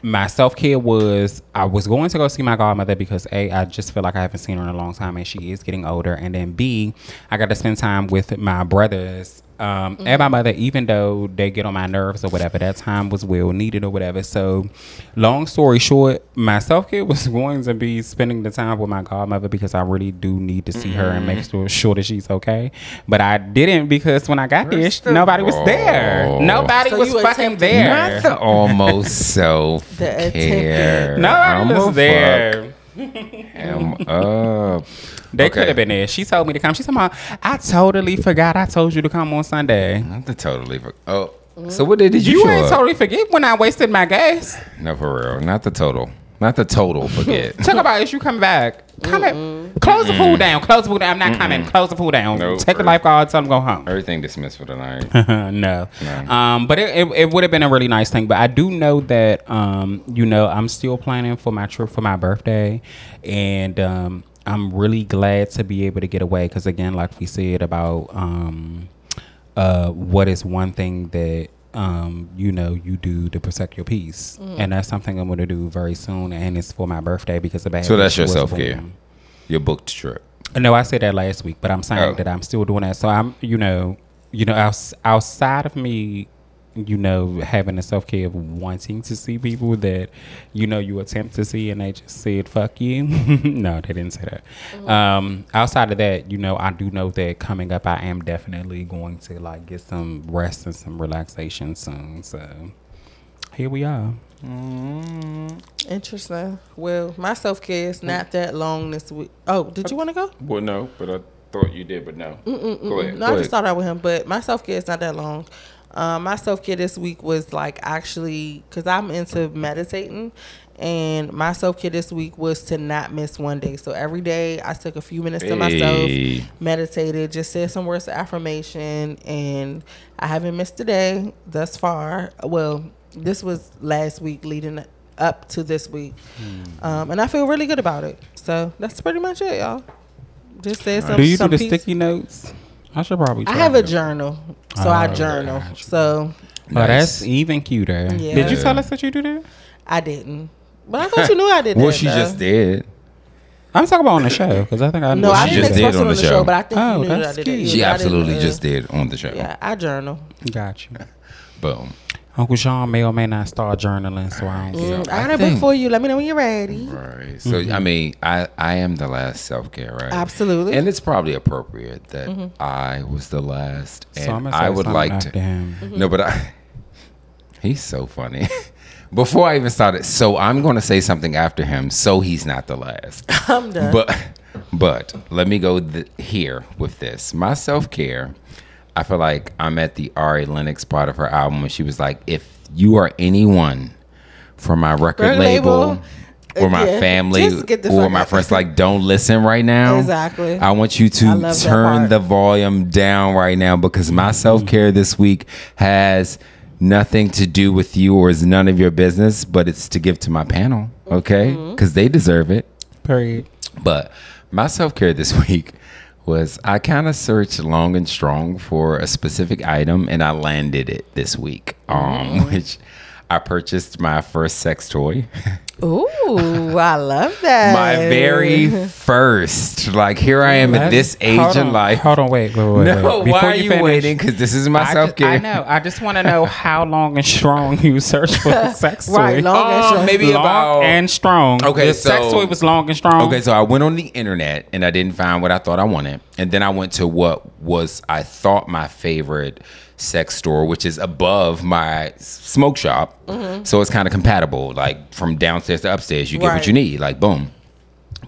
Speaker 1: my self care was I was going to go see my godmother because A, I just feel like I haven't seen her in a long time and she is getting older. And then B, I got to spend time with my brothers um, and my mother, even though they get on my nerves or whatever. That time was well needed or whatever. So, long story short, my self care was going to be spending the time with my godmother because I really do need to see her and make sure, sure that she's okay. But I didn't because when I got there,
Speaker 3: Where's
Speaker 1: sh-
Speaker 3: the-
Speaker 1: nobody was there.
Speaker 3: Oh.
Speaker 1: Nobody
Speaker 2: So
Speaker 1: was
Speaker 2: you
Speaker 1: fucking
Speaker 2: attempted
Speaker 1: there.
Speaker 3: Not the almost self
Speaker 2: The attempt-
Speaker 3: care.
Speaker 1: Nobody
Speaker 3: I'm a
Speaker 1: was there.
Speaker 3: fuck Him up.
Speaker 1: They
Speaker 3: Okay.
Speaker 1: could have been there. She told me to come. She said, "Ma, I totally forgot. I told you to come on Sunday.
Speaker 3: Not the totally. For, oh, so what day did you?
Speaker 1: You
Speaker 3: show
Speaker 1: ain't
Speaker 3: up?
Speaker 1: totally forget when I wasted my gas.
Speaker 3: No, for real. Not the total. Not the total. Forget.
Speaker 1: Talk about is you coming back? Come at- close the pool down. Close the pool down. I'm not coming. Close the pool down.
Speaker 3: Nope.
Speaker 1: Take the lifeguard. Tell them go home.
Speaker 3: Everything dismissed for the night.
Speaker 1: no. Um, but it, it, it would have been a really nice thing. But I do know that, um, you know, I'm still planning for my trip for my birthday. And um, I'm really glad to be able to get away. Because, again, like we said about um, uh, what is one thing that, um, you know, you do to protect your peace.
Speaker 3: Mm.
Speaker 1: And that's something I'm going to do very soon. And it's for my birthday because the baby
Speaker 3: So that's your
Speaker 1: was
Speaker 3: self care.
Speaker 1: born.
Speaker 3: Your booked trip.
Speaker 1: Uh, No, I said that last week, but I'm saying
Speaker 3: Oh.
Speaker 1: that I'm still doing that. So I'm, you know, you know, outs- outside of me, you know, having the self care of wanting to see people that, you know, you attempt to see and they just said "fuck you." no, they didn't say that. Um, outside of that, you know, I do know that coming up, I am definitely going to like get some rest and some relaxation soon. So here we are.
Speaker 2: Interesting. Well, my self care is not that long this week. Oh, did you want to go?
Speaker 3: Well, no, but I thought you did, but no. Go ahead.
Speaker 2: No, I just started out with him, but my self care is not that long. Um, my self care this week was like actually because I'm into meditating, and my self care this week was to not miss one day. So every day I took a few minutes to
Speaker 3: Hey.
Speaker 2: myself, meditated, just said some words of affirmation, and I haven't missed a day thus far. Well, this was last week leading up to this week, um, and I feel really good about it. So that's pretty much it, y'all. Just said some.
Speaker 1: do you do
Speaker 2: Um, some
Speaker 1: the
Speaker 2: peace-
Speaker 1: sticky notes? I should probably.
Speaker 2: I
Speaker 1: try
Speaker 2: have a
Speaker 1: to-
Speaker 2: journal, so I
Speaker 1: Oh,
Speaker 2: journal.
Speaker 1: gotcha.
Speaker 2: So
Speaker 1: Oh,
Speaker 3: Nice.
Speaker 1: that's even cuter.
Speaker 2: Yeah.
Speaker 1: Did you tell us that you do that?
Speaker 2: I didn't, but I thought you knew I did.
Speaker 3: Well,
Speaker 2: that,
Speaker 3: she
Speaker 2: though.
Speaker 3: just did.
Speaker 1: I'm talking about on the show because I think I
Speaker 2: No,
Speaker 1: know.
Speaker 2: I
Speaker 3: she
Speaker 2: didn't
Speaker 3: just
Speaker 2: express
Speaker 3: did
Speaker 2: it on the show. but I think
Speaker 1: Oh,
Speaker 2: you knew that I
Speaker 1: that's
Speaker 2: did.
Speaker 1: cute.
Speaker 2: it.
Speaker 3: She
Speaker 2: I didn't,
Speaker 3: absolutely
Speaker 2: uh,
Speaker 3: just did on the show.
Speaker 2: Yeah, I journal.
Speaker 1: Got you.
Speaker 3: Boom.
Speaker 1: Uncle Sean may or may not start journaling, so Oh, I don't.
Speaker 2: Mm,
Speaker 3: I
Speaker 2: I got a book
Speaker 3: think-
Speaker 2: for you. Let me know when you're ready.
Speaker 3: Right. So I mean, I I am the last self care, right?
Speaker 2: Mm-hmm. Absolutely. Mm-hmm.
Speaker 3: And it's probably appropriate that I was the last,
Speaker 1: So
Speaker 3: and
Speaker 1: I'ma say
Speaker 3: I would
Speaker 1: something
Speaker 3: like
Speaker 1: after
Speaker 3: to.
Speaker 1: him.
Speaker 3: No, but I. He's so funny. Before I even started, so I'm going to say something after him, so he's not the last.
Speaker 2: I'm done.
Speaker 3: but but let me go th- here with this. My self care. I feel like I'm at the Ari Lennox part of her album when she was like, "If you are anyone from my record
Speaker 2: Record
Speaker 3: label,
Speaker 2: label,
Speaker 3: or my
Speaker 2: yeah,
Speaker 3: family
Speaker 2: just get the
Speaker 3: or
Speaker 2: fuck
Speaker 3: my
Speaker 2: out."
Speaker 3: friends, like don't listen right now.
Speaker 2: Exactly.
Speaker 3: I want you
Speaker 2: I
Speaker 3: to
Speaker 2: love that
Speaker 3: turn
Speaker 2: part.
Speaker 3: the volume down right now because my self care this week
Speaker 2: Mm-hmm.
Speaker 3: has." Nothing to do with you or is none of your business, but it's to give to my panel, okay? Because they deserve it.
Speaker 1: Period.
Speaker 3: But my self care this week was I kind of searched long and strong for a specific item and I landed it this week, um, which I purchased my first sex toy.
Speaker 2: Ooh, I love that.
Speaker 3: My very first. Like here I am at this age
Speaker 1: Hold
Speaker 3: in
Speaker 1: on,
Speaker 3: life.
Speaker 1: Hold on, wait, wait, wait.
Speaker 3: No,
Speaker 1: wait. Before
Speaker 3: why are you,
Speaker 1: finish,
Speaker 3: waiting? Because this is my
Speaker 1: I,
Speaker 3: self
Speaker 1: just,
Speaker 3: care.
Speaker 1: I know. I just want to know how long and strong you search for a sex toy.
Speaker 2: right, long and
Speaker 3: Um,
Speaker 2: short.
Speaker 3: maybe
Speaker 1: long
Speaker 3: about
Speaker 1: and strong.
Speaker 3: Okay,
Speaker 1: the sex
Speaker 3: so-
Speaker 1: toy was long and strong.
Speaker 3: Okay, so I went on the internet and I didn't find what I thought I wanted. And then I went to what was I thought my favorite sex store, which is above my s- smoke shop. So it's kind of compatible. Like from downstairs to upstairs, you get
Speaker 2: Right.
Speaker 3: what you need. Like boom.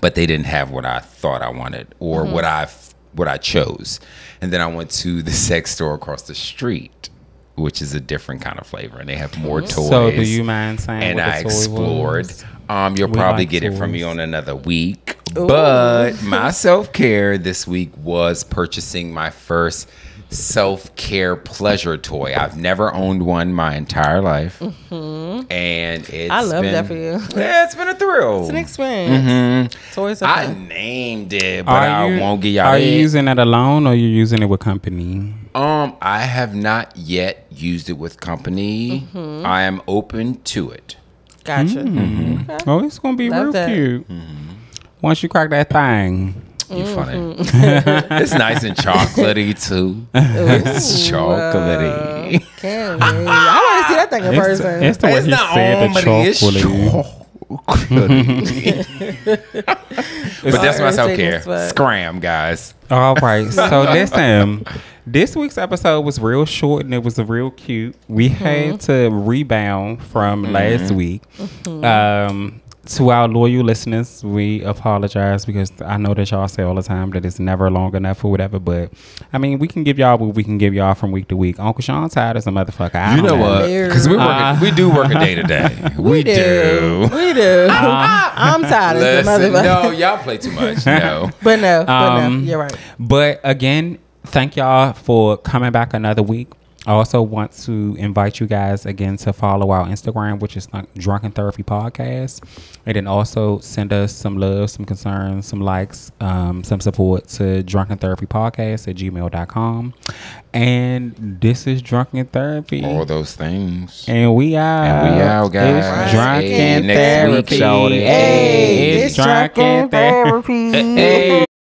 Speaker 3: But they didn't have what I thought I wanted or what I f- what I chose. And then I went to the sex store across the street, which is a different kind of flavor, and they have more toys.
Speaker 1: So do you mind saying
Speaker 3: and
Speaker 1: what the
Speaker 3: I
Speaker 1: toy was?
Speaker 3: explored. Um, you'll probably
Speaker 1: like
Speaker 3: get it from
Speaker 1: toys.
Speaker 3: me on another week. But my self care this week was purchasing my first self care pleasure toy. I've never owned one my entire life, and it's
Speaker 2: Mm-hmm. I love
Speaker 3: been,
Speaker 2: that for you.
Speaker 3: Yeah, it's been a thrill.
Speaker 2: It's an experience. It's always a
Speaker 3: Mm-hmm. I
Speaker 2: fun.
Speaker 3: named it, but
Speaker 1: Are
Speaker 3: I
Speaker 1: you,
Speaker 3: won't get y'all.
Speaker 1: Are
Speaker 3: it.
Speaker 1: you using it alone or you using it with company?
Speaker 3: Um, I have not yet used it with company. I am open to it.
Speaker 2: Gotcha.
Speaker 3: Mm.
Speaker 1: Oh, it's gonna be
Speaker 2: Love
Speaker 1: real
Speaker 2: that.
Speaker 1: cute. Once you crack that thing,
Speaker 3: You
Speaker 2: Mm-hmm.
Speaker 3: funny. it's nice and chocolatey too. it's chocolately.
Speaker 2: Can't wait. I want to see that thing in
Speaker 1: it's,
Speaker 2: person.
Speaker 1: it's the way he said the chocolate.
Speaker 3: but that's my
Speaker 2: Irritating
Speaker 3: self care.
Speaker 2: as fuck.
Speaker 3: Scram, guys.
Speaker 1: All right. So listen, this week's episode was real short and it was real cute. We had to rebound from last week. Um, to our loyal listeners, we apologize because I know that y'all say all the time that it's never long enough or whatever. But I mean, we can give y'all what we can give y'all from week to week. Uncle Sean's tired as a motherfucker. I
Speaker 3: You
Speaker 1: don't
Speaker 3: know Ah. what? Because we work,
Speaker 1: Uh,
Speaker 3: we do work a day to day. We do. Uh-huh.
Speaker 2: We do. I'm tired of the
Speaker 3: Listen,
Speaker 2: motherfucker.
Speaker 3: no, y'all play too much. No.
Speaker 2: But no, but
Speaker 1: Um,
Speaker 2: no, you're right.
Speaker 1: But again, thank y'all for coming back another week. I also want to invite you guys again to follow our Instagram, which is Drunk- Drunken Therapy Podcast. And then also send us some love, some concerns, some likes, um, some support to Drunken Therapy Podcast at gmail.com. And this is Drunken Therapy.
Speaker 3: All those things.
Speaker 1: and we out.
Speaker 3: And we out, guys.
Speaker 1: It's
Speaker 3: Hey,
Speaker 1: drunken
Speaker 3: next week,
Speaker 1: therapy.
Speaker 3: shawty.
Speaker 1: Hey,
Speaker 3: Hey,
Speaker 1: it's drunken therapy.
Speaker 2: therapy.
Speaker 1: Hey.